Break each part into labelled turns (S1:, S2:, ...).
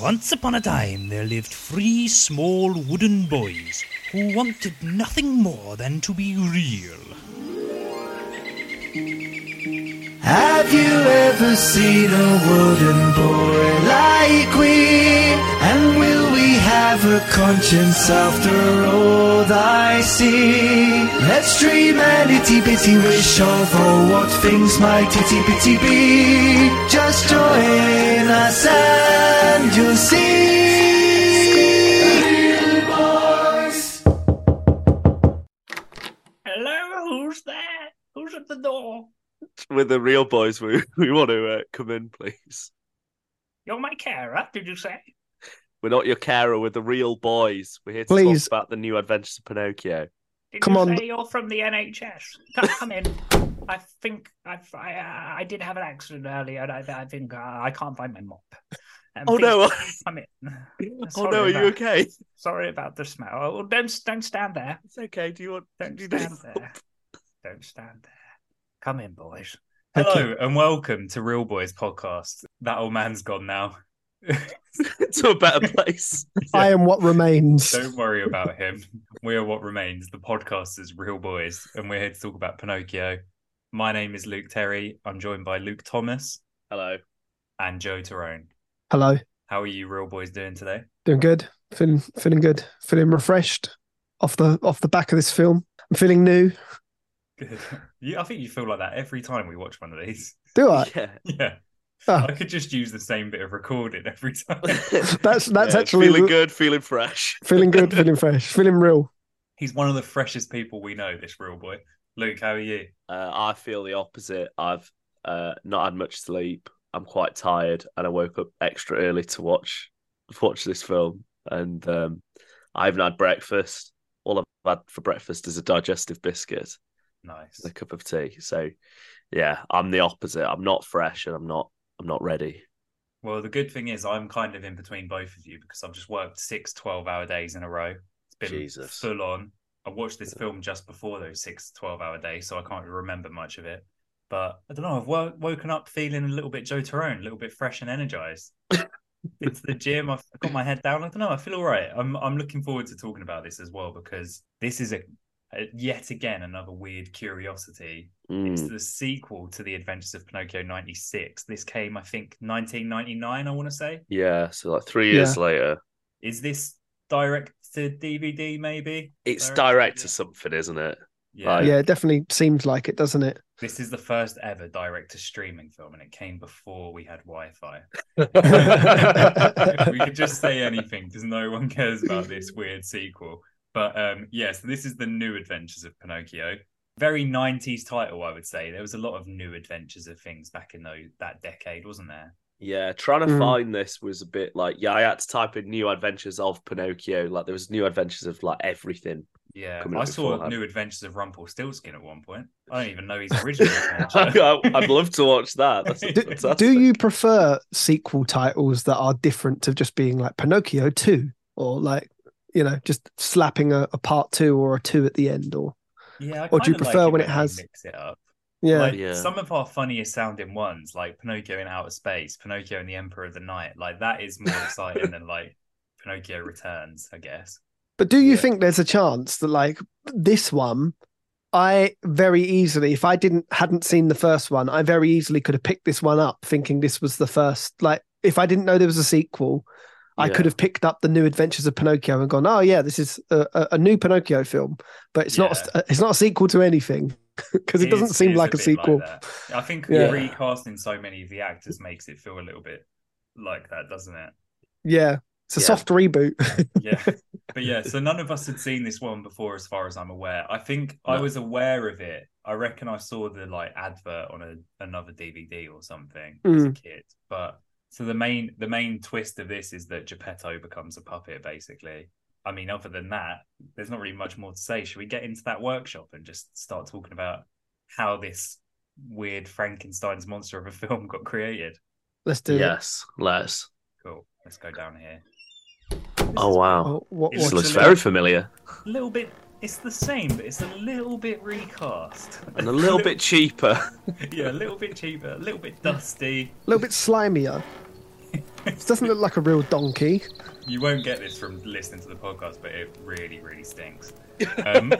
S1: Once upon a time there lived three small wooden boys who wanted nothing more than to be real.
S2: Have you ever seen a wooden boy like we? And will we have a conscience after all I see? Let's dream an itty bitty wish of oh, what things might itty bitty be. Just join us and you'll see.
S3: Hello, who's there? Who's at the door?
S4: We're the real boys. We we want to uh, come in, please.
S3: You're my carer, did you say?
S4: We're not your carer. We're the real boys. We're here to
S5: Please.
S4: talk about the new adventures of Pinocchio.
S3: Did
S5: Come
S3: you
S5: on.
S3: say you're from the NHS? Come, come in. I think I've, I uh, I did have an accident earlier, and I, I think uh, I can't find my mop. Um,
S4: Oh,
S3: please
S4: no.
S3: Come in.
S4: oh no, are
S3: about,
S4: you okay?
S3: Sorry about the smell. Oh, well, don't don't stand there.
S4: It's okay. Do you want?
S3: Don't
S4: do you need
S3: stand
S4: help?
S3: there. Don't stand there. Come in, boys.
S5: Thank
S6: Hello and welcome to Real Boys Podcast. That old man's gone now.
S4: to a better place.
S5: I am what remains.
S6: Don't worry about him. We are what remains. The podcast is Real Boys, and we're here to talk about Pinocchio. My name is Luke Terry. I'm joined by Luke Thomas
S4: Hello.
S6: and Joe Tyrone.
S5: Hello,
S6: How are you, Real Boys, doing today?
S5: doing good. Feeling feeling good. Feeling refreshed off the off the back of this film. I'm feeling new.
S6: Good. You, I think you feel like that every time we watch one of these.
S5: Do I?
S4: Yeah.
S6: Yeah.
S5: Oh.
S6: I could just use the same bit of recording every time.
S5: That's that's
S4: Yeah,
S5: actually
S4: feeling good, feeling fresh.
S5: feeling good, feeling fresh, feeling real.
S6: He's one of the freshest people we know, this Real Boy. Luke, how are you?
S4: Uh, I feel the opposite. I've uh, not had much sleep. I'm quite tired, and I woke up extra early to watch watch this film. And um, I haven't had breakfast. All I've had for breakfast is a digestive biscuit
S6: Nice.
S4: and a cup of tea. So, yeah, I'm the opposite. I'm not fresh, and I'm not I'm not ready.
S6: Well, the good thing is I'm kind of in between both of you because I've just worked six 12 hour days in a row. It's been
S4: Jesus.
S6: full on. I watched this film just before those six 12 hour days, so I can't remember much of it. But I don't know, I've wo- woken up feeling a little bit Joe Tyrone, a little bit fresh and energized. It's the gym. I've got my head down. I don't know. I feel all right. I'm I'm looking forward to talking about this as well because this is a, a yet again another weird curiosity it's
S4: Mm.
S6: the sequel to The Adventures of Pinocchio 96. This came, I think, 1999, I want to say.
S4: Yeah. So like three years later,
S6: Is this direct to DVD, maybe?
S4: it's
S6: Direct-
S4: direct
S6: yeah.
S4: to something, isn't it?
S6: Yeah.
S4: Right.
S5: Yeah, it definitely seems like it, doesn't it?
S6: This is the first ever direct to streaming film, and it came before we had Wi Fi. we could just say anything because no one cares about this weird sequel. But um, yes, this is the new adventures of Pinocchio. Very 90s title, I would say. There was a lot of new adventures of things back in those, that decade, wasn't there?
S4: Yeah, trying to
S5: Mm.
S4: find this was a bit like yeah, I had to type in new adventures of Pinocchio. Like there was new adventures of like everything.
S6: Yeah,
S4: coming
S6: I
S4: out
S6: saw
S4: beforehand.
S6: New Adventures of Rumpelstiltskin at one point. I don't even know his original. adventure.
S4: I, would love to watch that. That's
S6: Do-
S5: Do,
S4: fantastic.
S5: do you prefer sequel titles that are different to just being like Pinocchio 2 or like, you know, just slapping a, a part two or a two at the end or,
S6: Yeah, I
S5: Or do you
S6: kinda like
S5: prefer when it
S6: they
S5: has-
S6: mix it up?
S5: yeah,
S6: Like
S4: Yeah.
S6: some of our funniest sounding ones, like Pinocchio in Outer Space, Pinocchio and the Emperor of the Night, like that is more exciting than like Pinocchio Returns, I guess.
S5: But do you
S4: Yeah.
S5: think there's a chance that like this one, I very easily, if I didn't hadn't seen the first one, I very easily could have picked this one up thinking this was the first. Like if I didn't know there was a sequel, I
S4: Yeah.
S5: could have picked up the New Adventures of Pinocchio and gone, oh yeah, this is a, a, a new Pinocchio film, but it's not. A, it's not a sequel to anything because it, doesn't
S6: is-
S5: seem
S6: is
S5: like a,
S6: bit
S5: sequel.
S6: that. I think
S5: Yeah.
S6: recasting so many of the actors makes it feel a little bit like that, doesn't it?
S5: yeah, it's a
S4: Yeah.
S5: soft reboot.
S6: yeah but yeah so none of us had seen this one before as far as i'm aware i think i
S4: No.
S6: was aware of it i reckon i saw the like advert on a, another dvd or something as a kid but so the main the main twist of this is that geppetto becomes a puppet basically i mean other than that there's not really much more to say should we get into that workshop and just start talking about how this weird frankenstein's monster of a film got created
S5: Let's do it.
S4: Yes, let's.
S6: cool let's go down here
S4: Oh wow,
S5: Oh, what,
S6: It's
S4: this
S5: what-
S4: looks
S6: Watch
S4: very
S6: it.
S4: familiar
S6: a little bit it's the same but it's a little bit recast
S4: and a little bit cheaper.
S6: yeah a little bit cheaper a little bit dusty
S5: a little bit slimier. This doesn't look like a real donkey.
S6: You won't get this from listening to the podcast, but it really, really stinks. Um,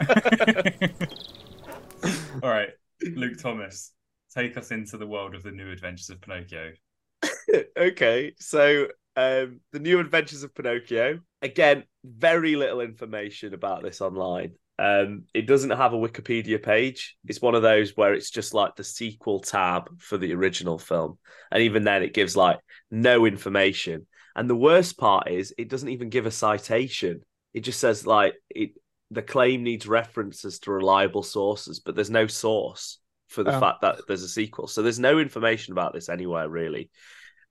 S6: all right, Luke Thomas, take us into the world of the new adventures of Pinocchio.
S4: okay, so um, the new adventures of Pinocchio. Again, very little information about this online. Um, it doesn't have a Wikipedia page. It's one of those where it's just like the sequel tab for the original film, and even then, it gives like no information. And the worst part is, it doesn't even give a citation. It just says like it. The claim needs references to reliable sources, but there's no source for the
S5: Oh.
S4: fact that there's a sequel. So there's no information about this anywhere really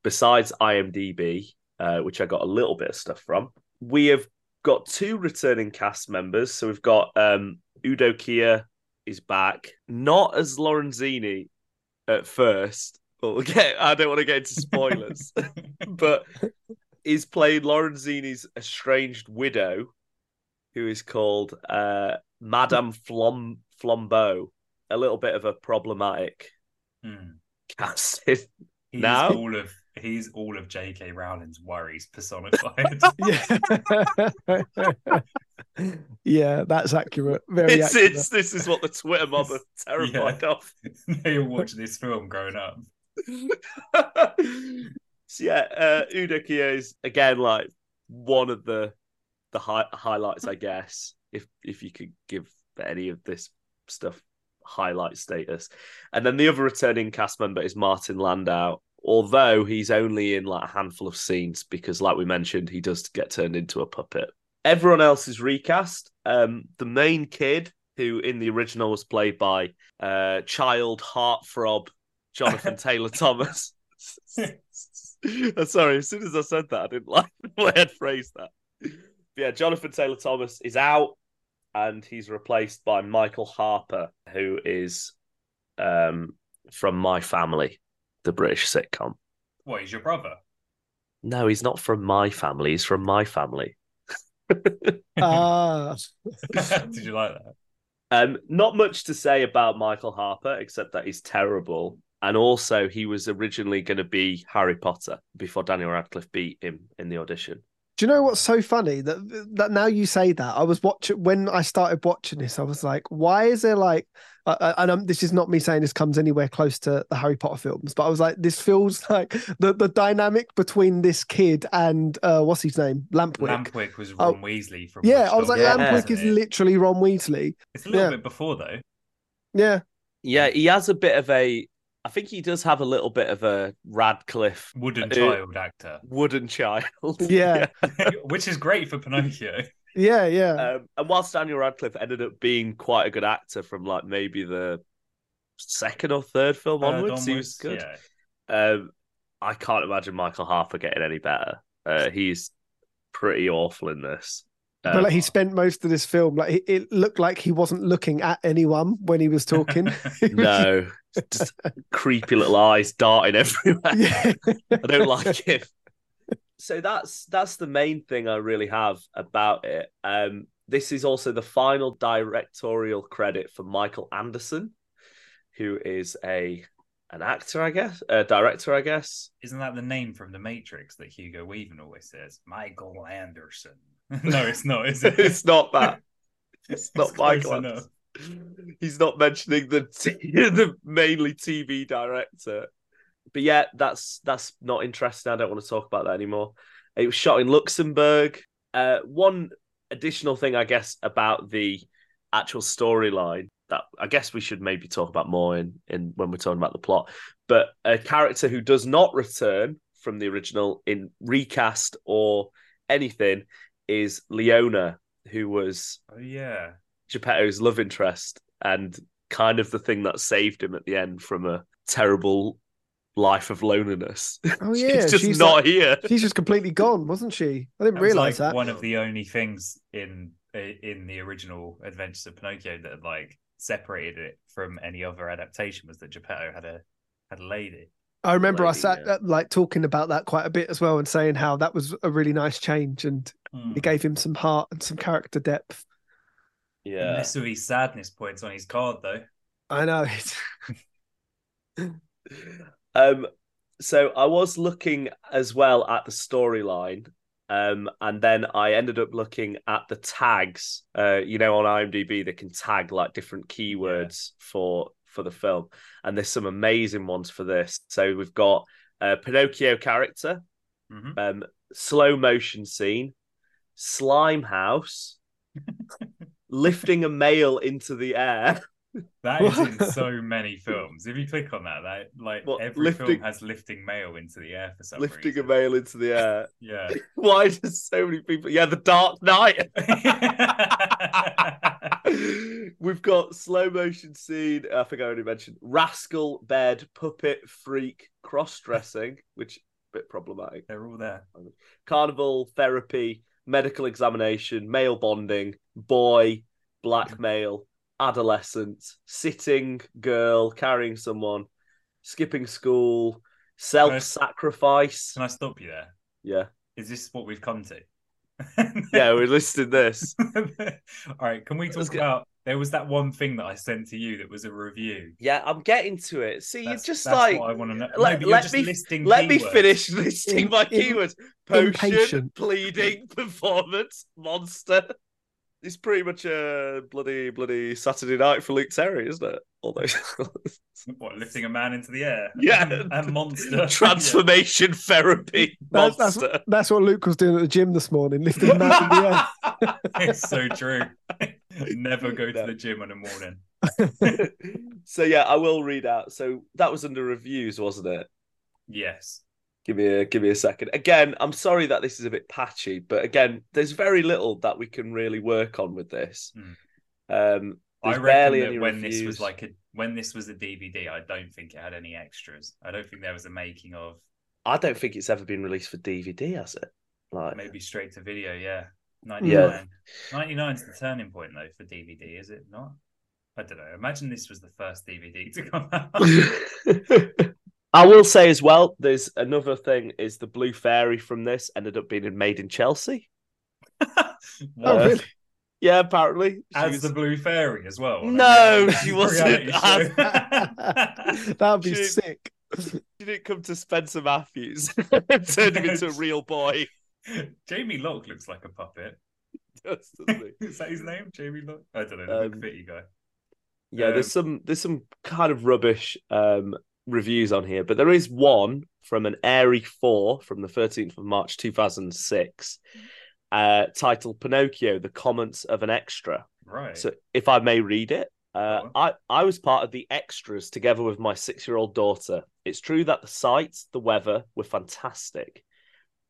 S4: besides IMDb, uh, which I got a little bit of stuff from, we have got two returning cast members. So we've got um, Udo Kier is back, not as Lorenzini at first. But we'll get, I don't want to get into spoilers, but is playing Lorenzini's estranged widow, who is called uh, Madame Flom Flombeau. A little bit of a problematic
S6: Hmm.
S4: casting.
S6: He's
S4: Now?
S6: all of he's all of J.K. Rowling's worries personified.
S5: Yeah. yeah, that's accurate. Very
S4: It's,
S5: accurate.
S4: it's, this is what the Twitter mob are terrified of.
S6: they were watching this film growing up.
S4: so yeah, uh, Udo Kier is again like one of the the hi- highlights, I guess. If if you could give any of this stuff highlight status, and then the other returning cast member is Martin Landau. Although he's only in like a handful of scenes because, like we mentioned, he does get turned into a puppet. Everyone else is recast. Um, the main kid, who in the original was played by uh, child heartthrob Jonathan Taylor Thomas. I'm sorry, as soon as I said that, I didn't like the way I'd phrased that. But yeah, Jonathan Taylor Thomas is out and he's replaced by Michael Harper, who is um, from My Family, the British sitcom.
S6: What? He's your brother?
S4: No, he's not from My Family, he's from My Family.
S5: Ah,
S6: Did you like that?
S4: Um, not much to say about Michael Harper except that he's terrible, and also he was originally going to be Harry Potter before Daniel Radcliffe beat him in the audition.
S5: do you know what's so funny that that now you say that I was watching when I started watching this, I was like, why is there like, uh, uh, and I'm, this is not me saying this comes anywhere close to the Harry Potter films, but I was like, this feels like the the dynamic between this kid and uh, what's his name, Lampwick.
S6: Lampwick was
S5: Oh.
S6: Ron Weasley from.
S5: yeah,
S6: Watch
S5: I was like,
S6: Dogs,
S4: Yeah.
S5: Lampwick
S6: wasn't
S5: is
S6: it?
S5: literally Ron Weasley.
S6: It's a little
S5: yeah.
S6: bit before though.
S5: Yeah,
S4: Yeah, he has a bit of a. I think he does have a little bit of a Radcliffe
S6: Wooden
S4: Uh,
S6: child actor,
S4: wooden child.
S5: Yeah.
S6: which is great for Pinocchio.
S5: yeah, yeah.
S4: Um, and whilst Daniel Radcliffe ended up being quite a good actor from like maybe the second or third film
S6: Third
S4: onwards, he was
S6: onwards,
S4: good.
S6: Uh, yeah.
S4: Um, I can't imagine Michael Harper getting any better. Uh, he's pretty awful in this. Um,
S5: but like he spent most of this film, like it, it looked like he wasn't looking at anyone when he was talking. He was-
S4: no, just creepy little eyes darting everywhere.
S5: yeah.
S4: I don't like it. So that's that's the main thing I really have about it. Um, this is also the final directorial credit for Michael Anderson, who is a an actor, I guess, a director, I guess.
S6: Isn't that the name from The Matrix that Hugo Weaving always says? Michael Anderson. no, it's not, is it?
S4: it's not that. It's not
S6: close
S4: Michael.
S6: enough.
S4: Anderson. He's not mentioning the t- the mainly TV director. But yeah, that's that's not interesting. I don't want to talk about that anymore. It was shot in Luxembourg. Uh, one additional thing, I guess, about the actual storyline that I guess we should maybe talk about more in, in when we're talking about the plot. But a character who does not return from the original in recast or anything is Leona, who was
S6: Oh yeah.
S4: Geppetto's love interest and kind of the thing that saved him at the end from a terrible life of loneliness.
S5: Oh
S4: She's
S5: yeah,
S4: just
S5: she's
S4: not
S5: like-
S4: here.
S5: she's just completely gone, wasn't she? I
S6: That
S5: didn't
S6: was,
S5: realize
S6: like,
S5: that.
S6: one of the only things in in the original Adventures of Pinocchio that had, like separated it from any other adaptation was that Geppetto had a had a lady.
S5: I remember I
S4: lady,
S5: sat
S4: yeah.
S5: uh, like talking about that quite a bit as well, and saying how that was a really nice change, and
S6: Hmm.
S5: it gave him some heart and some character depth.
S4: Yeah.
S6: Mess with his sadness points on his card though.
S5: I know.
S4: Um so I was looking as well at the storyline, um, and then I ended up looking at the tags. Uh, you know, on IMDb they can tag like different keywords for for the film, and there's some amazing ones for this. So we've got a Pinocchio character,
S6: Mhm.
S4: um, slow motion scene, slime house, lifting a male into the air.
S6: That is in so many films. If you click on that, that like
S4: What,
S6: every film
S4: lifting-
S6: has lifting mail into the air for some
S4: lifting a
S6: reason.
S4: male into the air.
S6: Yeah.
S4: Why does so many people? Yeah, the Dark Knight. We've got slow motion scene. I think I already mentioned rascal, bed, puppet, freak, cross dressing, which a bit problematic.
S6: They're all there.
S4: Carnival, therapy, medical examination, male bonding, boy, blackmail, adolescent, sitting, girl, carrying someone, skipping school, self sacrifice.
S6: Can I stop you there?
S4: Yeah,
S6: Is this what we've come to?
S4: yeah, we're listing this.
S6: All right. Can we
S4: Let's
S6: talk
S4: get-
S6: about? There was that one thing that I sent to you that was a review.
S4: Yeah, I'm getting to it. See,
S6: That's,
S4: you're just
S6: that's
S4: like
S6: what I want to know. No,
S4: let-
S6: but you're
S4: let
S6: just
S4: me-
S6: listing
S4: Let me
S6: keywords.
S4: finish listing my
S5: In-
S4: keywords. Potion,
S5: impatient.
S4: pleading, performance, monster. It's pretty much a bloody, bloody Saturday night for Luke Terry, isn't it? All those
S6: What lifting a man into the air?
S4: Yeah.
S6: and monster
S4: transformation therapy
S5: That's- that's-
S4: monster.
S5: That's what Luke was doing at the gym this morning, lifting him out in the air.
S6: Yeah. It's so true. Never go to
S4: No.
S6: the gym in the morning.
S4: so yeah, I will read out. So that was under reviews, wasn't it?
S6: Yes.
S4: Give me a give me a second. Again, I'm sorry that this is a bit patchy, but again, there's very little that we can really work on with this.
S6: Hmm.
S4: Um,
S6: I
S4: there's
S6: reckon
S4: barely any
S6: that when this was
S4: reviews.
S6: like a when this was a DVD, I don't think it had any extras. I don't think there was a making of
S4: I don't think it's ever been released for DVD, has it? Like,
S6: maybe straight to video. Yeah, ninety
S4: Yeah.
S6: nine. Ninety nine is the turning point though for DVD, is it not? I don't know. Imagine this was the first DVD to come out.
S4: Oh, I will say as well, there's another thing is the Blue Fairy from this ended up being made in Chelsea.
S5: Oh,
S4: Uh,
S6: What?
S5: really?
S4: Yeah, apparently. She
S6: As
S4: was-
S6: the Blue Fairy as well.
S4: No,
S6: Like,
S4: she
S6: reality
S4: wasn't
S6: show.
S5: That would be
S4: Shit.
S5: sick.
S4: she didn't come to Spencer Matthews and turned him into a real boy.
S6: Jamie Locke looks like a puppet.
S4: Does, doesn't he?
S6: is that his name? Jamie Locke? I don't know. The
S4: Um,
S6: big fitty guy.
S4: Yeah, there's some there's some kind of rubbish um reviews on here, but there is one from an airy four from the 13th of March 2006, uh, titled "Pinocchio: The Comments of an Extra."
S6: Right.
S4: So, if I may read it, uh,
S6: Go
S4: I I was part of the extras together with my six year old daughter. It's true that the sights, the weather were fantastic,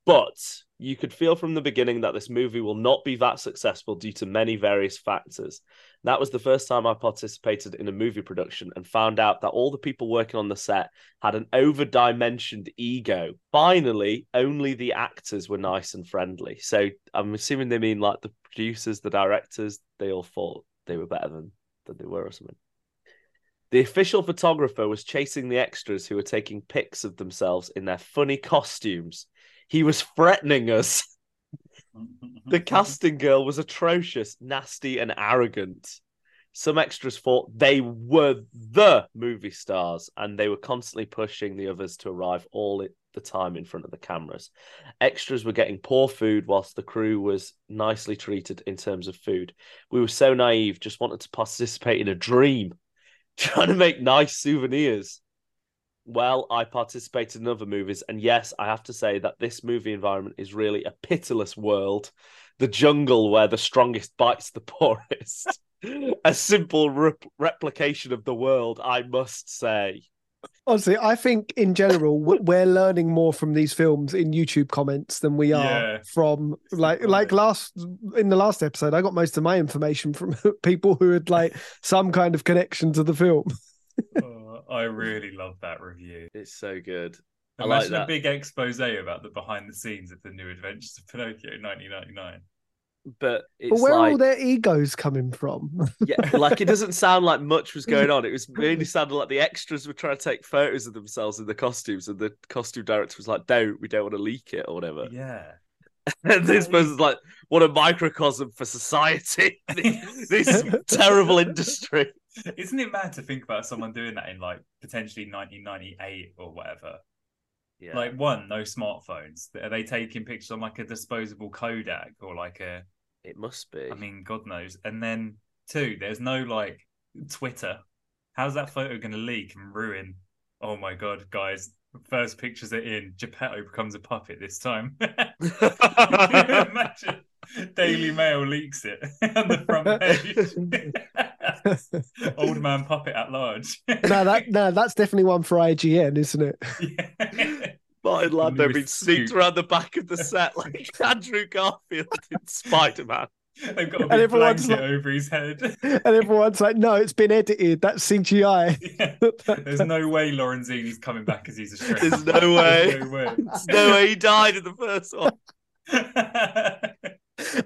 S4: but you could feel from the beginning that this movie will not be that successful due to many various factors. That was the first time I participated in a movie production and found out that all the people working on the set had an overdimensioned ego. Finally, only the actors were nice and friendly. So I'm assuming they mean like the producers, the directors, they all thought they were better than, than they were or something. The official photographer was chasing the extras who were taking pics of themselves in their funny costumes. He was threatening us.
S6: Mm-hmm.
S4: The casting girl was atrocious, nasty, and arrogant. Some extras thought they were the movie stars, and they were constantly pushing the others to arrive all at the time in front of the cameras. Extras were getting poor food, whilst the crew was nicely treated in terms of food. We were so naive, just wanted to participate in a dream, trying to make nice souvenirs. Well, I participated in other movies, and yes, I have to say that this movie environment is really a pitiless world the jungle where the strongest bites the poorest. a simple rep- replication of the world, I must say.
S5: Honestly, I think in general w- we're learning more from these films in YouTube comments than we are
S6: Yeah.
S5: from like like last in the last episode. I got most of my information from people who had like some kind of connection to the film.
S6: Oh, I really love that review.
S4: It's so good. I like
S6: Imagine a
S4: that.
S6: big expose about the behind the scenes of the New Adventures of Pinocchio 1999.
S4: But it's
S5: But where are all
S4: like,
S5: their egos coming from?
S4: yeah, like it doesn't sound like much was going on. It was mainly sounded like the extras were trying to take photos of themselves in the costumes, and the costume director was like, "No, we don't want to leak it or whatever."
S6: Yeah.
S4: And this person's like, "What a microcosm for society! this terrible industry."
S6: Isn't it mad to think about someone doing that in like potentially 1998 or whatever?
S4: Yeah.
S6: Like one, no smartphones. Are they taking pictures on like a disposable Kodak or like a?
S4: it must be.
S6: I mean, God knows. And then two, there's no like Twitter. How's that photo going to leak and ruin? Oh my God, guys! First pictures are in. Geppetto becomes a puppet this time. Imagine Daily Mail leaks it on the front page. Old man puppet at large.
S5: No, that no, that's definitely one for IGN, isn't it?
S6: Yeah.
S4: Martin
S6: New
S4: Landau being sneaked
S6: suit.
S4: around the back of the set like Andrew Garfield in Spider Man.
S6: They've got a
S5: And
S6: big
S5: everyone's
S6: blanket over his head.
S5: And everyone's like, no, it's been edited. That's CGI.
S6: Yeah. There's no way Lorenzini's coming back as he's a stranger.
S4: There's no way.
S6: There's no way.
S4: There's no way he died in the first one.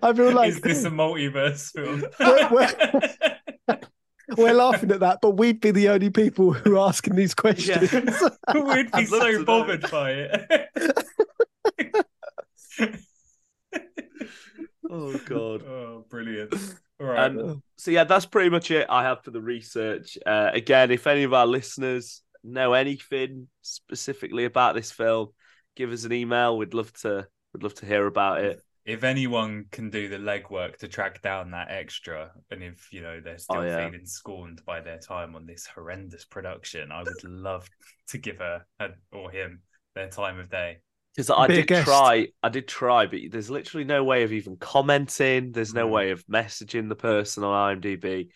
S5: I feel like
S6: Is this a multiverse film?
S5: Where- we're laughing at that, but we'd be the only people who are asking these questions.
S4: I'd love
S6: We'd be
S4: to
S6: so
S4: know.
S6: bothered by it.
S4: Oh god.
S6: Oh, brilliant. All right.
S4: Um, so yeah, that's pretty much it I have for the research. Uh, again, if any of our listeners know anything specifically about this film, give us an email. We'd love to. We'd love to hear about it.
S6: if anyone can do the legwork to track down that extra, and if you know they're still
S4: Oh, yeah.
S6: feeling scorned by their time on this horrendous production, I would love to give her, her or him their time of day.
S4: Because I
S5: Be a
S4: did
S5: guest.
S4: try. I did try, but there's literally no way of even commenting. There's no
S6: Mm.
S4: way of messaging the person on IMDb.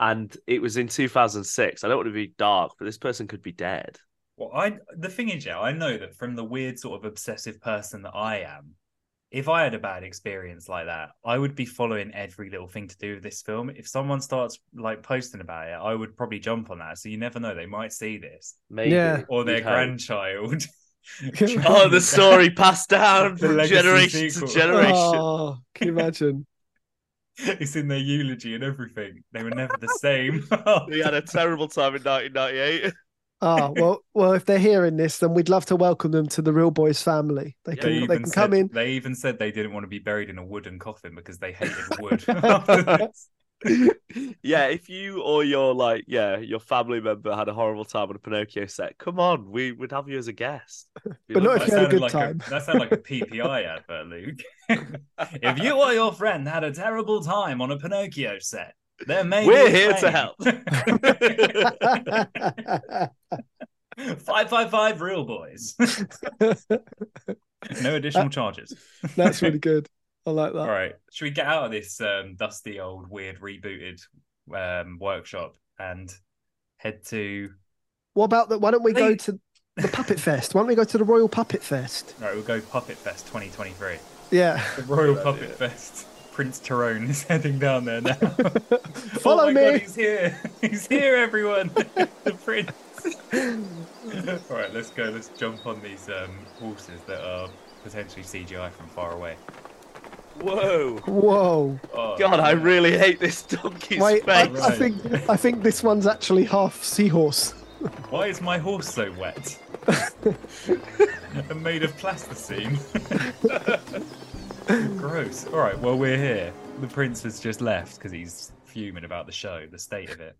S4: And it was in 2006. I don't want to be dark, but this person could be dead.
S6: Well, I the thing is, yeah, I know that from the weird sort of obsessive person that I am, if I had a bad experience like that, I would be following every little thing to do with this film. If someone starts like posting about it, I would probably jump on that. So you never know; they might see this
S4: Maybe.
S5: Yeah.
S6: or their
S4: You'd hope.
S6: grandchild.
S4: Oh, the story passed down
S6: The
S4: from
S6: legacy
S4: generation
S6: sequel.
S4: to generation.
S5: Oh, can you imagine?
S6: It's in their eulogy and everything. They were never the same.
S4: We had a terrible time in 1998.
S5: Ah, well, well, if they're hearing this, then we'd love to welcome them to the Real Boys family. They
S4: Yeah,
S5: can,
S6: even
S5: they can
S6: said,
S5: come in.
S6: They even said they didn't want to be buried in a wooden coffin because they hated wood. after this.
S4: yeah, if you or your like, yeah, your family member had a horrible time on a Pinocchio set, come on, we would have you as a guest.
S5: But not
S4: love
S5: if
S6: That
S5: you had a
S6: sounded
S5: good
S6: like
S5: time.
S6: that sounded like a PPI advert, Luke. if you or your friend had a terrible time on a Pinocchio set, there may be
S4: We're
S6: a
S4: here to
S6: claim.
S4: help.
S6: 555 real boys. no additional charges.
S5: That's really good. I like that.
S6: All right. Should we get out of this um, dusty old weird rebooted um, workshop and head to
S5: What about that? Why don't we go
S6: Wait.
S5: to the Puppet Fest? Why don't we go to the Royal Puppet Fest?
S6: All right, we'll go Puppet Fest 2023.
S5: Yeah.
S6: The Royal Puppet Fest. Prince Tyrone is heading down there now.
S5: Follow
S6: oh my God,
S5: me.
S6: he's here. He's here, everyone. the prince. All right, let's go. Let's jump on these um, horses that are potentially CGI from far away.
S4: Whoa.
S5: Whoa.
S6: Oh,
S4: God, I
S6: yeah.
S4: really hate this donkey's
S5: Wait, I,
S4: face.
S5: I think I think this one's actually half seahorse.
S6: Why is my horse so wet? and made of plasticine. Gross. All right, well, we're here. The prince has just left because he's fuming about the show, the state of it.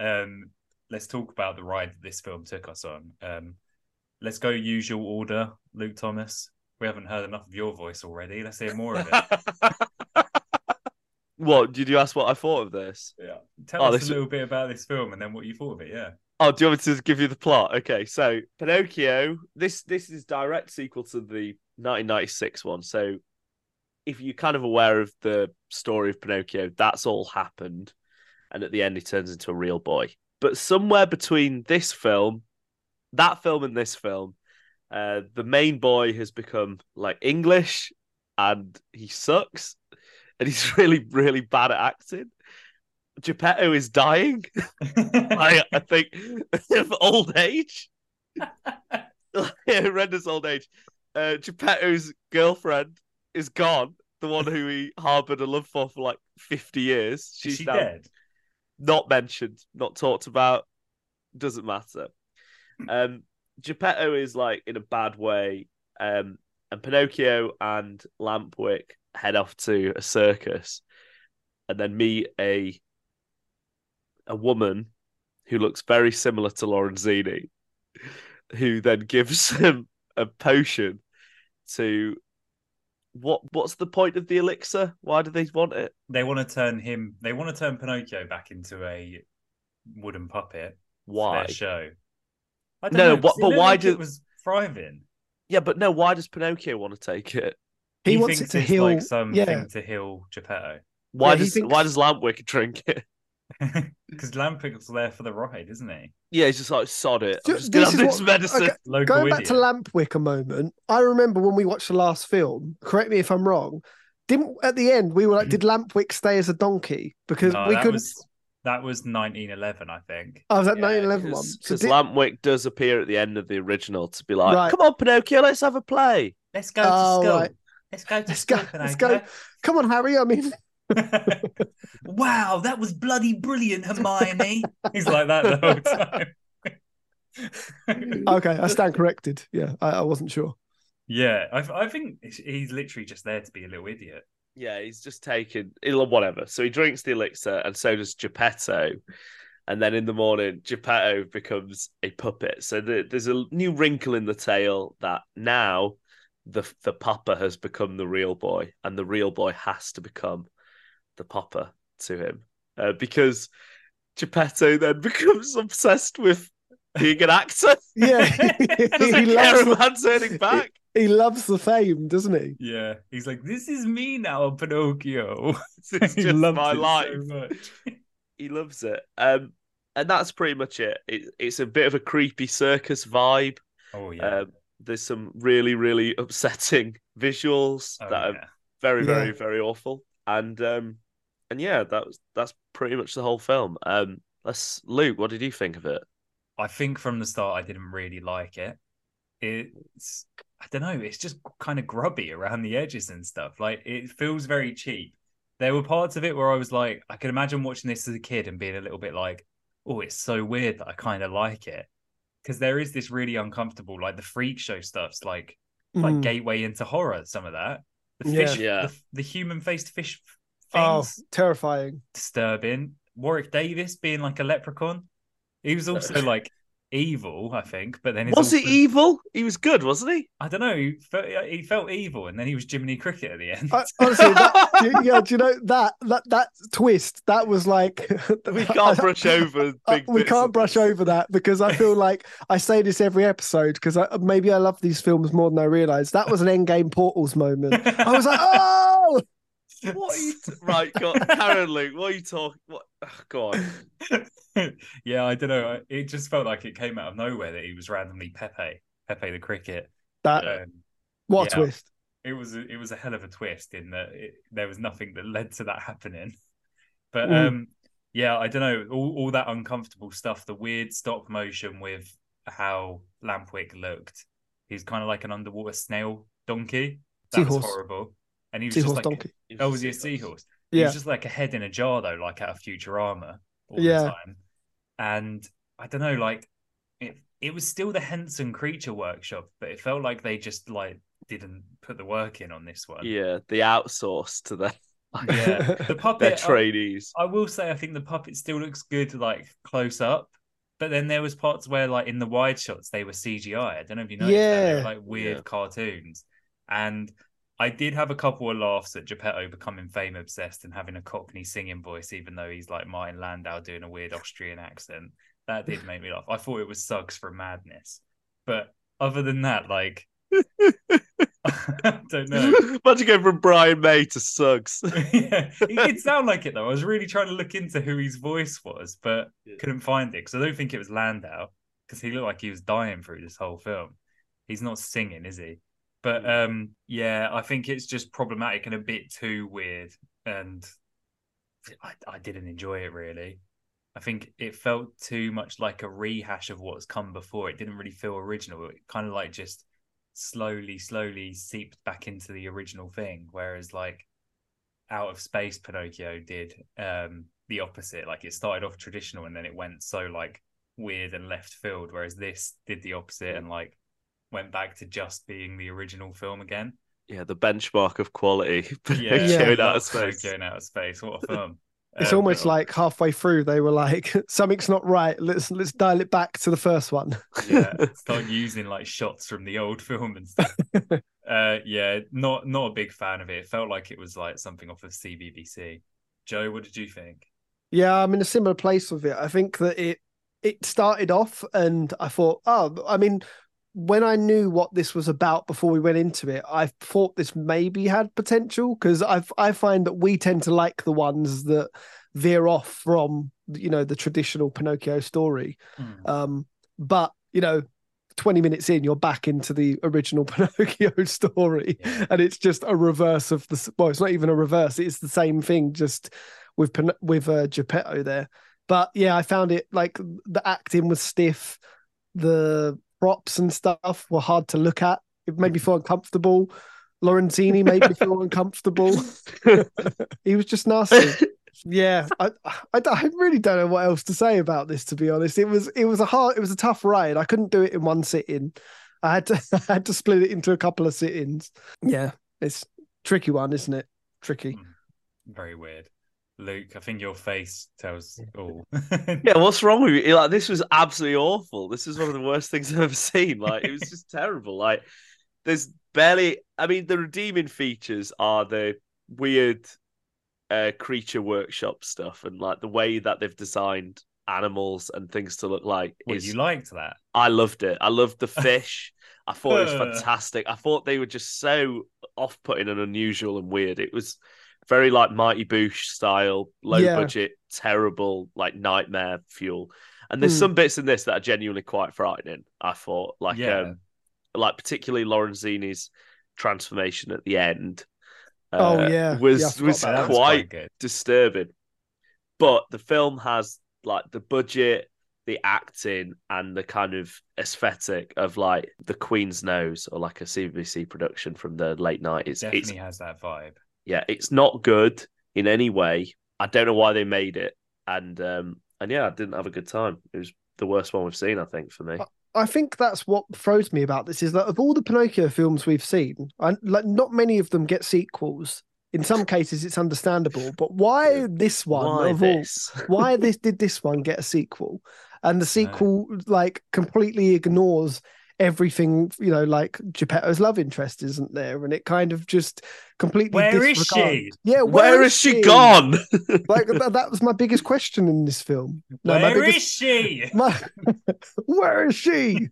S6: Um, let's talk about the ride that this film took us on. Um, let's go usual order, Luke Thomas. We haven't heard enough of your voice already. Let's hear more of it.
S4: What? Did you ask what I thought of this?
S6: Yeah. Tell
S4: Oh,
S6: us
S4: this-
S6: a little bit about this film and then what you thought of it. Yeah.
S4: Oh, do you want me to give you the plot? Okay, so Pinocchio. This this is direct sequel to the 1996 one. So, if you're kind of aware of the story of Pinocchio, that's all happened, and at the end he turns into a real boy. But somewhere between this film, that film, and this film, uh, the main boy has become like English, and he sucks, and he's really really bad at acting. Geppetto is dying. I, I think of old age, horrendous old age. Uh, Geppetto's girlfriend is gone. The one who he harbored a love for for like fifty years.
S6: Is
S4: She's um,
S6: she
S4: now
S6: dead?
S4: not mentioned, not talked about. Doesn't matter. Um, Geppetto is like in a bad way, um, and Pinocchio and Lampwick head off to a circus, and then meet a a woman who looks very similar to Lorenzini, who then gives him a potion to what? What's the point of the elixir? Why do they want it?
S6: They want to turn him. They want to turn Pinocchio back into a wooden puppet. for
S4: Why?
S6: Their show. I
S4: No,
S6: know, 'cause
S4: what-
S6: it
S4: but
S6: looked
S4: why
S6: like
S4: do-
S6: it was thriving?
S4: Yeah, but no. Why does Pinocchio want to take it?
S5: He wants
S6: thinks
S5: it to
S6: it's
S5: heal-
S6: Like something
S5: yeah.
S6: to heal Geppetto.
S4: Why
S5: Yeah, he
S4: does
S5: thinks-
S4: Why does Lampwick drink it?
S6: Because Lampick's there for the ride, isn't he?
S4: Yeah, he's just like sod it. I'm
S5: Ju-
S4: just gonna
S5: this
S4: have
S5: is
S4: this
S5: what-
S4: medicine.
S5: okay.
S6: Local
S5: Going back
S6: idiot.
S5: to Lampwick a moment, I remember when we watched the last film. Correct me if I'm wrong. Didn't at the end we were like, did Lampwick stay as a donkey? Because
S6: Hmm. No,
S5: we
S6: Oh, that
S5: couldn't. Oh,
S6: was that was 1911, I think.
S5: I was at
S6: yeah,
S5: 911 one.
S4: Because
S5: So
S4: because
S5: did-
S4: Lampwick does appear at the end of the original to be like,
S5: Right.
S4: "Come on, Pinocchio, let's have a play."
S6: Let's go
S5: Oh,
S6: to school.
S5: right.
S6: Let's go to
S5: Let's
S6: school.
S5: go- let's go. come on, Harry. I mean,
S6: Pinocchio.
S3: Wow, that was bloody brilliant, Hermione.
S6: He's like that the whole time.
S5: okay, I stand corrected. Yeah, I, I wasn't sure.
S6: yeah, I, I think he's literally just there to be a little idiot.
S4: Yeah, he's just taking he'll- whatever. So he drinks the elixir, and so does Geppetto. And then in the morning, Geppetto becomes a puppet. So the, there's a new wrinkle in the tale that now the the papa has become the real boy, and the real boy has to become the papa to him uh, because Geppetto then becomes obsessed with being an actor.
S5: Yeah,
S4: Doesn't
S5: he
S4: care
S5: loves
S4: about turning back.
S5: he loves the fame, doesn't he?
S6: Yeah, he's like, this is me now, Pinocchio.
S4: It's
S6: He
S4: just
S6: loves
S4: my
S6: it so
S4: life.
S6: much.
S4: he loves it. Um, and that's pretty much it. it. It's a bit of a creepy circus vibe.
S6: Oh yeah.
S4: Um, there's some really, really upsetting visuals
S6: Oh,
S4: that are
S6: yeah.
S4: very,
S5: Yeah.
S4: very, very awful. And um, and yeah, that was that's pretty much the whole film. Um, let's Luke. What did you think of it?
S6: I think from the start I didn't really like it. It's I don't know, it's just kind of grubby around the edges and stuff. Like it feels very cheap. There were parts of it where I was like, I could imagine watching this as a kid and being a little bit like, oh, it's so weird that I kind of like it. Because there is this really uncomfortable, like the freak show stuff's like like
S5: Mm.
S6: gateway into horror, some of that. The
S5: Yeah.
S6: fish
S4: Yeah.
S6: the, the human faced fish
S5: Oh,
S6: things
S5: terrifying.
S6: disturbing. Warwick Davis being like a leprechaun. He was also like evil, I think, but then it's
S4: Was
S6: also,
S4: he e- evil? He was good, wasn't he?
S6: I don't know. He felt, he felt evil, and then he was Jiminy Cricket at the end.
S5: I, honestly, that, do you- yeah, do you know that that that twist? That was like
S4: We can't brush over.
S5: Uh,
S4: Big
S5: we
S4: bits
S5: can't
S4: of
S5: brush
S4: this.
S5: over that because I feel like I say this every episode because I, maybe I love these films more than I realize. That was an Endgame Portals moment. I was like, oh,
S4: What are you t- right? God, Karen, Luke, what are you talking? What? Oh, God.
S6: yeah, I don't know. It just felt like it came out of nowhere that he was randomly Pepe, Pepe the Cricket.
S5: that
S4: Yeah.
S6: Um,
S5: what a
S6: Yeah.
S5: twist!
S6: it was a, it was a hell of a twist in that it, there was nothing that led to that happening. But
S5: Mm.
S6: um, yeah, I don't know all all that uncomfortable stuff, the weird stop motion with how Lampwick looked. He's kind of like an underwater snail donkey. That was
S5: Seahorse.
S6: horrible. And he was
S5: Seahorse
S6: just like,
S5: donkey.
S6: oh, was he a seahorse? He
S5: Yeah,
S6: was just like a head in a jar though, like out of Futurama all the
S5: Yeah.
S6: time. And I don't know, like it it was still the Henson Creature Workshop, but it felt like they just like didn't put the work in on this one.
S4: Yeah, they outsourced to their
S6: Yeah. oh. The
S4: their
S6: puppet I,
S4: trainees.
S6: I will say I think the puppet still looks good like close up. But then there was parts where like in the wide shots they were CGI. I don't know if you noticed that. They were
S5: Yeah.
S6: like weird
S4: Yeah.
S6: cartoons. And I did have a couple of laughs at Geppetto becoming fame obsessed and having a Cockney singing voice, even though he's like Martin Landau doing a weird Austrian accent. That did make me laugh. I thought it was Suggs from Madness. But other than that, like, I don't know.
S4: Imagine going from Brian May to Suggs.
S6: yeah, he did sound like it though. I was really trying to look into who his voice was, but
S4: Yeah.
S6: couldn't find it because I don't think it was Landau because he looked like he was dying through this whole film. He's not singing, is he? But um, yeah, I think it's just problematic and a bit too weird, and I, I didn't enjoy it really. I think it felt too much like a rehash of what's come before. It didn't really feel original. It kind of like just slowly, slowly seeped back into the original thing. Whereas like out of space pinocchio did um the opposite like it started off traditional and then it went so like weird and left field whereas this did the opposite and like went back to just being the original film again
S4: Yeah, the benchmark of quality.
S6: yeah,
S4: Going
S6: I
S4: out
S6: love
S4: of space.
S6: Pinocchio in outer space what a film
S5: It's
S6: Um,
S5: almost
S6: but-
S5: like halfway through they were like, something's not right. Let's let's dial it back to the first one.
S6: yeah, start using like shots from the old film and stuff. uh, yeah, not not a big fan of it. It felt like it was like something off of CBBC. Joe, what did you think?
S5: Yeah, I'm in a similar place with it. I think that it it started off and I thought, oh, I mean, when I knew what this was about before we went into it, I thought this maybe had potential because I I find that we tend to like the ones that veer off from you know the traditional Pinocchio story. Um, but you know, 20 minutes in, you're back into the original Pinocchio story,
S6: Yeah.
S5: and it's just a reverse of the. s- Well, it's not even a reverse; it's the same thing, just with Pin- with uh, Geppetto there. But yeah, I found it like the acting was stiff, the props and stuff were hard to look at. It made me feel uncomfortable. Lorenzini made me feel uncomfortable. he was just nasty. Yeah, I, I, d- I really don't know what else to say about this. To be honest, it was it was a hard, it was a tough ride. I couldn't do it in one sitting. I had to I had to split it into a couple of sittings. Yeah, it's tricky one, isn't it? Tricky.
S6: Very weird. Luke, I think your face tells all.
S4: Yeah, what's wrong with you? Like, this was absolutely awful. This is one of the worst things I've ever seen. Like, it was just terrible. Like, there's barely. I mean, the redeeming features are the weird uh, creature workshop stuff and like the way that they've designed animals and things to look like.
S6: Well,
S4: is
S6: you liked that.
S4: I loved it. I loved the fish. I thought it was
S6: Uh.
S4: fantastic. I thought they were just so off-putting and unusual and weird. It was very like Mighty Boosh style, low
S5: Yeah.
S4: budget, terrible, like nightmare fuel. And there's
S5: Hmm.
S4: some bits in this that are genuinely quite frightening. I thought, like,
S6: Yeah.
S4: um, like particularly Lorenzini's transformation at the end.
S5: Oh,
S4: uh,
S5: yeah. Yeah, I
S4: was
S5: forgot
S4: was
S5: about
S6: That
S5: that.
S6: was
S4: quite
S6: good.
S4: disturbing. But the film has like the budget, the acting, and the kind of aesthetic of like the Queen's Nose or like a CBC production from the late nineties. It's
S6: Definitely has that vibe.
S4: yeah, it's not good in any way. I don't know why they made it, and um and yeah, I didn't have a good time. It was the worst one we've seen, I think, for me.
S5: I think that's what throws me about this is that of all the Pinocchio films we've seen, I, like not many of them get sequels. In some cases, it's understandable, but why this one
S4: why
S5: of all?
S4: this?
S5: why this did this one get a sequel and the sequel like completely ignores everything you know like geppetto's love interest isn't there and it kind of just completely
S6: Where is
S5: disregards-
S6: she?
S5: yeah
S4: Where has she gone?
S5: like th- that was my biggest question in this film no my
S6: Where
S5: biggest
S6: is she?
S5: my, where is she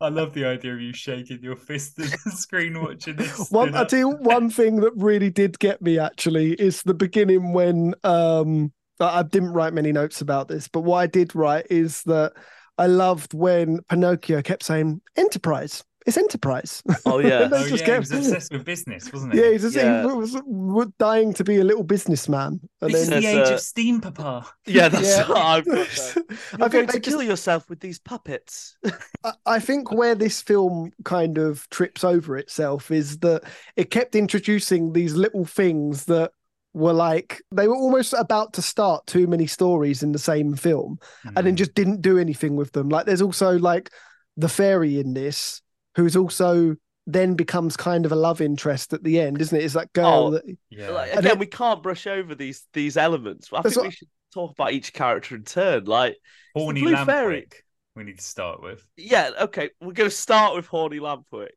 S6: I love the idea of you shaking your fist at the screen watching this.
S5: one,
S6: dinner.
S5: i tell you one thing that really did get me actually is the beginning when um I I didn't write many notes about this, but what I did write is that I loved when Pinocchio kept saying Enterprise. It's Enterprise.
S4: oh yeah.
S5: they
S6: oh,
S5: just
S6: yeah,
S5: get-
S6: he was obsessed with business, wasn't he?
S5: yeah, he's just,
S4: Yeah.
S5: he was, was dying to be a little businessman, and
S6: this
S5: then.
S6: is the
S4: There's
S6: age
S4: a-
S6: of steam, Papa.
S4: Yeah, that's
S5: Yeah.
S4: what I've got there.
S5: I think they just
S4: yourself with these puppets.
S5: I- I think where this film kind of trips over itself is that it kept introducing these little things that were like they were almost about to start too many stories in the same film and then just didn't do anything with them. Like there's also like the fairy in this who's also then becomes kind of a love interest at the end, isn't it? It's that girl
S4: Oh,
S5: that
S6: yeah.
S4: Like,
S5: And
S4: again,
S5: it-
S4: we can't brush over these these elements. I
S5: That's
S4: think we
S5: what-
S4: should talk about each character in turn. Like,
S6: horny
S4: Blue
S6: lamp
S4: Fairy.
S6: wick We need to start with 'Cause
S4: yeah, okay, we're going to start with Horny Lampwick.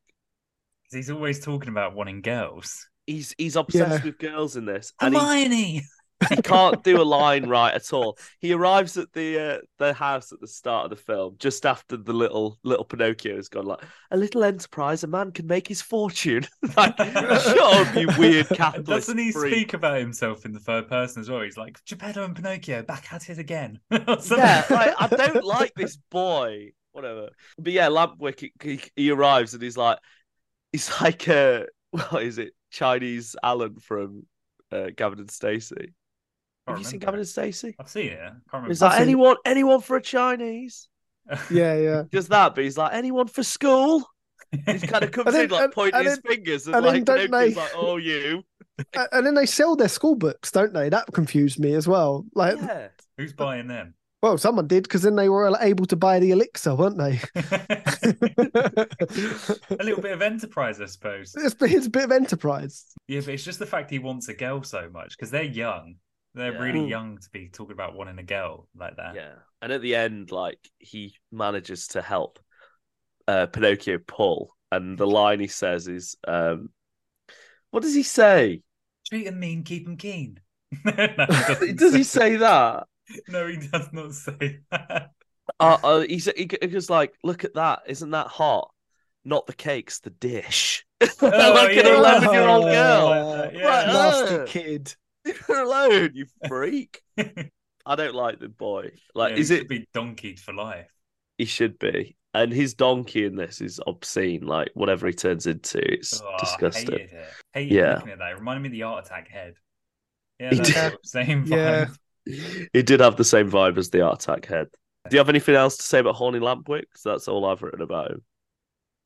S6: he's always talking about wanting girls.
S4: He's he's obsessed
S5: Yeah. Oh
S4: with girls in this, and he,
S3: Hermione!
S4: he can't do a line right at all. He arrives at the uh, the house at the start of the film, just after the little little Pinocchio has gone. Like a little enterprise, a man can make his fortune. like, shut up, you weird capitalist.
S6: Doesn't he
S4: freak.
S6: speak about himself in the third person as well? He's like Geppetto and Pinocchio back at it again. Or something.
S4: yeah, like, I don't like this boy. Whatever. But yeah, Lampwick, he- he, he arrives and he's like, he's like, uh, what is it? Chinese Alan from uh, Gavin and Stacey. Have
S6: Can't
S4: you seen
S6: remember.
S4: Gavin and Stacey?
S6: I've seen it. I can't remember.
S4: He's like,
S5: seen-
S4: anyone, anyone for a Chinese?
S5: yeah, yeah.
S4: Just that, but he's like, anyone for school? He's kind of comes
S5: And
S4: in
S5: then-
S4: like
S5: and-
S4: pointing
S5: and
S4: his
S5: then-
S4: fingers and,
S5: and then
S4: like,
S5: don't
S4: Pinocchio's
S5: they-
S4: like, oh, you.
S5: A- And then they sell their school books, don't they? That confused me as well. Like
S4: Yeah.
S6: Who's buying them?
S5: Well, someone did because then they were able to buy the elixir, weren't they?
S6: a little bit of enterprise, I suppose.
S5: It's, it's a bit of enterprise.
S6: Yeah, but it's just the fact he wants a girl so much because they're young. They're
S4: Yeah.
S6: really
S5: Mm.
S6: young to be talking about wanting a girl like that.
S4: Yeah. And at the end, like he manages to help uh Pinocchio pull. And the line he says is, um what does he say?
S6: Treat him mean, keep him keen. no, he doesn't
S4: does he
S6: say-
S4: say that?
S6: No, he does not say that.
S4: Uh, uh, he's, he, he was like, look at that. Isn't that hot? Not the cakes, the dish. like an
S6: Oh, yeah.
S4: 11 year old
S5: Oh,
S4: girl.
S6: Yeah.
S5: Nasty
S4: Uh.
S5: kid.
S4: Leave her alone, you freak. I don't like the boy. Like,
S6: Yeah,
S4: is
S6: he
S4: it
S6: should be donkeyed for life?
S4: he should be. And his donkey in this is obscene. Like whatever he turns into, it's
S6: Oh, I
S4: disgusting.
S6: hated it. Hated
S4: Yeah.
S6: looking at that. It reminded me of the Art Attack head. Yeah,
S4: He
S6: that's
S4: did.
S6: sort of same vibe.
S5: Yeah.
S4: It did have the same vibe as the Art Attack head. Do you have anything else to say about Horny Lampwick? 'Cause that's all I've written about him.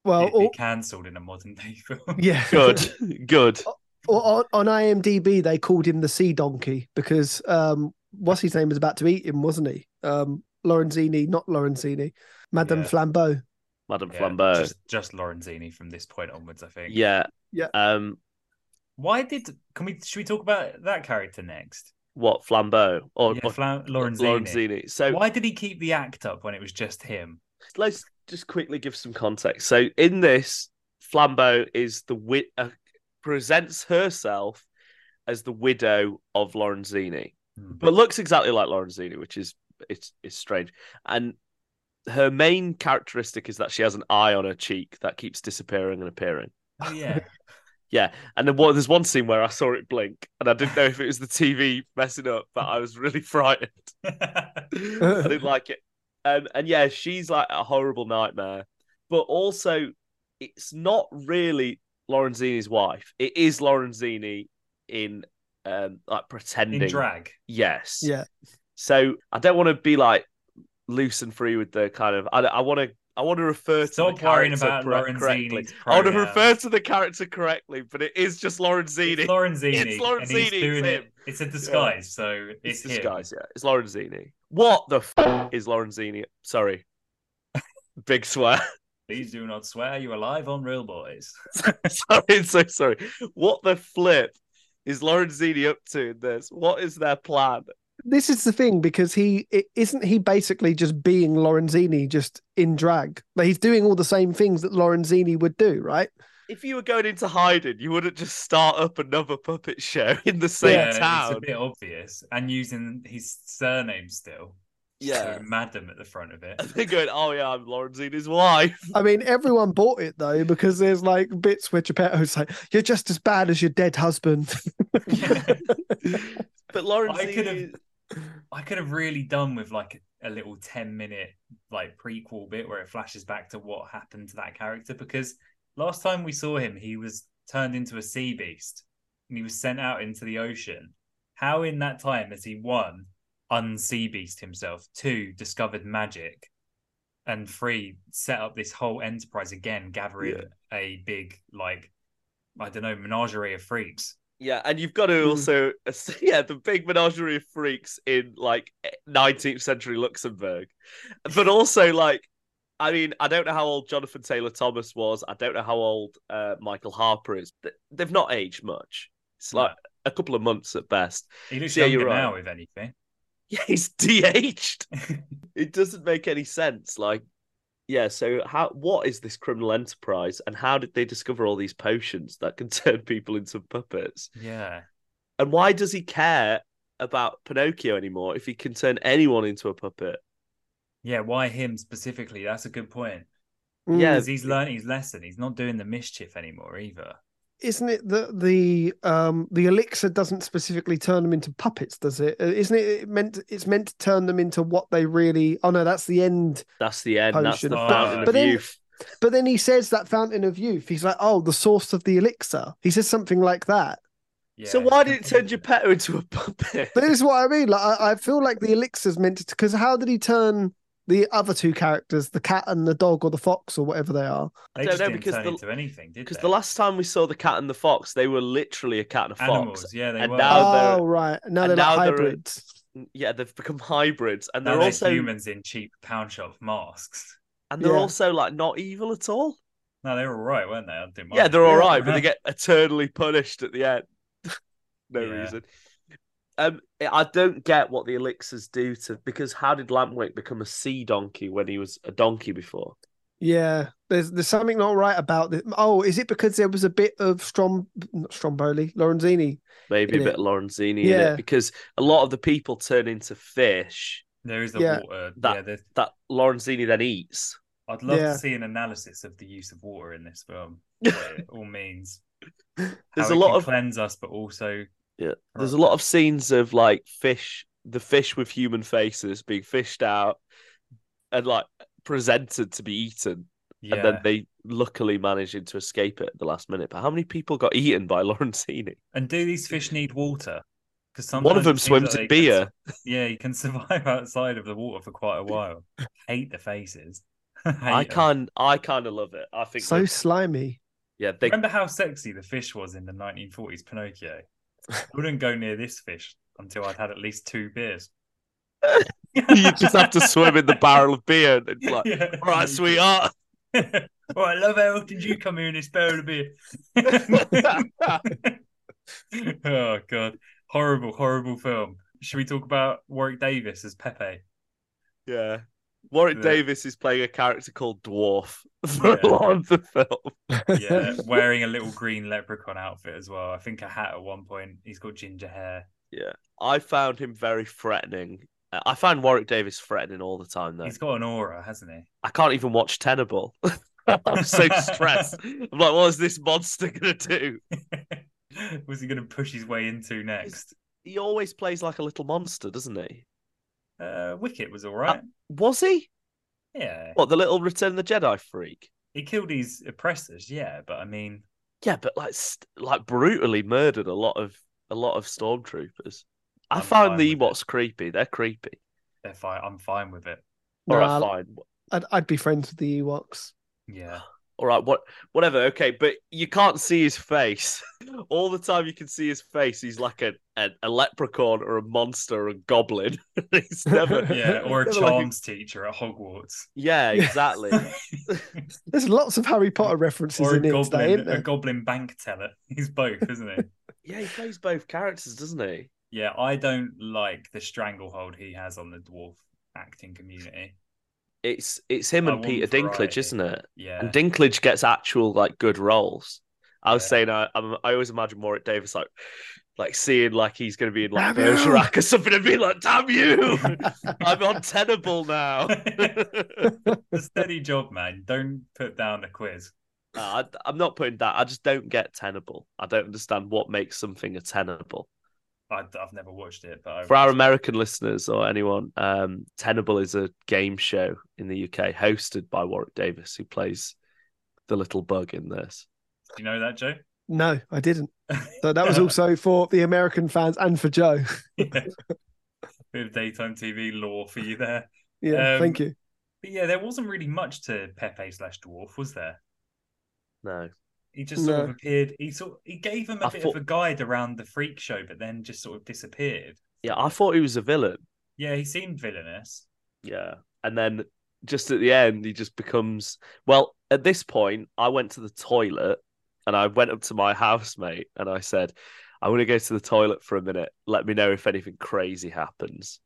S5: Well,
S6: It'd be
S5: all,
S6: cancelled in a modern day film.
S5: yeah.
S4: Good, good.
S5: Or- on, on IMDb, they called him the sea donkey because um, what's his name was about to eat him, wasn't he? Um, Lorenzini, not Lorenzini, Madame
S6: Yeah.
S5: Flambeau.
S4: Madame
S6: Yeah,
S4: Flambeau.
S6: Just, just Lorenzini from this point onwards, I think.
S4: Yeah.
S5: Yeah.
S4: Um,
S6: Why did can we should we talk about that character next?
S4: what Flambeau or,
S6: yeah,
S4: or
S6: Fla- Lorenzini.
S4: Lorenzini? So
S6: Why did he keep the act up when it was just him?
S4: let's just quickly give some context. So in this, Flambeau is the wit uh, presents herself as the widow of Lorenzini,
S6: Hmm.
S4: but looks exactly like Lorenzini, which is it's it's strange. And her main characteristic is that she has an eye on her cheek that keeps disappearing and appearing.
S6: Oh, yeah.
S4: Yeah, and then what, there's one scene where I saw it blink, and I didn't know if it was the TV messing up, but I was really frightened. I didn't like it. Um, and yeah, she's like a horrible nightmare, but also it's not really Lorenzini's wife. It is Lorenzini in um like pretending.
S6: in drag.
S4: Yes.
S5: Yeah.
S4: So I don't want to be like loose and free with the kind of I, I want to I want to refer to
S6: Stop
S4: the
S6: worrying
S4: character
S6: about
S4: correct- correctly.
S6: Lorenzini's
S4: I want to
S6: pronouns.
S4: refer to the character correctly, but it is just Lorenzini.
S6: It's Lorenzini.
S4: It's
S6: and he's
S4: Lorenzini,
S6: doing
S4: it's
S6: it.
S4: him.
S6: It's a disguise, so it's,
S4: it's
S6: him.
S4: this guy's, yeah. It's Lorenzini. What the f- is Lorenzini? Sorry. Big swear.
S6: Please do not swear. You are live on Real Boys.
S4: sorry, I'm so sorry. What the flip is Lorenzini up to in this? What is their plan?
S5: This is the thing because he is isn't he basically just being Lorenzini just in drag. Like he's doing all the same things that Lorenzini would do, right?
S4: If you were going into hiding, you wouldn't just start up another puppet show in the same
S6: yeah,
S4: town.
S6: It's a bit obvious, and using his surname still.
S4: Yeah.
S6: so Madam at the front of it.
S4: And they're going, oh yeah, I'm Lorenzini's wife.
S5: I mean, everyone bought it though because there's like bits where Geppetto's like, "You're just as bad as your dead husband."
S4: But Lorenzini,
S6: could've- I could have really done with like a little ten minute like prequel bit where it flashes back to what happened to that character because last time we saw him, he was turned into a sea beast and he was sent out into the ocean. How in that time has he one unsea beast himself, two discovered magic, and three set up this whole enterprise again, gathering a big like I don't know menagerie of freaks.
S4: yeah, and you've got to
S5: Mm.
S4: also, yeah, the big menagerie of freaks in like 19th century Luxembourg, but also like. I mean, I don't know how old Jonathan Taylor Thomas was. I don't know how old uh, Michael Harper is. Th- They've not aged much. It's
S6: No.
S4: like a couple of months at best.
S6: He looks
S4: Yeah,
S6: younger
S4: you're right.
S6: now, if anything.
S4: Yeah, he's de-aged. it doesn't make any sense. Like, yeah. So how? What is this criminal enterprise, and how did they discover all these potions that can turn people into puppets?
S6: Yeah.
S4: And why does he care about Pinocchio anymore if he can turn anyone into a puppet?
S6: Yeah, why him specifically? That's a good point.
S4: Yeah.
S6: Because he's learning his lesson. He's not doing the mischief anymore either.
S5: isn't it that the um the elixir doesn't specifically turn them into puppets does it Uh, isn't it it meant it's meant to turn them into what they really oh no that's the end
S4: That's the end. That's the
S5: Potion.
S6: But-
S4: fountain
S5: but
S4: of
S5: then-
S4: youth.
S5: but then he says that fountain of youth he's like oh the source of the elixir he says something like that
S6: Yeah,
S4: so why did it
S6: it's
S4: turn
S6: confusing.
S4: Geppetto into a puppet?
S5: but this is what i mean like i, I feel like the elixir's meant to because how did he turn the other two characters the cat and the dog or the fox or whatever they are
S6: They
S4: I don't
S6: just
S4: know,
S6: didn't
S4: because
S6: turn
S4: the-
S6: into anything, did
S4: Because
S6: they?
S4: the last time we saw the cat and the fox, they were literally a cat and a fox.
S6: animals, yeah, they
S4: and
S6: were.
S4: now- Oh,
S5: oh
S4: they're-
S5: right now
S4: and
S5: they're
S4: now
S5: like
S4: they're-
S5: hybrids
S4: yeah, they've become hybrids, and
S6: Now
S4: they're
S6: they're
S4: also
S6: humans in cheap pound shop masks.
S4: and they're
S5: Yeah.
S4: also like not evil at all.
S6: No, they were all right, weren't they? I didn't mind.
S4: Yeah, they're all right, but they
S6: Huh?
S4: get eternally punished at the end. no
S6: Yeah.
S4: reason. Um, I don't get what the elixirs do to because how did Lampwick become a sea donkey when he was a donkey before?
S5: Yeah, there's there's something not right about this. Oh, is it because there was a bit of Strom, not Stromboli, Lorenzini?
S4: Maybe a
S5: In
S4: bit
S5: it.
S4: Lorenzini in
S5: Yeah.
S4: it because a lot of the people turn into fish
S6: There is the
S5: Yeah.
S6: water.
S4: That-
S6: yeah, there's,
S4: that Lorenzini then eats.
S6: I'd love
S5: Yeah.
S6: to see an analysis of the use of water in this film. What it all means.
S4: There's
S6: How
S4: a
S6: it
S4: lot
S6: can
S4: of
S6: cleanse us, but also
S4: Yeah, there's a lot of scenes of like fish, the fish with human faces being fished out and like presented to be eaten,
S6: yeah.
S4: and then they luckily managing to escape it at the last minute. But how many people got eaten by Lorenzini?
S6: And do these fish need water? Because
S4: One of them swims in beer.
S6: yeah, you can survive outside of the water for quite a while. Hate the faces. Hate
S4: I
S6: 'em.
S4: can I kind of love it. I think
S5: So
S4: that-
S5: slimy.
S4: yeah, they
S6: Remember how sexy the fish was in the 1940s Pinocchio? I wouldn't go near this fish until I'd had at least two beers.
S4: you just have to swim in the barrel of beer and it's like,
S6: Yeah.
S4: all right, sweetheart.
S6: All right, love, how did you come here in this barrel of beer? oh, God. Horrible, horrible film. Should we talk about Warwick Davis as Pepe?
S4: Yeah. Warwick
S6: Yeah.
S4: Davis is playing a character called Dwarf for a
S6: Yeah.
S4: lot of the film.
S6: Yeah, wearing a little green leprechaun outfit as well. I think a hat at one point. He's got ginger hair.
S4: I found him very threatening. Uh, I find Warwick Davis threatening all the time, though.
S6: He's got an aura, hasn't he?
S4: I can't even watch Tenable. I'm so stressed. I'm like, what is this monster going to do?
S6: What's he going to push his way into next?
S4: He always plays like a little monster, doesn't he?
S6: Uh, Wicket was all right.
S4: Was he?
S6: Yeah,
S4: What, the little Return of the Jedi freak?
S6: he killed his oppressors. Yeah, but I mean,
S4: Yeah, but like, st- like brutally murdered a lot of a lot of stormtroopers. I
S6: I'm fine
S4: found the
S6: with it.
S4: Ewoks creepy. They're creepy.
S6: they're fine. I'm fine with it.
S5: No,
S4: All right,
S5: I-
S4: fine.
S5: I'd, I'd be friends with the Ewoks.
S6: Yeah,
S4: All right, what, whatever. Okay, but you can't see his face. All the time you can see his face, he's like a, a, a leprechaun or a monster or a goblin. he's never,
S6: yeah, or a
S4: never like
S6: charms teacher at Hogwarts,
S4: yeah, exactly.
S5: There's lots of Harry Potter references
S6: or a
S5: in it today, isn't
S6: goblin, a
S5: there?
S6: goblin bank teller. He's both, isn't he?
S4: yeah, he plays both characters, doesn't he?
S6: Yeah, I don't like the stranglehold he has on the dwarf acting community.
S4: It's it's him
S6: I
S4: and
S6: want
S4: Peter Dinklage,
S6: variety.
S4: isn't it?
S6: Yeah,
S4: And Dinklage gets actual like good roles. I was
S6: Yeah.
S4: saying I I'm, I always imagine Warwick Davis like like seeing like he's going to be in like
S5: Damn you!
S4: Bergerac or something and be like, "Damn you, I'm untenable now."
S6: It's a steady job, man. Don't put down the quiz.
S4: No, I, I'm not putting that. I just don't get tenable. I don't understand what makes something a tenable.
S6: I, I've never watched it, but I
S4: For our American listeners or anyone, um, Tenable is a game show in the UK hosted by Warwick Davis, who plays the little bug in this.
S6: Do you know that, Joe?
S5: No, I didn't. So that was also for the American fans and for Joe.
S6: Yeah. Bit of daytime TV lore for you there.
S5: Yeah,
S6: Um,
S5: thank you.
S6: But yeah, there wasn't really much to Pepe slash Dwarf, was there?
S4: No,
S6: He just sort of
S5: No.
S6: appeared. He sort he gave him a
S4: I
S6: bit
S4: thought-
S6: of a guide around the freak show, but then just sort of disappeared.
S4: yeah, I thought he was a villain.
S6: Yeah, he seemed villainous.
S4: Yeah. And then just at the end, he just becomes. Well, at this point, I went to the toilet and I went up to my housemate and I said, i want to go to the toilet for a minute. Let me know if anything crazy happens.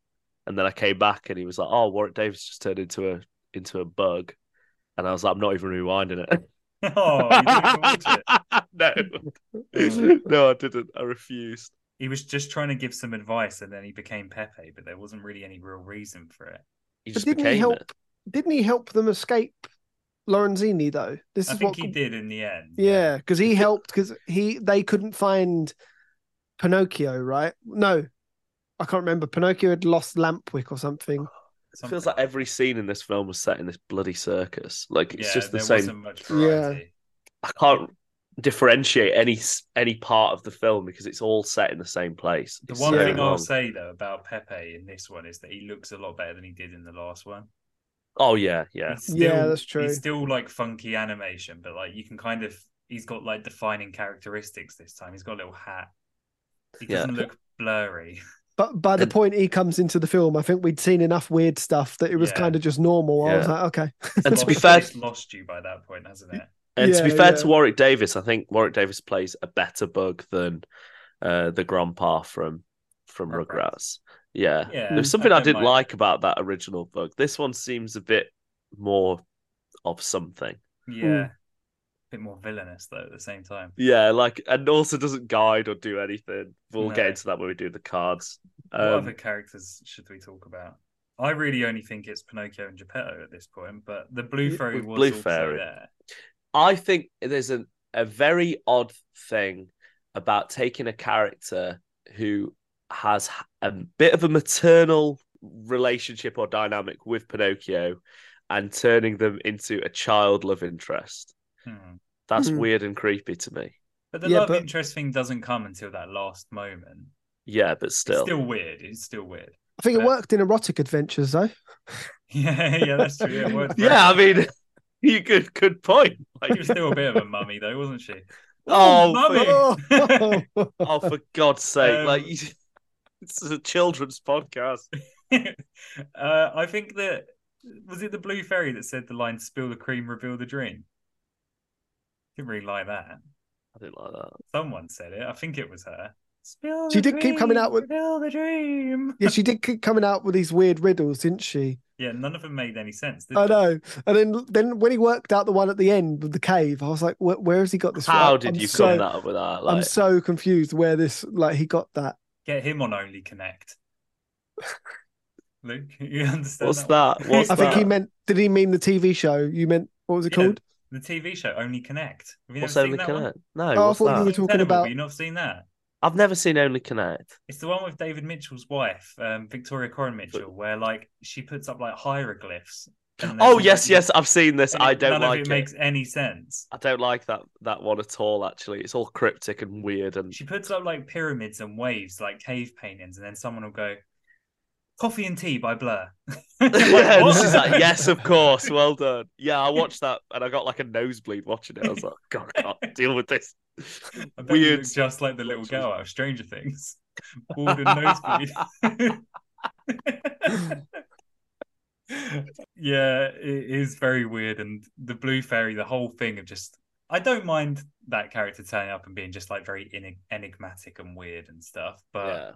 S4: And then I came back and he was like, oh, Warwick Davis just turned into a into a bug. And I was like, I'm not even rewinding it.
S6: Oh, you didn't even watch it.
S4: no. no, I didn't. I refused.
S6: He was just trying to give some advice, and then he became Pepe, but there wasn't really any real reason for it.
S4: He
S5: But
S4: just
S5: didn't
S4: became
S5: he help?
S4: it.
S5: Didn't he help them escape Lorenzini though? This
S6: I
S5: is
S6: think
S5: what
S6: he did in the end.
S5: Yeah, because he
S4: Because-
S5: helped because he they couldn't find Pinocchio, right? No, I can't remember. Pinocchio had lost Lampwick or something.
S4: It
S6: Something
S4: feels like every scene in this film was set in this bloody circus. Like it's
S6: yeah,
S4: just the
S6: there
S4: same.
S6: Wasn't much variety.
S4: I can't differentiate any s- any part of the film because it's all set in the same place.
S6: The
S4: It's
S6: one
S4: so
S5: Yeah.
S6: thing I'll
S4: wrong.
S6: say though about Pepe in this one is that he looks a lot better than he did in the last one.
S4: Oh yeah, yeah.
S6: He's
S5: yeah, that's true.
S6: He's still like funky animation, but like you can kind of he's got like defining characteristics this time. He's got a little hat. He
S4: Yeah.
S6: doesn't look blurry.
S5: But by the
S4: And-
S5: point he comes into the film, I think we'd seen enough weird stuff that it was
S6: Yeah.
S5: kind of just normal. I was
S4: Yeah.
S5: like, okay,
S4: And to be
S6: Lost-
S4: fair,
S6: it's lost you by that point, hasn't it?
S4: and to be
S5: Yeah,
S4: fair
S5: yeah.
S4: to Warwick Davis, I think Warwick Davis plays a better bug than uh, the grandpa from from
S6: Rugrats.
S4: Rugrats. Yeah,
S6: Yeah,
S4: there's something I
S6: don't
S4: didn't
S6: mind.
S4: like about that original bug. This one seems a bit more of something.
S6: Yeah,
S5: Hmm.
S6: bit more villainous though at the same time.
S4: Yeah, like and also doesn't guide or do anything. We'll
S6: No.
S4: get into that when we do the cards.
S6: what
S4: Um,
S6: other characters should we talk about? I really only think it's Pinocchio and Geppetto at this point, but the Blue
S4: Yeah,
S6: Fairy
S4: with
S6: was
S4: Blue
S6: also
S4: Fairy.
S6: there.
S4: I think there's a, a very odd thing about taking a character who has h- a bit of a maternal relationship or dynamic with Pinocchio and turning them into a child love interest.
S6: Hmm.
S4: That's
S5: Hmm.
S4: weird and creepy to me.
S6: But the
S5: Yeah,
S6: love
S5: but-
S6: interest thing doesn't come until that last moment.
S4: Yeah, but
S6: It's
S4: still.
S6: still weird. It's still weird.
S5: I think it
S6: Yeah.
S5: worked in erotic adventures though.
S6: yeah, yeah, that's true. It worked for
S4: yeah, I
S6: us.
S4: mean, you good good point. Like,
S6: she was still a bit of a mummy though, wasn't she?
S4: oh,
S6: mummy!
S4: for,
S5: Oh,
S4: oh, for God's sake!
S6: Um,
S4: like, you, this is a children's podcast.
S5: Oh.
S6: uh, I think that was it the blue fairy that said the line "spill the cream, reveal the dream." Didn't really like that.
S4: I didn't like that.
S6: Someone said it. I think it was her. Spill.
S5: She
S6: the
S5: did keep coming out
S6: cream,
S5: with-
S6: reveal the dream.
S5: yeah, she did keep coming out with these weird riddles, didn't she?
S6: Yeah, none of them made any sense. Did
S5: I
S6: they?
S5: know. And then, then when he worked out the one at the end with the cave, I was like, where, where has he got this? from?
S4: How
S5: I'm
S4: did you
S5: so-
S4: come that up with that? Like,
S5: I'm so confused where this like he got that.
S6: Get him on Only Connect. Luke, you understand?
S4: What's
S6: one?
S4: that? What's
S5: I think
S4: that?
S5: he meant. Did he mean the TV show? You meant what was it
S6: Yeah,
S5: called?
S6: The TV show Only Connect. Have you
S4: What's
S6: never
S4: Only
S6: seen that one?
S4: Connect? No,
S5: Oh, I
S4: what's
S5: thought you
S4: that?
S5: were
S6: It's
S5: talking
S6: terrible,
S5: about-
S6: but You've not seen that.
S4: I've never seen Only Connect.
S6: It's the one with David Mitchell's wife, um, Victoria Corin Mitchell, where like she puts up like hieroglyphs. and
S4: Oh
S6: there's-
S4: yes, yes, I've seen this.
S6: and
S4: I
S6: it-
S4: don't
S6: none
S4: like it.
S6: of it. Makes any sense.
S4: I don't like that that one at all. Actually, it's all cryptic and weird. And
S6: She puts up like pyramids and waves, like cave paintings, and then someone will go, "Coffee and Tea" by Blur.
S4: yeah, and
S6: What?
S4: she's like, yes, of course, well done. Yeah, I watched that and I got like a nosebleed watching it. I was like, God, I can't deal with this.
S6: I bet you look
S4: Weird.
S6: just like the little girl out of Stranger Things, bald and nosebleed. yeah, it is very weird, and the blue fairy, the whole thing of just. I don't mind that character turning up and being just like very enig- enigmatic and weird and stuff, but
S4: Yeah.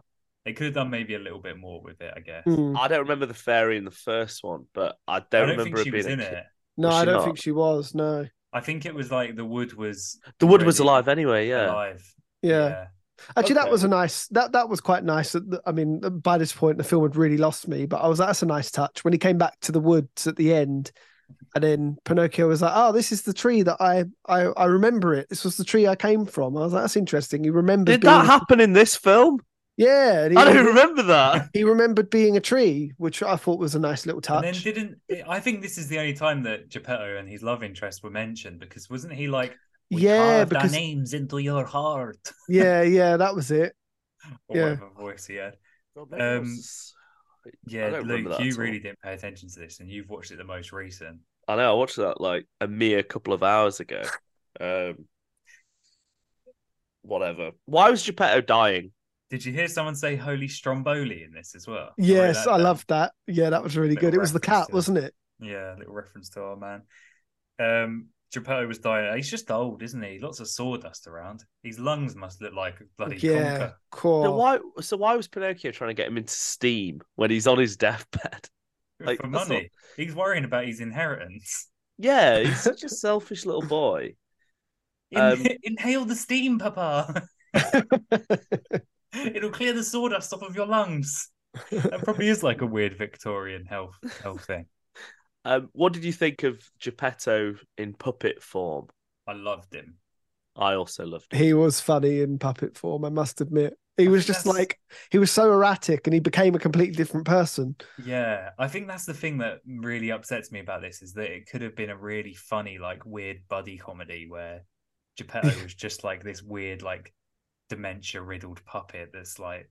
S6: they could have done maybe a little bit more with it, I guess.
S5: Hmm.
S4: I don't remember the fairy in the first one, but I
S6: I
S4: don't,
S6: don't
S4: remember
S6: think she
S4: it being
S6: was
S4: a
S6: in
S4: kid.
S6: it.
S5: No,
S4: Was
S5: I
S4: she
S5: don't
S4: not?
S5: think she was. No.
S6: I think it was like the wood was
S4: The wood was
S6: already
S4: alive anyway. Yeah,
S6: alive.
S5: Yeah. Actually, that
S6: Okay.
S5: was a nice. That that was quite nice. That- that- I mean, by this point, the film had really lost me. But I was like, that's a nice touch when he came back to the woods at the end, and then Pinocchio was like, "Oh, this is the tree that I I, I remember it. This was the tree I came from." I was like, "That's interesting." He remembered.
S4: did
S5: being,
S4: that happen in this film?
S5: Yeah, and he,
S4: I don't remember that.
S5: he remembered being a tree, which I thought was a nice little
S6: And then
S5: touch.
S6: didn't I think this is the only time that Geppetto and his love interest were mentioned because wasn't he like we
S5: yeah,
S6: carved
S5: because
S6: our names into your heart
S5: yeah, yeah, that was it.
S6: or
S5: Yeah.
S6: whatever voice he had. Um,
S4: I
S6: Yeah,
S4: don't remember
S6: Luke,
S4: that
S6: you
S4: at all.
S6: really didn't pay attention to this, and you've watched it the most recent.
S4: I know. I watched that like a mere couple of hours ago. Um, whatever. Why was Geppetto dying?
S6: Did you hear someone say "Holy Stromboli" in this as well? wrote
S5: Yes,
S6: that
S5: I
S6: down.
S5: loved that. Yeah, that was really
S6: Little
S5: good. It was the
S6: reference
S5: cat,
S6: to-
S5: wasn't it?
S6: Yeah, little reference to our man. Um, Geppetto was dying. He's just old, isn't he? Lots of sawdust around. His lungs must look like a bloody
S5: Yeah,
S6: conker.
S5: cool.
S4: So why? So why was Pinocchio trying to get him into steam when he's on his deathbed? Like,
S6: for
S4: that's
S6: money.
S4: not-
S6: He's worrying about his inheritance.
S4: Yeah, he's such a selfish little boy.
S6: In-
S4: Um,
S6: inhale the steam, Papa. It'll clear the sawdust off of your lungs. That probably is like a weird Victorian health health thing.
S4: Um, what did you think of Geppetto in puppet form?
S6: I loved him.
S4: I also loved it.
S5: he was funny in puppet form i must admit he was
S6: think
S5: just
S6: that's-
S5: like he was so erratic and he became a completely different person
S6: Yeah, I think that's the thing that really upsets me about this is that it could have been a really funny, like weird buddy comedy where Geppetto was just like this weird, like dementia riddled puppet that's like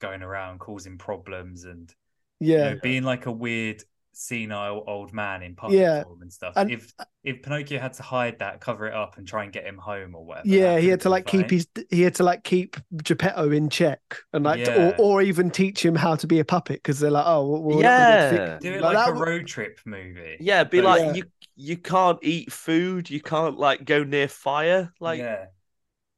S6: going around causing problems and you
S5: yeah
S6: know, being like a weird senile old man in puppet
S5: Yeah.
S6: form and stuff.
S5: And-
S6: if if Pinocchio had to hide that, cover it up, and try and get him home or whatever,
S5: yeah,
S6: that
S5: he
S6: could
S5: had to
S6: have
S5: like
S6: been
S5: keep
S6: fine.
S5: his he had to like keep Geppetto in check and like to-
S6: Yeah.
S5: or, or even teach him how to be a puppet because they're like, oh, well, we're not gonna
S4: Yeah.
S5: fix-
S6: do it
S5: Like,
S6: like,
S5: that
S6: a
S5: would-
S6: road trip movie.
S4: Yeah, be
S6: But-
S4: like
S5: Yeah.
S4: you you can't eat food, you can't like go near fire. Like
S6: yeah,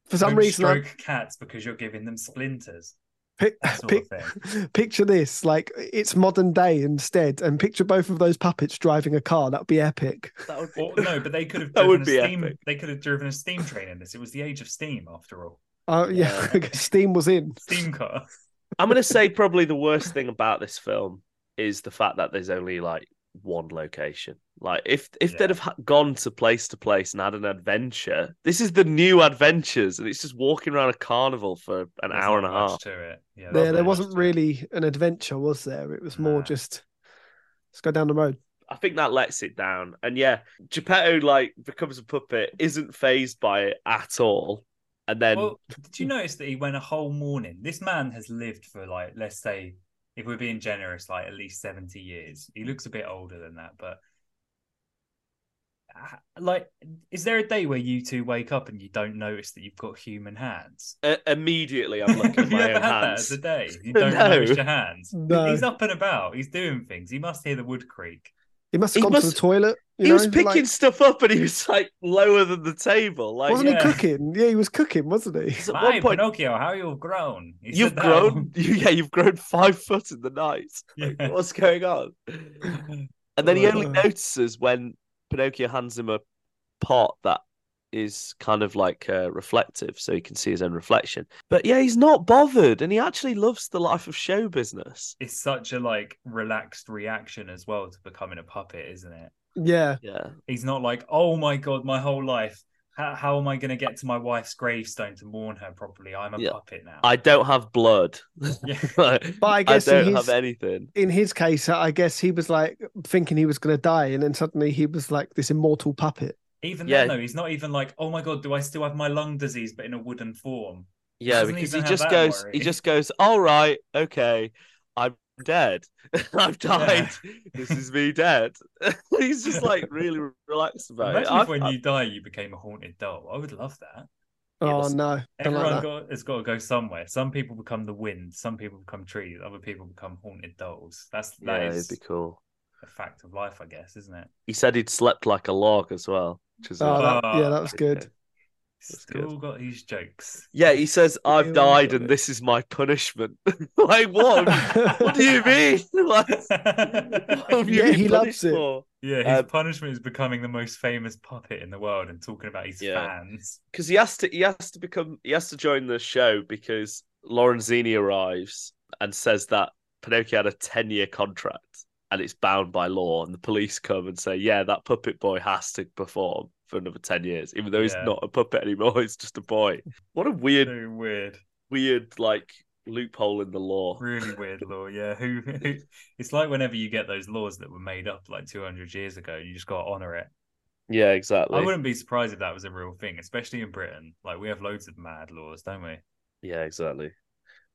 S5: for some
S6: Don't
S5: reason. I-
S6: stroke cats because you're giving them splinters.
S5: pic-
S6: That sort
S5: pic-
S6: of thing.
S5: picture this, like it's modern day instead, and picture both of those puppets driving a car. That would be epic.
S4: that would be
S6: Or, no, but they could have
S4: That
S6: driven
S4: would
S6: a
S4: be
S6: steam.
S4: epic.
S6: They could have driven a steam train in this. It was the age of steam, after all.
S5: Oh yeah,
S6: Yeah.
S5: steam was in.
S6: Steam car.
S4: I'm gonna say probably the worst thing about this film is the fact that there's only like one location. Like if if
S6: Yeah.
S4: they'd have ha- gone to place to place and had an adventure, this is the new adventures, and it's just walking around a carnival for an
S6: There's
S4: hour and
S6: not
S4: a
S6: much
S4: half.
S6: to it. Yeah,
S5: There,
S4: Lovely.
S5: there wasn't
S6: much to it.
S5: really an adventure, was there? It was more
S6: Nah.
S5: just let's go down the road.
S4: I think that lets it down. And yeah, Geppetto like becomes a puppet, isn't phased by it at all, and then
S6: Well, did you notice that he went a whole morning? This man has lived for like, let's say, if we're being generous, like at least seventy years. He looks a bit older than that, but Ah, like, is there a day where you two wake up and you don't notice that you've got human hands?
S4: i- uh, immediately I'm looking at
S6: Have you
S4: my
S6: ever
S4: own
S6: had that as
S4: hands.
S6: a day? You don't
S4: No.
S6: notice your hands.
S5: No.
S6: He's up and about. He's doing things. He must hear the wood creak.
S5: He must
S4: He
S5: have gone to
S4: must-
S5: the toilet. you
S4: He was
S5: know,
S4: picking
S5: like-
S4: stuff up, and he was like lower than the table. Like
S5: wasn't
S6: yeah.
S5: he cooking? Yeah, he was cooking, wasn't he?
S4: Because at
S6: My
S4: one point,
S6: Pinocchio, how you've grown? He said
S4: you've
S6: that
S4: grown.
S6: one.
S4: You, yeah, you've grown five foot in the night. Like,
S6: Yeah.
S4: What's going on? And then he only
S5: Uh.
S4: notices when Pinocchio hands him a pot that is kind of like uh, reflective, so he can see his own reflection. But yeah, he's not bothered, and he actually loves the life of show business.
S6: it's such a like relaxed reaction as well to becoming a puppet, isn't it?
S5: Yeah,
S4: Yeah,
S6: He's not like, oh my god, my whole life. How, how am I going to get to my wife's gravestone to mourn her properly? I'm a
S4: Yeah.
S6: puppet now.
S4: I don't have blood.
S6: Yeah.
S4: Like,
S5: but I
S4: I
S5: guess
S4: don't
S5: in his
S4: have anything.
S5: in his case, I guess he was like thinking he was going to die, and then suddenly he was like this immortal puppet.
S6: Even
S4: Yeah.
S6: then, though, he's not even like, oh my god, do I still have my lung disease, but in a wooden form?
S4: Yeah,
S6: doesn't
S4: because
S6: even
S4: he
S6: have
S4: just
S6: that
S4: goes,
S6: worry.
S4: he just goes, all right, okay, I'm dead. I've died. This is me dead. He's just like really relaxed about it.
S6: Imagine
S4: I've-
S6: if when
S4: I've-
S6: you die, you became a haunted doll. I would love that.
S5: Oh
S4: was-
S5: no! Don't
S6: Everyone
S5: like that.
S6: got, has got to go somewhere. Some people become the wind. Some people become trees. Other people become haunted dolls. That's that
S4: yeah,
S6: is
S4: it'd be cool.
S6: a fact of life, I guess, isn't it?
S4: He said he'd slept like a log as well, which is
S5: Oh, that-
S6: Ah,
S5: yeah, that was good.
S4: That's
S6: Still got his jokes.
S4: yeah. He says,
S5: Yeah,
S4: "I've
S5: we
S4: died,
S5: got
S4: and
S5: it.
S4: this is my punishment." like what? what do you mean? What have you
S5: Yeah,
S4: been
S5: he loves
S4: punished
S5: it.
S4: for?
S6: yeah, his
S4: Uh,
S6: punishment is becoming the most famous puppet in the world and talking about his
S4: Yeah.
S6: fans.
S4: because he has to he has to become he has to join the show because Lorenzini arrives and says that Pinocchio had a 10 year contract and it's bound by law and the police come and say yeah that puppet boy has to perform for another 10 years even though he's
S6: Yeah.
S4: not a puppet anymore he's just a boy what a weird
S6: So weird,
S4: weird like loophole in the law
S6: really weird law. Yeah, who, who? It's like whenever you get those laws that were made up like 200 years ago, you just got to honor it.
S4: yeah exactly
S6: I wouldn't be surprised if that was a real thing, especially in Britain. Like we have loads of mad laws, don't we?
S4: Yeah, exactly.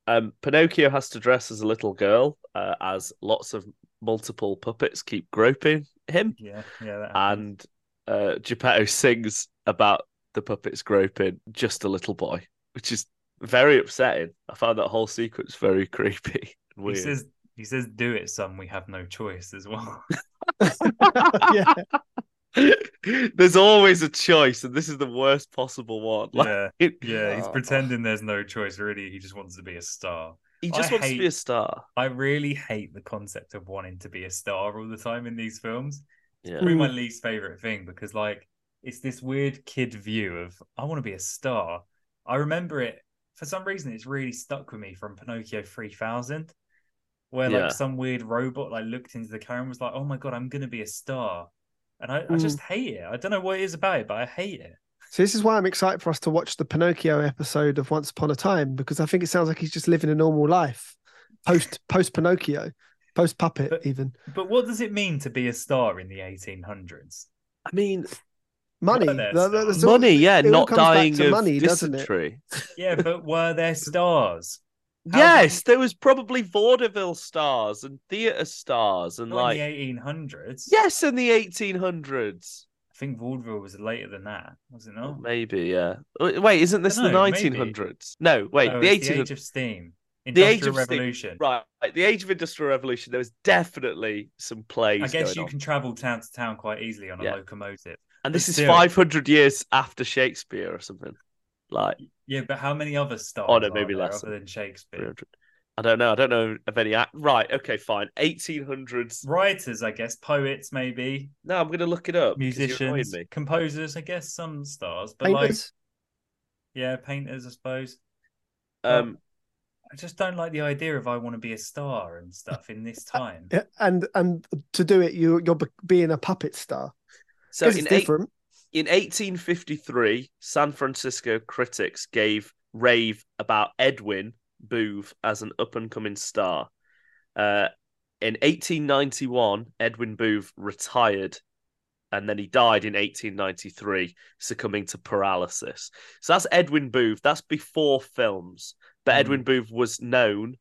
S4: Um, Pinocchio has to dress as a little girl, uh, as lots of multiple puppets keep groping him,
S6: Yeah, yeah. That happens.
S4: and uh, Geppetto sings about the puppets groping just a little boy, which is very upsetting. I found that whole sequence very creepy and
S6: he
S4: weird.
S6: says he says, "Do it, son. We have no choice." As well.
S5: yeah,
S4: There's always a choice, and this is the worst possible one. Like,
S6: yeah,
S4: it-
S6: yeah. He's
S4: Oh,
S6: pretending there's no choice. Really, he just wants to be a star.
S4: He just
S6: I
S4: wants to be
S6: hate-
S4: a star.
S6: I really hate the concept of wanting to be a star all the time in these films.
S4: Yeah.
S6: Probably my least favorite thing because, like, it's this weird kid view of I want to be a star. I remember it for some reason. It's really stuck with me from Pinocchio three thousand, where
S4: Yeah.
S6: like some weird robot like looked into the camera and was like, "Oh my god, I'm gonna be a star," and I, I
S4: Mm.
S6: just hate it. I don't know what it is about it, but I hate it.
S5: so this is why I'm excited for us to watch the Pinocchio episode of Once Upon a Time because I think it sounds like he's just living a normal life, post post Pinocchio, post puppet
S6: But-
S5: even
S6: But what does it mean to be a star in the eighteen hundreds?
S4: I mean,
S5: money.
S6: Well, there's
S5: That- that- that's all-
S4: money, yeah,
S5: it all
S4: not
S5: comes back
S4: dying
S5: to
S4: of
S5: money, doesn't it?
S4: dysentery.
S6: Yeah, but were there stars?
S3: How
S4: yes,
S3: about-
S4: there was probably vaudeville stars and theatre stars and
S6: Not
S4: like
S6: in the eighteen hundreds.
S4: yes, in the 1800s.
S6: I think vaudeville was later than that, was it not?
S4: Maybe, yeah. W- Wait, isn't this the
S6: Oh. Dunno, maybe.
S4: 1900s? No, wait,
S6: No,
S4: the
S6: it's
S4: 1800s.
S6: age of steam,
S4: The Age
S6: industrial
S4: of Steam,
S6: revolution.
S4: Right, like, the age of industrial revolution. There was definitely some plays
S6: I guess
S4: going
S6: you
S4: on,
S6: can travel town to town quite easily on a
S4: Yeah.
S6: locomotive.
S4: and this is
S6: still-
S4: 500 years after Shakespeare or something. Like
S6: Yeah, but how many other stars?
S4: Oh, no,
S6: are
S4: maybe
S6: there
S4: less.
S6: other than Shakespeare.
S4: 300. I don't know. I don't know of any. Act. Right. Okay. Fine. 1800s.
S6: Writers, I guess, poets, maybe
S4: No, I'm gonna look it up. 'cause you're annoying
S6: musicians,
S4: me.
S6: composers. I guess some stars, but like
S5: Painters.
S6: yeah, painters. I suppose.
S4: Um,
S6: I just don't like the idea of I want to be a star and stuff in this time.
S5: Yeah, and and to do it, you you're be- being a puppet star.
S4: so
S5: 'Cause
S4: in
S5: it's
S4: eight-
S5: different.
S4: in 1853, San Francisco critics gave rave about Edwin Booth as an up and coming star. Uh, in 1891, Edwin Booth retired and then he died in 1893, succumbing to paralysis. So that's Edwin Booth. That's before films. But
S6: Hmm.
S4: Edwin Booth was known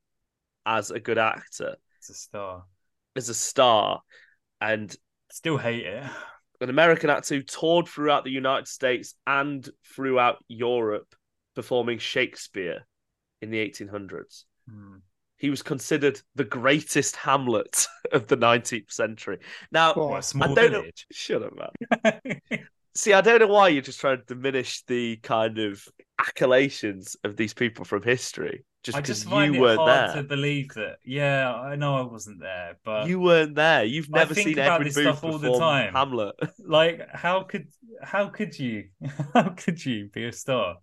S4: as a good actor,
S6: It's a star.
S4: as a star. And
S6: Still hate it.
S4: an American actor who toured throughout the United States and throughout Europe performing Shakespeare in the 1800s.
S6: Hmm.
S4: He was considered the greatest Hamlet of the 19th century. Now,
S5: Oh,
S6: What, a small
S4: don't know-
S6: village.
S4: shut up, man. See, I don't know why you're just trying to diminish the kind of accolations of these people from history just
S6: I
S4: because
S6: just find
S4: you
S6: it
S4: weren't
S6: hard
S4: there.
S6: to believe that. Yeah, I know I wasn't there, but
S4: You weren't there. You've
S6: I
S4: never
S6: think
S4: seen
S6: about
S4: Edwin
S6: this
S4: Booth
S6: stuff all the
S4: perform
S6: time.
S4: Hamlet.
S6: like, how could how could you how could you be a star?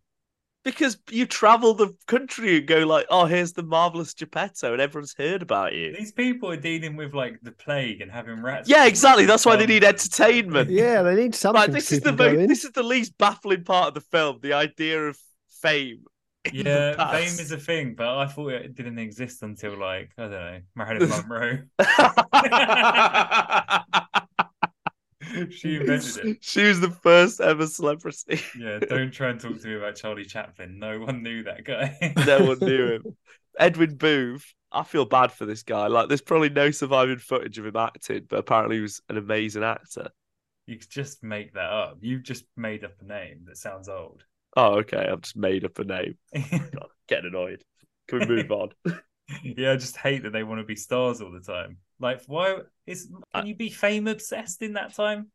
S4: Because you travel the country and go like, oh, here's the marvelous Geppetto, and everyone's heard about you.
S6: These people are dealing with like the plague and having rats.
S4: Yeah, exactly. That's why they need entertainment.
S5: Um, Yeah, they need something.
S4: Like, this
S5: to
S4: is
S5: keep
S4: the
S5: them
S4: mo-
S5: going.
S4: this is the least baffling part of the film. The idea of fame. in the
S6: Yeah, fame
S4: past.
S6: is a thing, but I thought it didn't exist until like I don't know Marilyn Monroe. she invented it.
S4: she was the first ever celebrity.
S6: Yeah, don't try and talk to me about Charlie Chaplin. No one knew that guy.
S4: No one knew him. Edwin Booth. I feel bad for this guy. Like, there's probably no surviving footage of him acting, but apparently he was an amazing actor.
S6: You could just make that up. You just made up a name that sounds old.
S4: Oh, okay. I've just made up a name.
S6: yeah,
S4: God, getting annoyed. Can we move on?
S6: I just hate that they want to be stars all the time. Like, why is can you be fame obsessed in that time?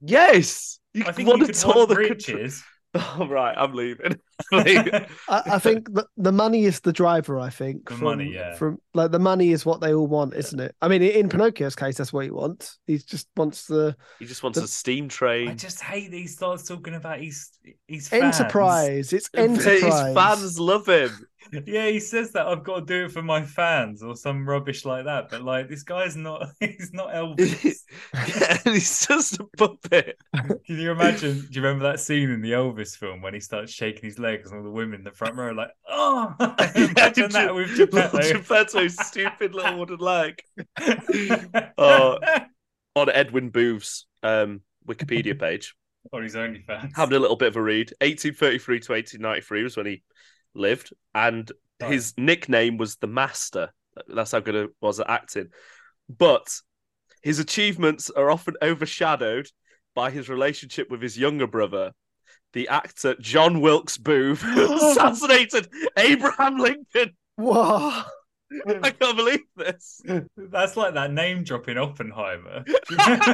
S4: Yes, you
S6: I think
S4: want
S6: you
S4: to
S6: could
S4: tour
S6: want
S4: the country.
S6: riches.
S4: All right, I'm leaving. I'm leaving.
S5: I, I think the, the money is the driver. I think
S6: The money, yeah.
S5: From like the money is what they all want, isn't it? I mean, in Pinocchio's case, that's what he wants. He just wants the
S4: he just wants
S5: The-
S4: a steam
S6: I
S4: train.
S6: just hate that he starts talking about his his fans.
S5: enterprise. It's
S4: His
S5: enterprise.
S4: fans love him.
S6: Yeah, he says that I've got to do it for my fans or some rubbish like that. But like, this guy's not. He's not Elvis.
S4: Yeah, and he's just a puppet.
S6: Can you imagine? Do you remember that scene in the Elvis film when he starts shaking his legs and all the women in the front row are like, oh, imagine that with Geppetto.
S4: Geppetto's stupid little wooden leg. Oh. On Edwin Booth's um, Wikipedia page.
S6: or his OnlyFans.
S4: having a little bit of a read. 1833 to 1893 was when he lived, and
S6: Right.
S4: his nickname was the Master. That's how good he was at acting. But his achievements are often overshadowed by his relationship with his younger brother, the actor John Wilkes Booth, who assassinated Abraham Lincoln.
S5: Whoa.
S4: I can't believe this.
S6: That's like that name drop in Oppenheimer.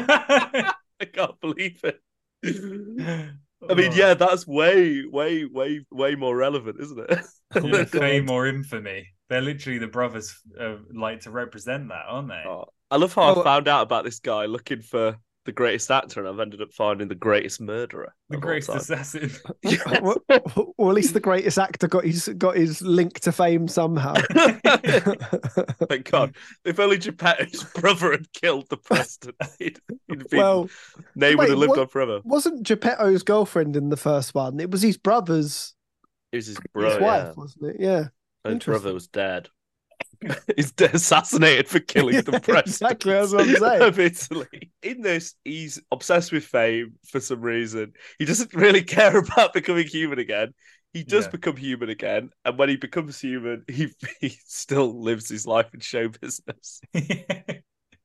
S4: I can't believe it.
S6: Oh.
S4: I mean, yeah, that's way, way, way, way more relevant, isn't it?
S6: Yeah, fame or infamy. They're literally the brothers uh, like to represent that, aren't they?
S4: Oh, I love how
S5: Oh,
S4: I found out about this guy looking for the greatest actor, and I've ended up finding the greatest murderer.
S6: the
S4: of all
S6: greatest
S4: time.
S6: assassin.
S4: Yeah.
S5: well, well, at least the greatest actor got his got his link to fame somehow.
S4: Thank God. If only Geppetto's brother had killed the president, he'd, he'd been,
S5: well,
S4: name would
S5: wait,
S4: have lived
S5: what-
S4: on forever.
S5: wasn't Geppetto's girlfriend in the first one? It was his brother's
S4: It was his brother.
S5: his wife, wasn't it? Yeah,
S4: His brother
S5: Interesting.
S4: was dead. he's de- assassinated for killing
S5: Yeah,
S4: the president
S5: exactly, that's what I'm saying.
S4: of Italy. In this, he's obsessed with fame for some reason. He doesn't really care about becoming human again. He does
S6: Yeah.
S4: become human again, and when he becomes human, he, he still lives his life in show business.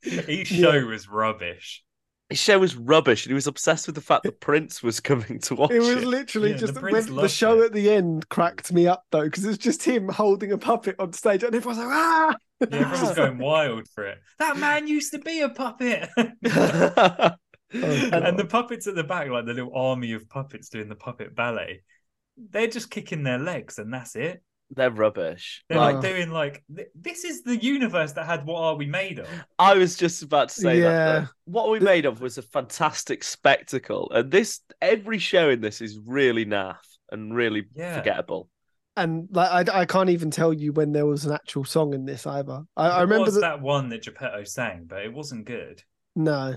S6: Each show was rubbish.
S4: His show was rubbish, and he was obsessed with the fact that Prince was coming to watch
S5: It was
S4: it.
S5: literally
S6: Yeah,
S5: just
S6: the
S5: the,
S6: Prince
S5: when the
S6: loved
S5: show
S6: it.
S5: at the end cracked me up though because it's just him holding a puppet on stage and everyone's like ah.
S6: Yeah, everyone's going wild for it. That man used to be a puppet.
S4: Oh,
S6: and, and the puppets at the back, like the little army of puppets doing the puppet ballet, they're just kicking their legs and that's it.
S4: They're rubbish.
S6: They're
S4: Like
S5: Oh.
S6: like doing like th- this is the universe that had what are we made of?
S4: I was just about to say that.
S5: Yeah.
S4: though. What we made of was a fantastic spectacle, and this every show in this is really naff and really
S6: Yeah.
S4: forgettable.
S5: and like I, I can't even tell you when there was an actual song in this either. I, I
S6: There
S5: remember
S6: was
S5: that.
S6: that one that Geppetto sang, but it wasn't good.
S5: No,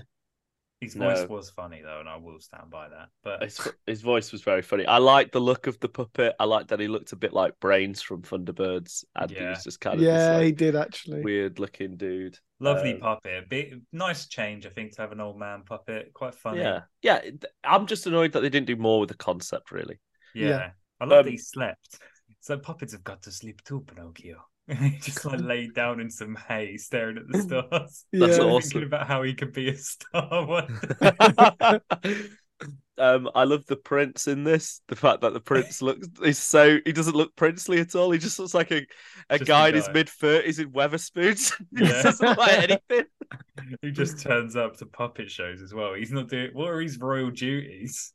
S6: His
S4: No.
S6: voice was funny though, and I will stand by that. But
S4: His, his voice was very funny. I liked the look of the puppet. I liked that he looked a bit like Brains from Thunderbirds, and he
S6: Yeah.
S4: was just kind of
S5: yeah,
S4: this,
S5: he
S4: like,
S5: did actually.
S4: weird looking dude.
S6: lovely
S4: Um,
S6: puppet, Bit, nice change, I think, to have an old man puppet. Quite funny.
S4: Yeah, yeah. th- I'm just annoyed that they didn't do more with the concept. Really,
S6: Yeah.
S5: Yeah.
S6: I love
S4: Um,
S6: that he slept. So puppets have got to sleep too, Pinocchio. he just like laid down in some hay, staring at the stars.
S5: That's
S6: Thinking
S4: awesome.
S6: about how he could be a star. one day.
S4: um, I love the prince in this. The fact that the prince looks is so he doesn't look princely at all. He just looks like a, a
S6: Just a
S4: guy in his
S6: guy.
S4: mid thirties in Weatherspoons. he
S6: Yeah.
S4: doesn't look like anything.
S6: Who just turns up to puppet shows as well. He's not doing what are his royal duties?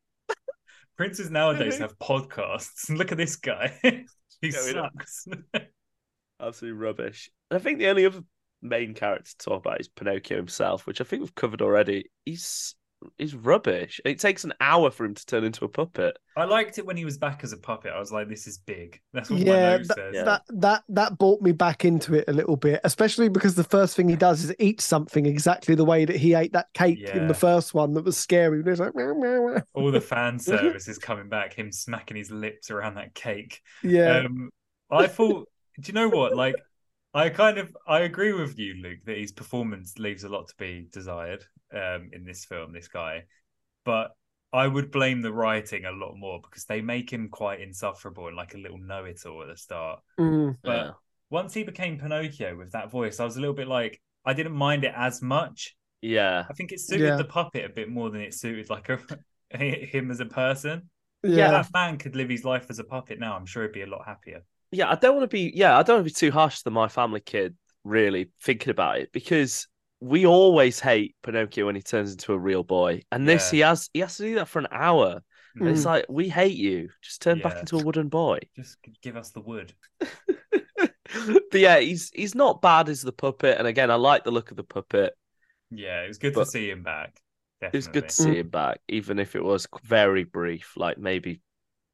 S6: Princes nowadays have podcasts. Look at this guy. he
S4: Yeah, we don't-
S6: sucks.
S4: Absolutely rubbish. And I think the only other main character to talk about is Pinocchio himself, which I think we've covered already. He's he's rubbish. It takes an hour for him to turn into a puppet.
S6: I liked it when he was back as a puppet. I was like, this is big. That's what my
S5: Yeah,
S6: nose says.
S4: Yeah.
S5: That that that brought me back into it a little bit, especially because the first thing he does is eat something exactly the way that he ate that cake in
S6: Yeah.
S5: the first one that was scary. It was like, meow, meow, meow.
S6: All the fan service is coming back, him smacking his lips around that cake.
S5: yeah,
S6: Um, I thought, do you know what? Like, I kind of I agree with you, Luke, that his performance leaves a lot to be desired um, in this film. This guy, but I would blame the writing a lot more because they make him quite insufferable and like a little know-it-all at the start.
S5: Mm.
S6: But once he became Pinocchio with that voice, I was a little bit like I didn't mind it as much.
S4: yeah.
S6: I think it suited
S5: Yeah.
S6: the puppet a bit more than it suited like a, him as a person. Yeah,
S5: yeah,
S6: that man could live his life as a puppet now. I'm sure he'd be a lot happier.
S4: yeah, I don't want to be yeah, I don't want to be too harsh to my family kid really thinking about it because we always hate Pinocchio when he turns into a real boy. And this
S6: Yeah.
S4: he has he has to do that for an hour. And it's
S5: Mm.
S4: like we hate you. Just turn back
S6: Yeah.
S4: into a wooden boy.
S6: Just g- give us the wood.
S4: but yeah, he's he's not bad as the puppet. And again, I like the look of the puppet.
S6: Yeah, it was good
S4: But-
S6: to see him back.
S4: It
S6: Definitely.
S4: was good to see him back, even if it was very brief, like maybe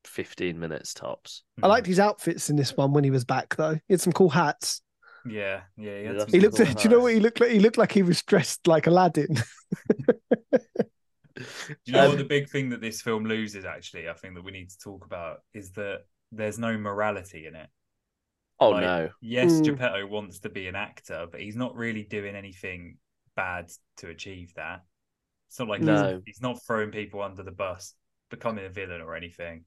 S4: fifteen minutes tops.
S6: Hmm.
S5: I liked his outfits in this one when he was back though. He had some cool hats.
S6: Yeah, yeah. He, had
S4: Yeah,
S6: some
S4: Some
S5: He looked.
S4: cool
S5: Do you know
S4: hats.
S5: what he looked like? He looked like he was dressed like Aladdin.
S6: Do you know
S4: Um,
S6: what the big thing that this film loses? Actually, I think that we need to talk about is that there's no morality in it.
S4: Oh
S6: Like,
S4: no.
S6: Yes,
S5: Mm.
S6: Geppetto wants to be an actor, but he's not really doing anything bad to achieve that. It's not like he's-
S4: No.
S6: he's, not throwing people under the bus, becoming a villain or anything.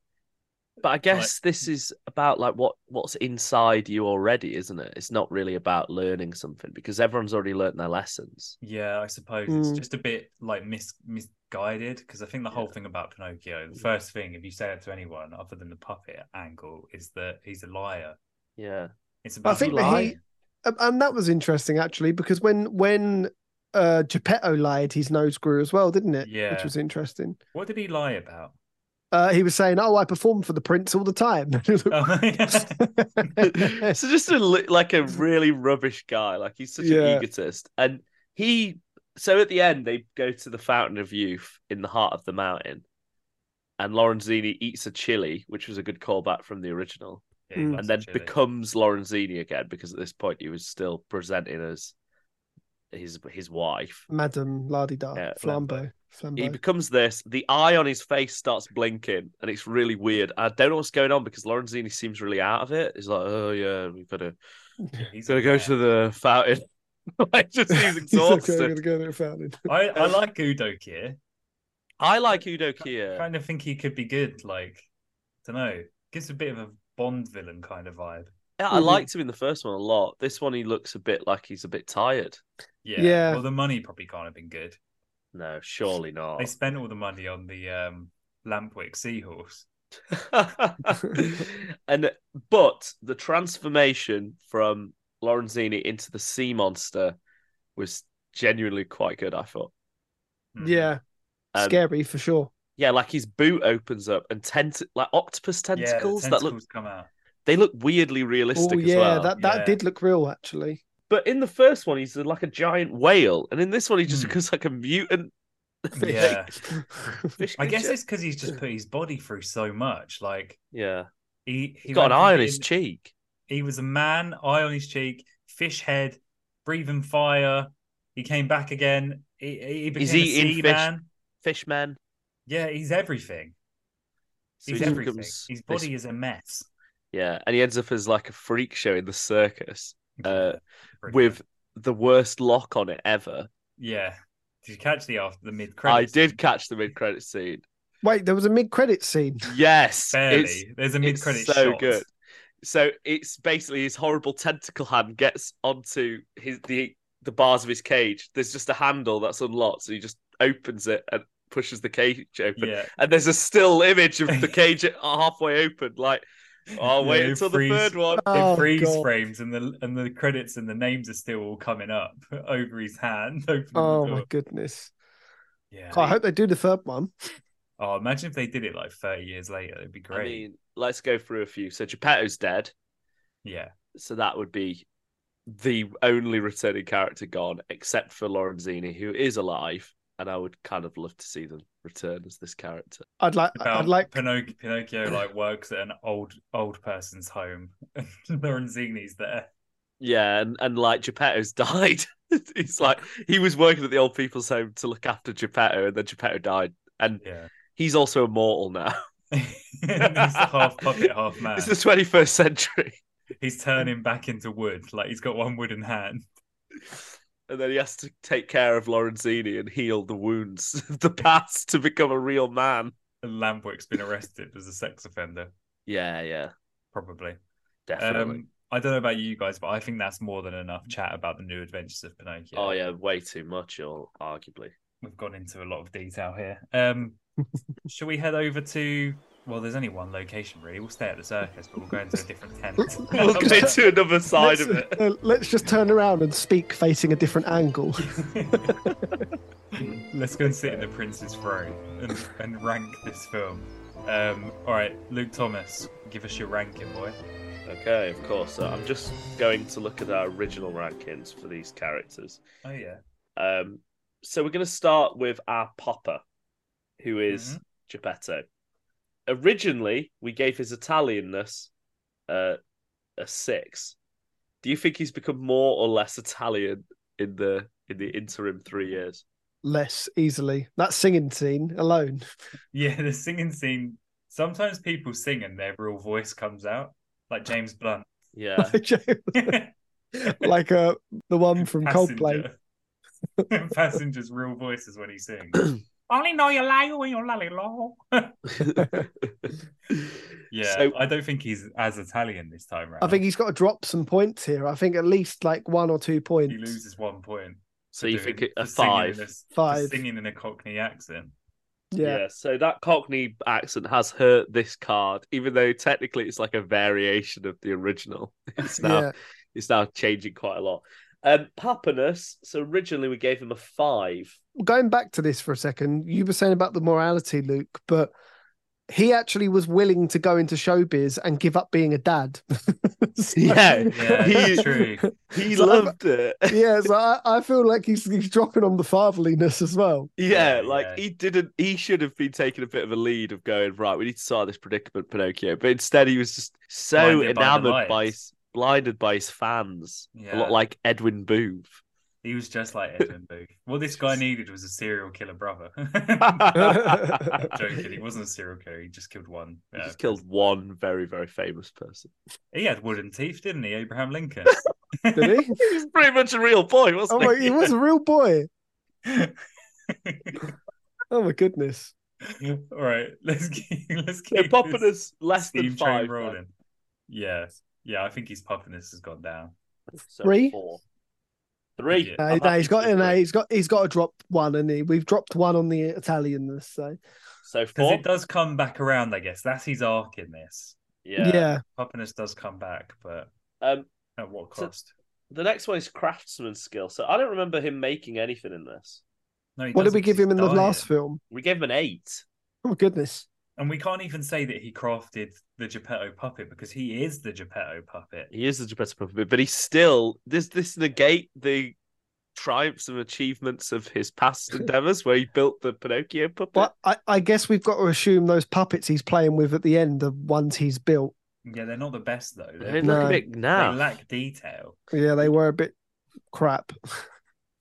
S4: But I guess this is about like what what's inside you already, isn't it? It's not really about learning something because everyone's already learnt their lessons.
S6: Yeah, I suppose
S5: Mm.
S6: it's just a bit like mis misguided because I think the whole
S4: Yeah.
S6: thing about Pinocchio, the
S4: Yeah.
S6: first thing if you say it to anyone other than the puppet angle, is that he's a liar.
S4: Yeah.
S6: It's about
S5: think
S4: that he-
S6: lying.
S5: Um, and that was interesting actually because when when uh geppetto lied his nose grew as well didn't it
S6: Yeah.
S5: which was interesting
S6: What did he lie about?
S5: uh he was saying oh i perform for the prince all the time
S6: Oh,
S4: so just a li- like a really rubbish guy. Like he's such
S5: Yeah.
S4: an egotist, and he. So at the end, they go to the Fountain of Youth in the heart of the mountain, and Lorenzini eats a chili, which was a good callback from the original,
S6: Yeah, he
S5: Mm.
S6: loves
S4: and then
S6: chili.
S4: becomes Lorenzini again because at this point he was still presenting as his his wife.
S5: madam lardida
S4: Yeah,
S5: flambeau flambeau
S4: He becomes this. The eye on his face starts blinking, and it's really weird. I don't know what's going on because Lorenzini seems really out of it. He's like, "Oh yeah, we've got to
S6: Yeah, he's
S4: He's gonna go
S6: aware.
S4: to the fountain. like, just he's
S5: He's like, "Okay, I'm
S4: exhausted.
S5: gonna go to the fountain."
S4: Mm-hmm.
S6: I, I like Udo Kier.
S4: I like Udo
S6: I
S4: Kier.
S6: kind of think he could be good. Like, I don't know. Gives a bit of a Bond villain kind of vibe.
S4: Yeah, I
S5: Mhm.
S4: liked him in the first one a lot. This one, he looks a bit like he's a bit tired.
S6: Yeah.
S5: Yeah.
S6: Well, the money probably can't have been good.
S4: No, surely not.
S6: They spent all the money on the um, Lampwick seahorse.
S4: and but the transformation from Lorenzini into the sea monster was genuinely quite good. I thought.
S6: Hmm.
S5: Yeah,
S4: Um,
S5: scary for sure. Oh,
S4: Yeah, like his boot opens up and tent like octopus
S6: Yeah, the
S4: tentacles, that look
S6: tentacles come out.
S4: they look weirdly realistic
S5: Oh
S4: as
S5: yeah,
S4: well.
S5: that that
S6: Yeah.
S5: did look real actually.
S4: But in the first one, he's like a giant whale, and in this one, he just
S6: Hmm.
S4: becomes like a mutant.
S6: Yeah.
S4: fish
S6: I guess
S4: creature.
S6: it's because he's just put his body through so much. Like
S4: yeah.
S6: he, he
S4: He's got an
S6: went
S4: eye
S6: from
S4: on his
S6: being-
S4: cheek.
S6: He was a man, eye on his cheek, fish head, breathing fire. He came back again. He, he became
S4: He's
S6: a
S4: eating
S6: sea
S4: fish.
S6: man.
S4: Fish man.
S6: Yeah, he's everything.
S4: So
S6: he's
S4: he just
S6: everything.
S4: becomes
S6: His
S4: this-
S6: body is a mess.
S4: yeah, and he ends up as like a freak show in the circus Uh,
S6: Pretty
S4: with
S6: much.
S4: the worst lock on it ever.
S6: yeah. Did you catch the after the mid
S4: I
S6: credits?
S4: did catch the mid credit scene.
S5: Wait, there was a mid-credit scene.
S4: Yes,
S6: Barely.
S4: it's-
S6: There's a mid
S4: it's
S6: credit
S4: so
S6: shot.
S4: good. So it's basically his horrible tentacle hand gets onto his the the bars of his cage. There's just a handle that's unlocked, so he just opens it and pushes the cage open.
S6: Yeah.
S4: And there's a still image of the cage halfway open. Like, oh,
S6: Yeah,
S4: wait
S6: it
S4: until
S6: freeze- Ah,
S4: the third one.
S5: Oh,
S6: it freeze
S5: God.
S6: frames and the and the credits and the names are still all coming up over his hand. opening the
S5: Oh
S6: door.
S5: my goodness!
S6: Yeah.
S5: I hope they do the third one.
S6: Oh, imagine if they did it like 30 years later. It'd be great.
S4: I mean, let's go through a few. So Geppetto's dead.
S6: yeah.
S4: So that would be the only returning character gone, except for Lorenzini, who is alive. And I would kind of love to see them return as this character.
S5: I'd like.
S6: About
S5: I'd like.
S6: Pinoc- Pinocchio like works at an old old person's home. Lorenzini's there.
S4: Yeah, and, and like Geppetto's died. He's like he was working at the old people's home to look after Geppetto, and then Geppetto died. And
S6: Yeah.
S4: he's also immortal now.
S6: He's half puppet, half man.
S4: It's the twenty first century.
S6: He's turning back into wood. Like he's got one wooden hand.
S4: And then he has to take care of Lorenzini and heal the wounds of the past to become a real man.
S6: And Lambwick's been arrested as a sex offender,
S4: Yeah, yeah,
S6: probably.
S4: definitely.
S6: Um, I don't know about you guys, but I think that's more than enough chat about the new adventures of Pinocchio.
S4: Oh yeah, way too much, or arguably.
S6: We've gone into a lot of detail here. Um, shall we head over to? Well, there's only one location really. We'll stay at the circus, but we'll go into a different tent.
S4: We'll go to another side
S5: Let's,
S4: of it.
S5: uh, let's just turn around and speak facing a different angle.
S6: Let's go and sit in the prince's throne and, and rank this film. Um, all right, Luke Thomas, give us your ranking, boy.
S4: Okay, of course. So I'm just going to look at our original rankings for these characters.
S6: Oh yeah,
S4: Um, so we're going to start with our Popper, who is
S6: Mhm.
S4: Geppetto. Originally, we gave his Italianness uh, a six. Do you think he's become more or less Italian in the in the interim three years?
S5: Less easily. That singing scene alone.
S6: yeah. The singing scene. Sometimes people sing and their real voice comes out, like James Blunt.
S4: Yeah,
S5: like uh, the one from Coldplay.
S6: Passenger. Passenger's real voices when he sings. Only know you lie when you lolly low. Yeah,
S4: So-
S6: I don't think he's as Italian this time round.
S5: I think he's got to drop some points here. I think at least like one or two points.
S6: he loses one point.
S4: so you
S6: for
S4: think
S6: doing-
S4: a
S6: for singing in
S4: five?
S6: a s- for
S5: Five.
S6: singing in a Cockney accent.
S5: yeah.
S4: so that Cockney accent has hurt this card, even though technically it's like a variation of the original. It's now
S5: yeah.
S4: it's now changing quite a lot. Um, Papinus. So originally we gave him a five.
S5: Going back to this for a second, you were saying about the morality, Luke, but he actually was willing to go into showbiz and give up being a dad. So-
S4: Yeah.
S6: Yeah,
S4: He-
S6: it's true.
S4: He
S5: So um, I've-
S4: loved it.
S5: yeah, so I, I feel like he's, he's dropping on the fatherliness as well.
S4: Yeah,
S6: Yeah,
S4: like
S6: yeah.
S4: he didn't. He should have been taking a bit of a lead of going right. We need to solve this predicament, Pinocchio. But instead, he was just so
S6: Blinded by the
S4: enamored by
S6: lights.
S4: his, blinded by his fans, a
S6: Yeah.
S4: lot like Edwin Booth.
S6: He was just like Edwin Booth. What this guy needed was a serial killer brother. Joking, he wasn't a serial killer. He just killed one.
S4: He
S6: uh,
S4: just killed one very, very famous person.
S6: He had wooden teeth, didn't he? Abraham Lincoln.
S5: Did he?
S4: He was pretty much a real boy,
S5: Oh
S4: wasn't
S5: my,
S4: he?
S5: he was a real boy. Oh my goodness.
S6: All right, let's keep let's keep
S4: They're popping
S6: this
S4: us less than
S6: steam
S4: five.
S6: train
S4: man.
S6: rolling. Yeah, yeah, I think his puffiness has gone down.
S4: So
S5: Three?
S4: Four. Three.
S6: Yeah.
S5: No,
S4: I'm
S5: no,
S4: happy
S5: he's got
S4: with
S5: no,
S4: three.
S5: he's got he's got to drop one, and he, we've dropped one on the Italian. this, So
S4: So
S6: Because
S4: four.
S6: it does come back around, I guess. That's his arc in this.
S5: yeah,
S4: Yeah.
S6: Puffiness does come back, but
S4: Um,
S6: at what
S4: So-
S6: cost?
S4: the next one is craftsman skill. So I don't remember him making anything in this.
S6: No, he
S5: what did
S6: doesn't,
S5: we give
S6: he's
S5: him in the
S6: dying.
S5: last film?
S4: We gave him an eight.
S5: Oh goodness!
S6: And we can't even say that he crafted the Geppetto puppet because he is the Geppetto puppet.
S4: He is the Geppetto puppet, but he's still this. This negate the triumphs and achievements of his past endeavors, where he built the Pinocchio puppet.
S5: But I, I guess we've got to assume those puppets he's playing with at the end, the ones he's built.
S6: Yeah, they're not the best though.
S4: They
S6: They're-
S4: look a
S5: No.
S4: bit
S6: They
S4: naff.
S6: lack detail.
S5: Yeah, they were a bit crap.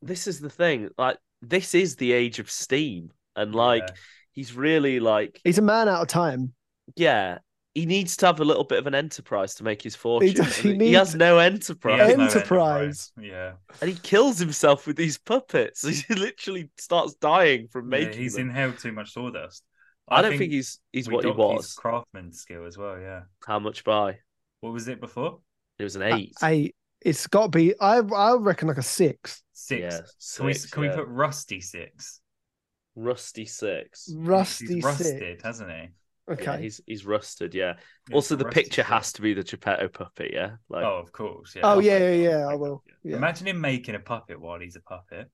S4: This is the thing. Like this is the age of steam, and like
S6: Yeah.
S4: he's really like
S5: He's a man out of time.
S4: yeah. He needs to have a little bit of an enterprise to make his fortune.
S5: does- he
S4: and
S5: needs-
S4: has no
S6: He
S4: enterprise.
S6: has no
S5: Enterprise.
S6: enterprise.
S4: and he kills himself with these puppets. He literally starts dying from
S6: Yeah. yeah,
S4: making
S6: he's
S4: them.
S6: inhaled too much sawdust.
S4: I, don't think, he's he's
S6: we
S4: what he
S6: dock his
S4: was.
S6: craftsman skill as well. Yeah.
S4: How much by?
S6: What was it before?
S4: It was an eight.
S5: I, it's got to be. I I reckon like a six.
S6: Six.
S4: Yeah,
S6: can we
S4: six,
S6: can
S4: yeah.
S6: we put rusty six?
S4: rusty six?
S5: Rusty
S6: He's
S5: six.
S6: rusted, hasn't he?
S5: Mm, Okay.
S4: Yeah, he's he's rusted. Yeah.
S6: Yeah,
S4: also, the
S6: rusty
S4: picture
S6: six.
S4: has to be the Geppetto puppet. Yeah. Like
S6: Oh, of course. Yeah.
S5: oh
S6: I'll
S5: yeah,
S6: take
S5: yeah,
S6: that, I'll
S5: yeah.
S6: take
S5: I
S6: that.
S5: will. Yeah.
S6: Imagine him making a puppet while he's a puppet.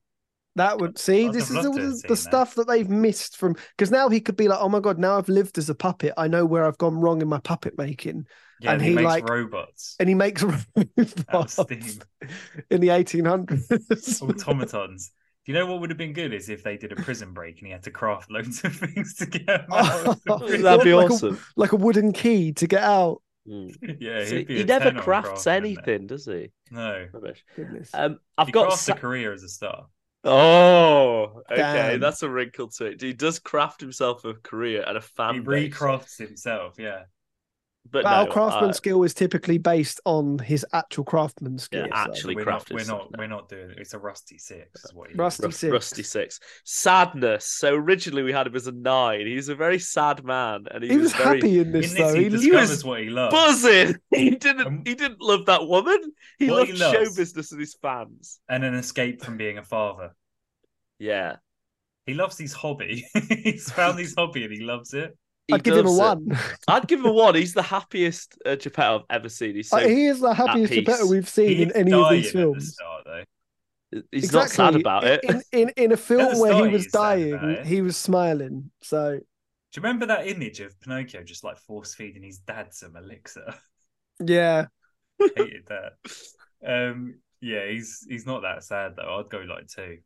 S5: That would see.
S6: I'd
S5: This
S6: have
S5: is all
S6: loved to have
S5: the,
S6: seen
S5: the
S6: that.
S5: stuff that they've missed from because now he could be like, oh my god, now I've lived as a puppet. I know where I've gone wrong in my puppet making,
S6: Yeah,
S5: And
S6: he,
S5: he,
S6: makes
S5: like-
S6: robots,
S5: and he makes robots
S6: steam.
S5: in the eighteen hundreds.
S6: automatons. Do you know what would have been good is if they did a prison break and he had to craft loads of things to get him out. of the
S5: Oh,
S4: Wouldn't
S6: prison.
S4: that be
S5: Like a-
S4: awesome?
S5: like a wooden key to get out.
S4: Mm.
S6: yeah,
S4: See,
S6: he'd be
S4: he
S6: a
S4: never
S6: 10 on
S4: crafts
S6: crafting, wouldn't he?
S4: anything, does he?
S6: No,
S4: Rubbish.
S5: Goodness.
S4: Um, I've
S6: he
S4: got.
S6: crafts
S4: Sa-
S6: a career as a star.
S4: oh, okay,
S5: Damn.
S4: that's a wrinkle to it. He does craft himself a career and a
S6: he
S4: fan base.
S6: recrafts himself. Yeah,
S4: But
S5: But our
S4: no,
S5: craftsman
S4: uh,
S5: skill is typically based on his actual craftsman skill.
S4: Yeah,
S5: so-
S4: actually
S6: we're not,
S4: crafted
S6: we're not,
S4: something.
S6: we're not doing it. It's a rusty six. Is what he
S5: Rusty
S4: Rus-
S5: six.
S4: Rusty six. Sadness. So originally we had him as a nine. He's a very sad man, and he,
S5: He was
S4: very
S5: happy in this
S6: In this,
S5: though.
S6: he
S5: He-
S4: he was
S6: discovers what he loves.
S4: buzzing. He
S6: Um,
S4: didn't. He didn't love that woman. He
S6: what
S4: loved
S6: he
S4: show
S6: loves-
S4: business and his fans.
S6: and an escape from being a father.
S4: Yeah,
S6: He loves his hobby. He's found his hobby and he loves it.
S4: He
S5: I'd give him a
S4: does it.
S5: one.
S4: I'd give him a one. He's the happiest uh, Geppetto I've ever seen. He's so,
S5: Uh, he is the happiest
S4: peace.
S5: Geppetto we've seen
S6: He's
S5: in any of
S6: dying
S5: these
S6: At the
S5: films.
S6: start, though.
S4: he's not sad
S5: Exactly.
S4: about it.
S5: In, in in a film
S6: the
S5: where
S6: start
S5: he was
S6: he's sad about
S5: dying,
S6: it.
S5: he was smiling. So
S6: Do you remember that image of Pinocchio just like force feeding his dad some elixir?
S5: yeah,
S6: Hated that. Um, yeah, he's he's not that sad though. I'd go like two.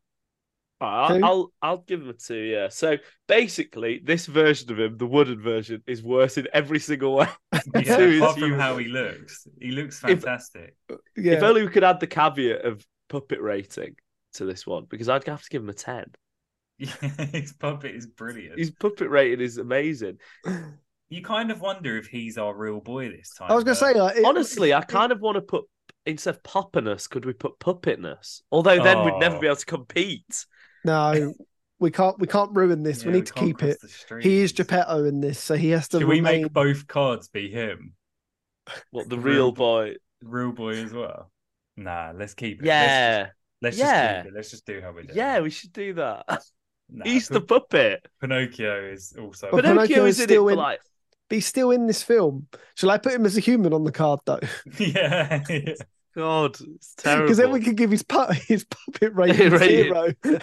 S4: Alright,
S5: Two?
S4: I'll, I'll I'll give him a two. Yeah. So basically, this version of him, the wooden version, is worse in every single way.
S6: Yeah,
S4: Two is
S6: apart from
S4: human.
S6: how he looks, he looks
S4: If-
S6: fantastic.
S5: yeah.
S4: If only we could add the caveat of puppet rating to this one, because I'd have to give him a ten.
S6: Yeah, his puppet is brilliant.
S4: His puppet rating is amazing.
S6: You kind of wonder if he's our real boy this time.
S5: I was gonna
S6: though.
S5: say like, it-
S4: Honestly, I kind of want to put instead of poppiness, could we put puppetness? Although then we'd never
S6: Oh.
S4: be able to compete.
S5: no, we can't we can't ruin this.
S6: Yeah,
S5: we need to
S6: can't
S5: keep
S6: cross
S5: it.
S6: the streams.
S5: He is Geppetto in this, so he has to
S6: Should we
S5: remain.
S6: make both cards be him,
S4: What the
S6: Real
S4: real boy?
S6: real boy as well? Nah, let's keep it.
S4: Yeah,
S6: let's just, let's
S4: Yeah.
S6: just keep it. Let's just do how we do. it.
S4: yeah, we should do that.
S6: Nah,
S4: He's the
S6: Pin-
S4: puppet.
S6: Pinocchio is also.
S5: But
S4: Pinocchio,
S5: Pinocchio
S4: is
S5: is
S4: in it
S5: still
S4: for
S5: in-
S4: like
S5: But he's still in this film. Shall I put him as a human on the card though?
S6: yeah, yeah.
S4: God, it's terrible.
S5: Because then we could give his pu- his puppet rating
S4: Rated.
S5: zero.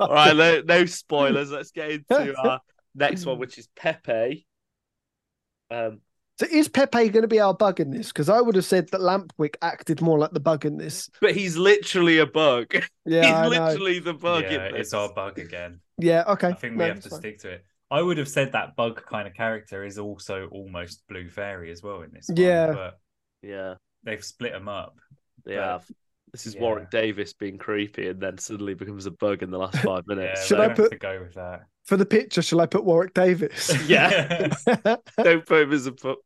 S4: All right, no, no spoilers. Let's get into our next one, which is Pepe. Um,
S5: So is Pepe going to be our bug in this? Because I would have said that Lampwick acted more like the bug in this.
S4: but he's literally a bug.
S5: Yeah, I
S4: he's
S5: know.
S4: literally the bug.
S6: Yeah,
S4: in
S6: it's
S4: this.
S6: our bug again.
S5: Yeah, okay.
S6: I think we
S5: No,
S6: have
S5: that's
S6: to
S5: fine.
S6: stick to it. I would have said that bug kind of character is also almost Blue Fairy as well in this. one,
S5: Yeah.
S6: but
S4: Yeah,
S6: they've split them up.
S4: they
S6: But-
S4: have. This is
S6: yeah.
S4: Warwick Davis being creepy and then suddenly becomes a bug in the last five
S6: Yeah,
S4: minutes.
S5: Should
S6: we're
S5: I
S6: gonna
S5: put-
S6: have to go with that?
S5: For the picture, shall I put Warwick Davis?
S4: Yeah. Don't put him as a pup.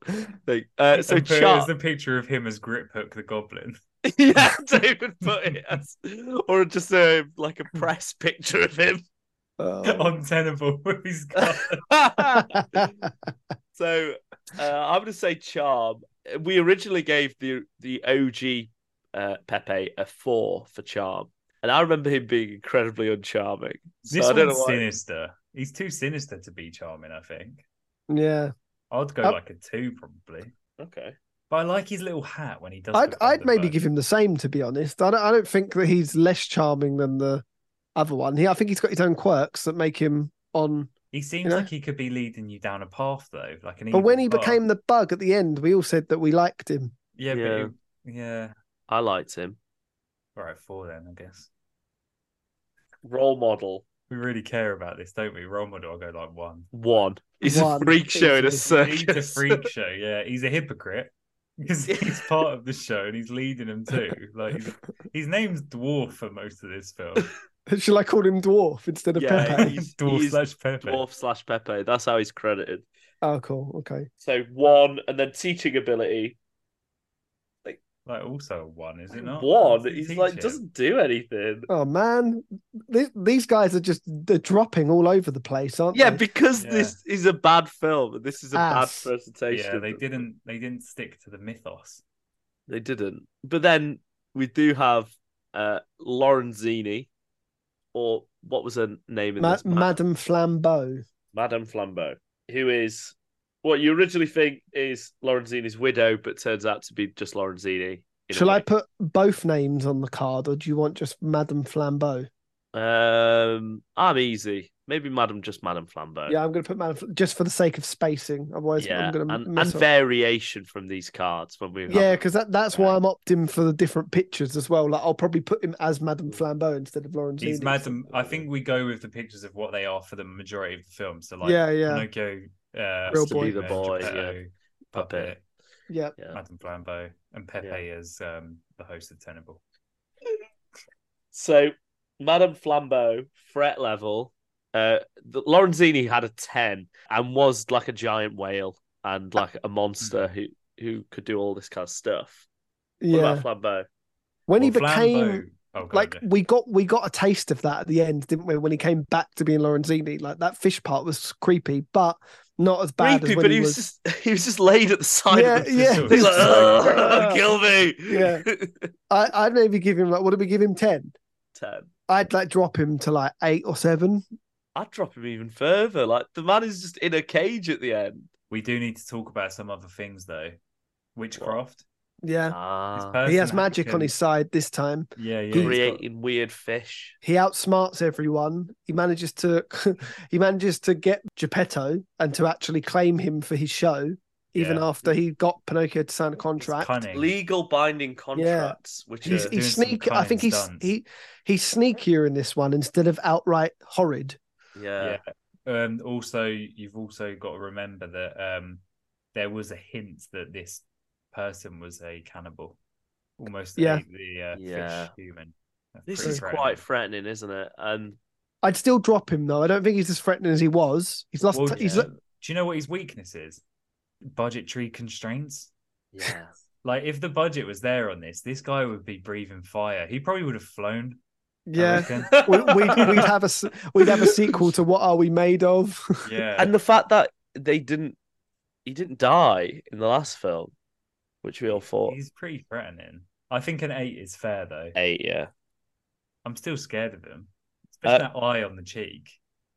S4: Thing. Uh, so
S6: and put it as
S4: Char-
S6: the picture of him as Grip Hook the Goblin.
S4: yeah, David put it as, or just a like a press picture of him.
S5: Oh.
S6: on Tenable with his gun.
S4: so uh, I'm going to say charm. We originally gave the the OG uh, Pepe a four for charm, and I remember him being incredibly uncharming. So
S6: This
S4: I don't know
S6: one's
S4: why.
S6: sinister. He's too sinister to be charming, I think.
S5: yeah.
S6: I'd go
S5: Up.
S6: like a two probably.
S4: Okay,
S6: But I like his little hat when he does.
S5: I'd,
S6: become
S5: I'd
S6: the
S5: maybe
S6: bug.
S5: give him the same, to be honest. I don't, I don't think that he's less charming than the other one. He, I think he's got his own quirks that make him on.
S6: He seems
S5: know?
S6: like he could be leading you down a path though, like an.
S5: But when
S6: evil
S5: he
S6: bug.
S5: became the bug at the end, we all said that we liked him.
S6: yeah,
S4: Yeah.
S6: But he, yeah.
S4: I liked him.
S6: All right, four then I guess.
S4: Role model
S6: We really care about this, don't we? Role model, I'll go like one.
S4: one. He's
S5: One.
S4: a freak show in a
S5: He's
S6: He's a
S4: circus.
S6: freak show. Yeah, he's a hypocrite because he's part of the show and he's leading them too. Like he's, his name's Dwarf for most of this film.
S5: Shall I call him Dwarf instead of
S4: yeah,
S5: Pepe?
S4: he's,
S6: Dwarf
S4: he's
S6: slash Pepe.
S4: dwarf slash Pepe. That's how he's credited.
S5: Oh, cool. Okay.
S4: So one, and then teaching ability.
S6: Like also a one, is it not?
S4: One.
S6: What's he
S4: He's like
S6: teaching?
S4: doesn't do anything.
S5: Oh, man. Th- these guys are just they're dropping all over the place, aren't
S4: Yeah,
S5: they?
S4: because
S6: Yeah.
S4: this is a bad film. and This is a
S5: Ass.
S4: bad presentation.
S6: Yeah, they didn't. They didn't stick to the mythos.
S4: They didn't. But then we do have uh Lorenzini, or what was her name in
S5: Ma-
S4: this? Ma-
S5: Madame Flambeau.
S4: Madame Flambeau, who is what you originally think is Lorenzini's widow, but turns out to be just Lorenzini. in a
S5: Shall I
S4: way.
S5: put both names on the card, or do you want just Madame Flambeau?
S4: Um, I'm easy. Maybe Madame, just Madame Flambeau.
S5: Yeah, I'm going to put Madame Fl- just for the sake of spacing. Otherwise,
S4: Uh, Yeah,
S5: I'm going to
S4: and,
S5: mess
S4: and
S5: up.
S4: variation from these cards when we have
S5: Yeah,
S4: them.
S5: because that, that's why I'm opting for the different pictures as well. Like I'll probably put him as Madame Flambeau instead of Lawrence.
S6: He's Madam. I think we go with the pictures of what they are for the majority of the film. So like
S5: yeah, yeah,
S6: Pinocchio, uh,
S5: Real boy. Be
S4: the
S6: uh,
S4: boy,
S6: Geppetto, Puppet,
S5: yeah.
S4: Yeah.
S6: Madame Flambeau, and Pepe as um, the host of Tenable.
S4: So, Madame Flambeau, fret level. Uh, the, Lorenzini had a ten and was like a giant whale and like a
S5: Mm.
S4: monster who who could do all this kind of stuff. What
S5: yeah.
S4: about Flambeau?
S5: When he
S6: Well,
S5: became
S6: Flambeau- oh, God,
S5: like,
S6: yeah.
S5: we got we got a taste of that at the end, didn't we? When he came back to being Lorenzini, like that fish part was creepy, but not as bad
S4: Creepy,
S5: as when
S4: but
S5: he
S4: he was just he was just laid at the side
S5: yeah,
S4: of the
S5: yeah.
S6: pistol.
S4: He's like,
S5: Just
S4: "Ugh,
S5: like-
S4: kill me.
S5: Yeah. I, I'd maybe give him like, what did we give him? Ten.
S4: ten.
S5: I'd like drop him to like eight or seven.
S4: I'd drop him even further. Like the man is just in a cage at the end.
S6: we do need to talk about some other things though. Witchcraft.
S5: Yeah,
S4: Ah,
S6: His
S5: he has
S6: person
S5: magic on
S6: can-
S5: his side this time.
S6: Yeah, yeah. he's got-
S4: creating weird fish.
S5: He outsmarts everyone. He manages to he manages to get Geppetto and to actually claim him for his show, even
S6: Yeah.
S5: after he got Pinocchio to sign a
S6: he's
S5: contract.
S6: cunning.
S4: Legal binding contracts, which
S5: He's,
S4: are
S6: doing
S5: he's
S6: some
S5: sneak. I
S6: cunning
S5: think he's
S6: stunts.
S5: he he's sneakier in this one instead of outright horrid.
S4: yeah.
S6: Yeah. Um, also, you've also got to remember that um, there was a hint that this person was a cannibal, almost
S5: Yeah.
S6: ate the uh,
S4: Yeah.
S6: fish human. That's
S4: This
S6: pretty
S4: is
S6: threatening.
S4: quite threatening, isn't it? And
S5: I'd still drop him though. I don't think he's as threatening as he was. He's lost.
S6: Well,
S5: t- he's
S4: yeah.
S5: lo-
S6: Do you know what his weakness is? Budgetary constraints.
S4: yeah,
S6: Like, if the budget was there on this, this guy would be breathing fire. He probably would have flown. I
S5: yeah.
S6: reckon.
S5: we, we'd, we'd have a s- we'd have a sequel to what are we made of?
S6: yeah.
S4: and the fact that they didn't, he didn't die in the last film, which we all thought
S6: He's pretty threatening. I think an eight is fair though.
S4: eight. Yeah,
S6: I'm still scared of him,
S4: Uh,
S6: especially that eye on the cheek.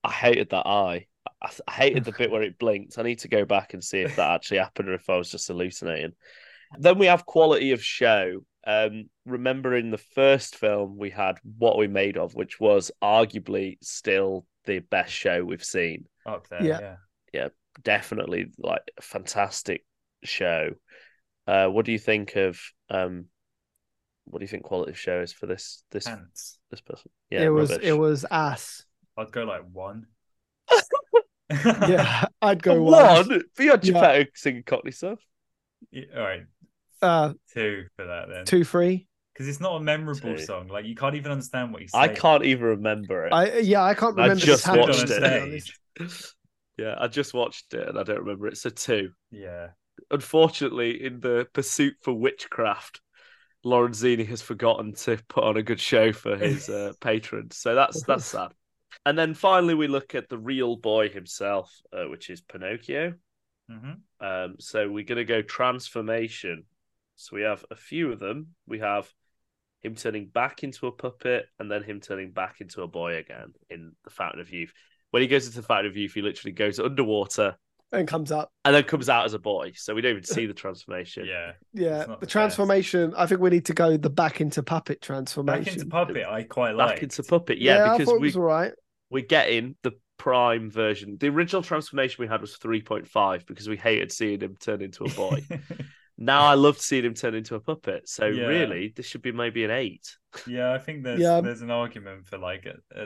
S4: I hated that eye. I, I hated the bit where it blinked. I need to go back and see if that actually happened or if I was just hallucinating. Then we have quality of show. Um, remember in the first film we had what we made of, which was arguably still the best show we've seen.
S6: up there.
S5: Yeah.
S6: Yeah.
S4: definitely like a fantastic show. Uh, what do you think of um, what do you think quality of show is for this this
S6: Pants.
S4: this person? Yeah,
S5: it was
S4: rubbish.
S5: it was ass.
S6: I'd go like one.
S5: Yeah, I'd
S4: A
S5: go one.
S4: one. Beyond
S5: Yeah.
S4: Geppetto singing Cockney stuff.
S6: Yeah, All right.
S5: Uh,
S6: Two for that then.
S5: two three.
S6: Because it's not a memorable
S4: Two.
S6: song. Like you can't even understand what he's
S4: I
S6: saying.
S4: can't even remember it.
S5: I yeah, I can't
S4: I
S5: remember. this
S4: just
S5: happening,
S4: watched
S5: to
S4: it.
S5: be honest.
S4: yeah, I just watched it and I don't remember it. So two.
S6: Yeah.
S4: Unfortunately, in the pursuit for witchcraft, Lorenzini has forgotten to put on a good show for his uh, patrons. So that's that's sad. And then finally, we look at the real boy himself, uh, which is Pinocchio.
S6: Mm-hmm.
S4: Um, so we're going to go transformation. So we have a few of them. We have him turning back into a puppet and then him turning back into a boy again in the Fountain of Youth. When he goes into the Fountain of Youth, he literally goes underwater
S5: and comes up.
S4: and then comes out as a boy. So we don't even see the transformation.
S6: Yeah.
S5: Yeah,
S6: It's not
S5: the
S6: the best.
S5: transformation. I think we need to go the back into puppet transformation.
S6: Back into puppet, I quite
S4: Back
S6: like.
S4: into puppet. Yeah,
S5: I
S4: because
S5: thought it
S4: we,
S5: was all right.
S4: we're getting the prime version. The original transformation we had was 3.5 because we hated seeing him turn into a boy. now I love seeing him turn into a puppet. So
S6: Yeah.
S4: really, this should be maybe an eight.
S6: yeah, I think there's
S5: Yeah.
S6: there's an argument for like a, a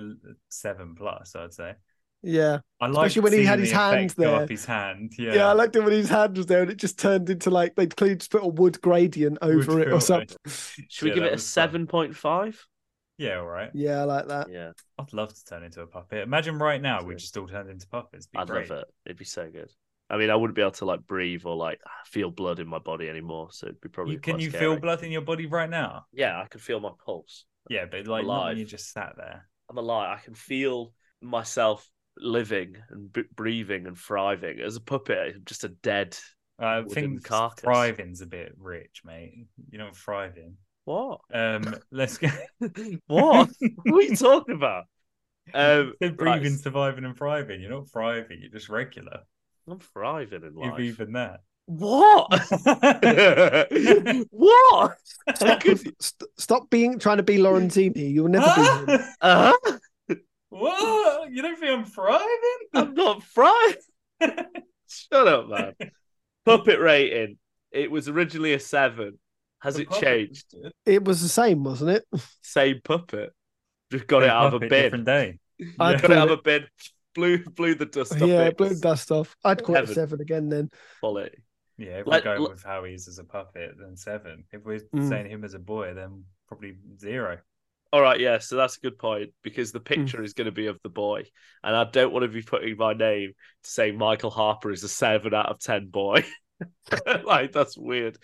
S6: seven plus. I'd say.
S5: Yeah.
S6: I like
S5: Especially when he had his hand
S6: go
S5: there.
S6: up his hand. Yeah,
S5: yeah, I liked it when his hand was there, and it just turned into like they'd clearly just put a wood gradient over
S6: Would
S5: it
S6: feel
S5: or something.
S6: like-
S4: Should we
S6: Yeah,
S4: give
S6: that
S4: it a
S6: was fun.
S4: seven point five?
S6: Yeah, all right.
S5: Yeah, I like that.
S4: Yeah,
S6: I'd love to turn into a puppet. Imagine right now we
S4: Yeah.
S6: just all turned into puppets. Be
S4: I'd
S6: great.
S4: love it. It'd be so good. I mean, I wouldn't be able to like breathe or like feel blood in my body anymore, so it'd be probably.
S6: You, can
S4: quite
S6: you
S4: scary.
S6: feel blood in your body right now?
S4: Yeah, I could feel my pulse.
S6: Yeah, but like not
S4: Alive.
S6: when you just sat there.
S4: I'm alive. I can feel myself living and b- breathing and thriving. As a puppet, I'm just a dead.
S6: I
S4: Wooden
S6: think
S4: carcass.
S6: thriving's a bit rich, mate. You know, thriving.
S4: What?
S6: Um, let's go.
S4: What? what are you talking about? Um,
S6: They're
S4: right,
S6: breathing, surviving, and thriving. You're not thriving. You're just regular.
S4: I'm thriving in
S6: You've
S4: life.
S6: even that.
S4: What? what? I
S5: Stop,
S4: could.
S5: st- stop being trying to be Lorenzini. You'll never be. him.
S4: Uh,
S6: What? You don't think I'm thriving?
S4: I'm not fried. Shut up, man. Puppet rating. It was originally a seven. Has
S6: The
S4: it
S6: puppet
S4: changed?
S6: was good.
S5: It was the same, wasn't it?
S4: Same puppet. Just got it
S6: Same
S4: out of a
S6: puppet,
S4: bin.
S6: Different day.
S5: I
S6: Yeah.
S4: Got it out of
S5: thought
S4: a bin. Blew blew the dust off
S5: yeah,
S4: it.
S5: blew the dust off. I'd call
S4: Heaven.
S5: it seven again then.
S4: Quality.
S6: Yeah, if
S4: Like-
S6: we're going
S4: like-
S6: with how he is as a puppet, then seven. If we're
S5: Mm.
S6: saying him as a boy, then probably zero.
S4: All right, yeah. So that's a good point because
S5: Hmm.
S4: the picture is going to be of the boy, and I don't want to be putting my name to say Michael Harper is a seven out of ten boy. like that's weird.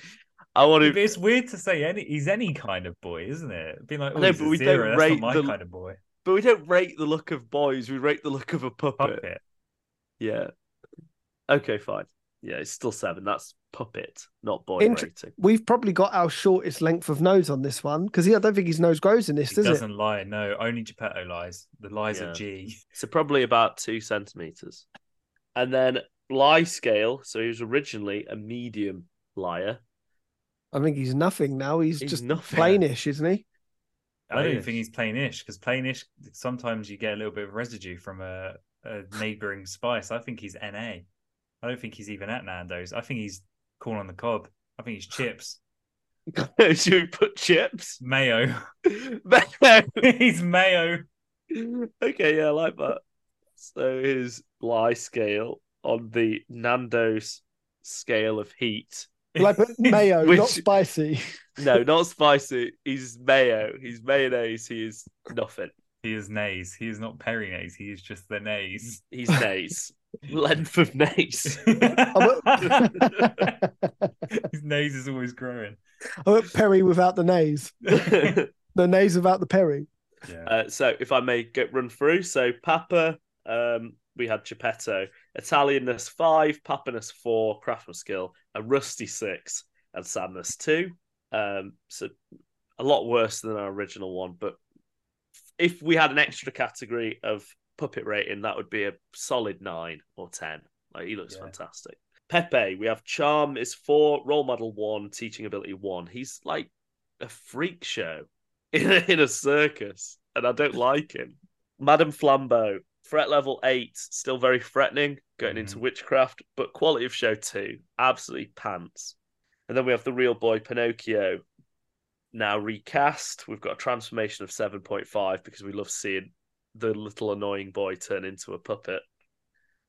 S4: I want to.
S6: But it's weird to say any. He's any kind of boy, isn't it? Being like,
S4: I
S6: oh,
S4: know,
S6: he's
S4: but
S6: a
S4: we don't
S6: zero. That's
S4: rate
S6: not my
S4: the
S6: kind of boy.
S4: But we don't rate the look of boys. We rate the look of a puppet.
S6: Puppet.
S4: Yeah. Okay, fine. Yeah, it's still seven. That's puppet, not boy
S5: Inter-
S4: rating.
S5: We've probably got our shortest length of nose on this one because I don't think his nose grows in this,
S6: He
S5: does it?
S6: doesn't lie. No, only Geppetto lies. The lies
S4: Yeah.
S6: are G.
S4: So probably about two centimeters. And then lie scale. So he was originally a medium liar.
S5: I think he's nothing now. He's,
S4: He's
S5: just
S4: nothing.
S5: plainish, isn't he?
S6: I don't
S4: Plainish.
S6: think he's plainish because plainish sometimes you get a little bit of residue from a, a neighboring spice. I think he's NA. I don't think he's even at Nando's. I think he's corn on the cob. I think he's chips,
S4: Should we put chips?
S6: mayo.
S4: Mayo.
S6: he's mayo.
S4: okay, yeah, I like that. So his lie scale on the Nando's scale of heat.
S5: Well, I put mayo,
S4: Which-
S5: not spicy.
S4: No, not spicy. He's mayo. He's mayonnaise. He is nothing.
S6: He is nays. He is not perinays. He is just the nays.
S4: He's nays. Length of nays.
S5: I
S6: His nays is always growing.
S5: I went Perry without the nays.
S6: yeah.
S5: The nays without the Perry.
S4: Uh, so if I may get run through, so Papa, um, we had Geppetto, Italianness five, Papiness four, Craftsman skill, a rusty six, and Sadness two. Um, so a lot worse than our original one, but if we had an extra category of puppet rating, that would be a solid nine or ten. Like he looks
S6: Yeah.
S4: fantastic. Pepe, we have charm is four, role model one, teaching ability one. He's like a freak show in a, in a circus, and I don't like him. Madame Flambeau, threat level eight, still very threatening, going into witchcraft, but quality of show two, absolutely pants. And then we have the real boy Pinocchio, now recast. We've got a transformation of 7.5 because we love seeing the little annoying boy turn into a puppet.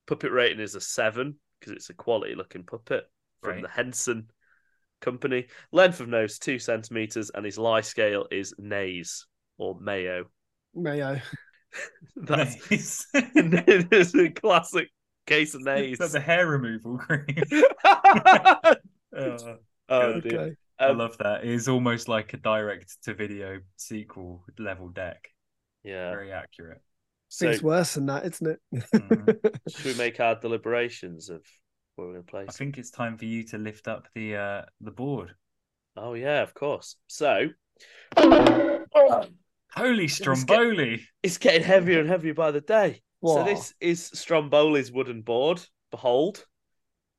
S4: Puppet rating is a 7 because it's a quality looking puppet from
S6: Right.
S4: the Henson company. Length of nose, 2 centimeters, and his lie scale is nays or mayo.
S5: Mayo.
S4: That's
S6: Nays.
S4: it's a classic case of nays.
S6: That's a hair removal cream. Oh,
S4: oh,
S6: God.
S4: dear.
S5: Okay.
S6: I
S4: Um,
S6: love that. It's almost like a direct to video sequel level deck.
S4: yeah.
S6: Very accurate.
S4: So Mm.
S5: it's worse than that, isn't it?
S6: Mhm.
S4: should we make our deliberations of where we're going to place?
S6: I
S4: it?
S6: think it's time for you to lift up the uh, the board.
S4: Oh yeah, of course. So
S6: Holy Stromboli!
S4: it's getting heavier and heavier by the day. So
S5: Wow.
S4: this is Stromboli's wooden board. Behold.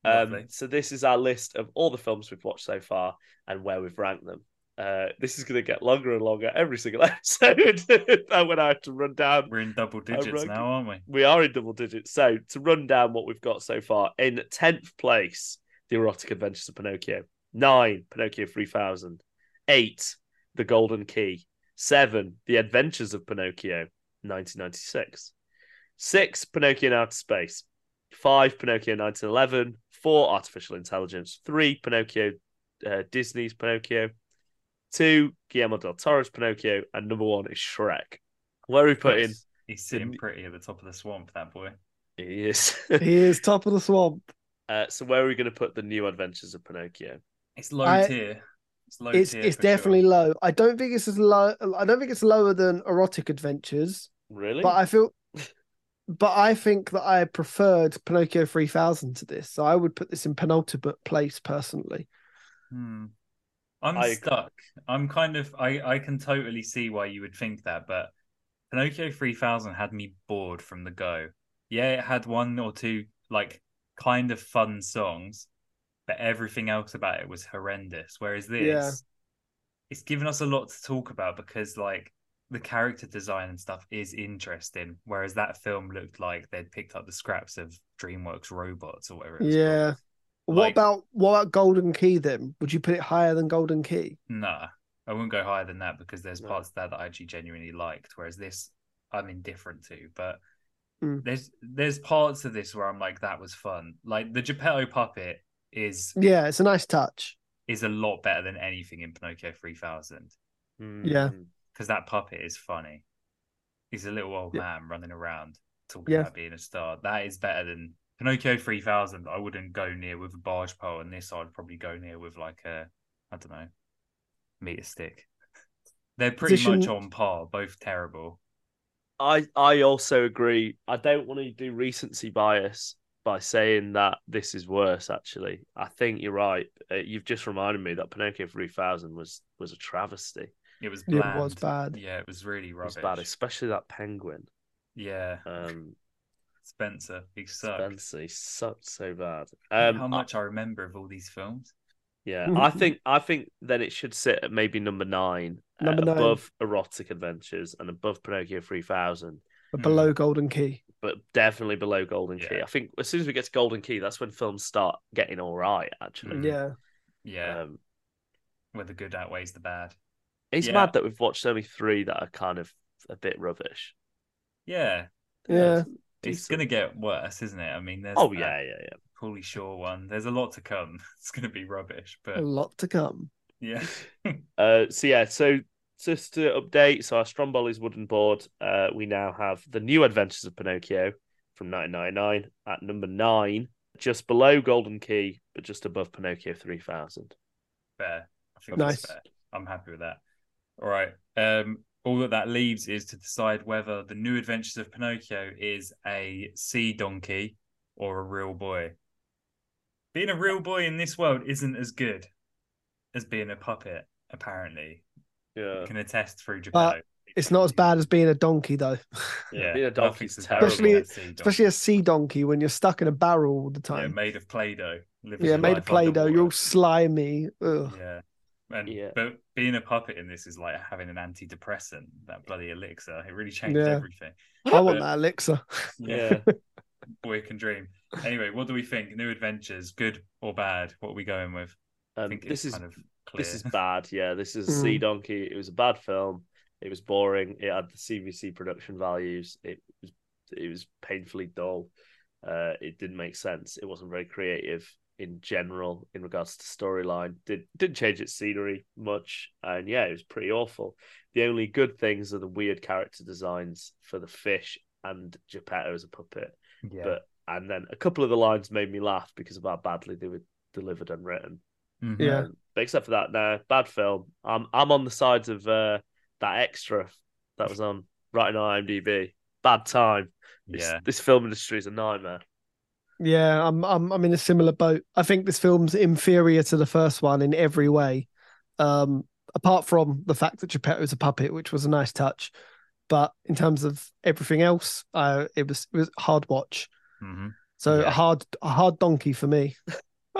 S4: Um,
S6: Lovely.
S4: so this is our list of all the films we've watched so far and where we've ranked them. Uh, this is going to get longer and longer every single episode. I'm going to have to run down.
S6: We're in double digits
S4: broke
S6: now, aren't we?
S4: We are in double digits. So to run down what we've got so far, in tenth place, The Erotic Adventures of Pinocchio. Nine, Pinocchio three thousand. Eight, The Golden Key. Seven, The Adventures of Pinocchio, nineteen ninety six. Six, Pinocchio in Outer Space. Five, Pinocchio 1911. Four, Artificial Intelligence. Three, Pinocchio, uh, Disney's Pinocchio. Two, Guillermo del Toro's Pinocchio. And number one is Shrek. Where are we putting?
S6: He's- He's sitting pretty at the top of the swamp, that boy.
S4: He is.
S5: he is top of the swamp.
S4: uh, so where are we going to put the new adventures of Pinocchio?
S6: It's low
S5: I-
S6: tier. It's
S4: Oh,
S6: low
S5: It's
S6: tier.
S5: it's
S6: for sure.
S5: definitely low. I don't think it's as low. I don't think it's lower than erotic adventures,
S4: Really?
S5: but I feel. But I think that I preferred Pinocchio 3000 to this, so I would put this in penultimate place personally.
S6: Hmm. I'm
S4: I agree.
S6: stuck. I'm kind of. I I can totally see why you would think that, but Pinocchio 3000 had me bored from the go. Yeah, it had one or two like kind of fun songs, but everything else about it was horrendous. Whereas this,
S5: Yeah.
S6: it's given us a lot to talk about because like the character design and stuff is interesting. Whereas that film looked like they'd picked up the scraps of DreamWorks robots or whatever. It was called.
S5: Yeah. what
S6: Like-
S5: about what about Golden Key then? Would you put it higher than Golden Key?
S6: Nah, I wouldn't go higher than that because there's
S4: No.
S6: parts of that that I actually genuinely liked, whereas this I'm indifferent to. But
S5: Mm.
S6: there's there's parts of this where I'm like, that was fun. Like the Geppetto puppet is
S5: Yeah, it's a nice touch.
S6: is a lot better than anything in Pinocchio 3000
S4: Hmm.
S5: Yeah.
S6: because that puppet is funny. He's a little old
S5: Yeah.
S6: man running around talking
S5: Yeah.
S6: about being a star. That is better than Pinocchio 3000. I wouldn't go near with a barge pole, and this I'd probably go near with like a, I don't know, meter stick. They're pretty much
S5: Position-
S6: on par, both terrible.
S4: I I also agree. I don't want to do recency bias by saying that this is worse. Actually, I think you're right. Uh, you've just reminded me that Pinocchio 3000 was was a travesty.
S6: It was
S5: It
S6: bland.
S5: was bad.
S6: Yeah, it was really
S4: It was
S6: rubbish.
S4: bad, especially that penguin.
S6: Yeah,
S4: Um,
S6: Spencer, he sucked.
S4: Spencer he sucked so bad. Um,
S6: Um, How
S4: I-
S6: much I remember of all these films.
S4: yeah,
S5: Mhm.
S4: I think I think then it should sit at maybe number nine, uh,
S5: Number nine.
S4: above Erotic Adventures and above Pinocchio 3000.
S5: But
S6: Hmm.
S5: below Golden Key.
S4: but definitely below Golden Key.
S6: Yeah.
S4: I think as soon as we get to Golden Key, that's when films start getting all right. Actually,
S6: Mm.
S5: Yeah.
S6: Yeah,
S4: um,
S6: where the good outweighs the bad.
S4: it's
S6: Yeah.
S4: mad that we've watched only three that are kind of a bit rubbish.
S6: Yeah,
S5: Yeah.
S6: it's
S4: Decent.
S6: gonna get worse, isn't it? I mean, there's
S4: Oh
S6: that-
S4: yeah, yeah, yeah.
S6: Holy Shaw one. There's a lot to come. It's going to be rubbish,
S5: A
S6: but
S5: lot to come.
S6: yeah.
S4: Uh, so yeah, so just to update, so our Stromboli's wooden board, uh, we now have the New Adventures of Pinocchio from 1999 at number nine, just below Golden Key, but just above Pinocchio 3000.
S6: fair. I think
S5: Nice.
S6: that's fair. I'm happy with that. All right. Um, all that that leaves is to decide whether the New Adventures of Pinocchio is a sea donkey or a real boy. Being a real boy in this world isn't as good as being a puppet. Apparently,
S4: Yeah,
S6: you can attest through Geppetto.
S5: But Uh, It's not as bad as being a donkey though.
S4: yeah. Being a donkey's
S6: nothing's as
S4: terrible.
S5: Especially-
S6: bad as a sea donkey.
S5: Especially a sea donkey when you're stuck in a barrel all the
S6: yeah,
S5: time.
S6: made of play-doh. living
S5: Yeah,
S6: your
S5: made
S6: life
S5: of play doh.
S6: underwater.
S5: You're all slimy. Ugh.
S6: Yeah. And
S4: Yeah.
S6: but being a puppet in this is like having an antidepressant, that bloody elixir. It really changed
S5: Yeah.
S6: everything.
S5: I want
S6: But-
S5: that elixir.
S4: yeah.
S6: Boy can dream. Anyway, what do we think? New adventures, good or bad? What are we going with? I
S4: Um,
S6: think
S4: this
S6: it's
S4: is
S6: kind of clear.
S4: This is bad. Yeah, this is Sea Donkey. It was a bad film. It was boring. It had the CVC production values. It was it was painfully dull. Uh, it didn't make sense. It wasn't very creative in general in regards to storyline. Did didn't change its scenery much, and yeah, it was pretty awful. The only good things are the weird character designs for the fish and Geppetto as a puppet
S6: yeah.
S4: but- and then a couple of the lines made me laugh because of how badly they were delivered and written.
S6: Mhm.
S5: Yeah.
S4: Um, but except for that, no, bad film. I'm I'm on the sides of uh, that extra that was on right on IMDb. bad time. This,
S6: Yeah.
S4: this film industry is a nightmare.
S5: Yeah, I'm I'm I'm in a similar boat. I think this film's inferior to the first one in every way. Um, apart from the fact that Geppetto is a puppet, which was a nice touch. But in terms of everything else, uh, it was it was a hard watch.
S6: hmm
S5: So
S6: Yeah.
S5: a hard a hard donkey for me.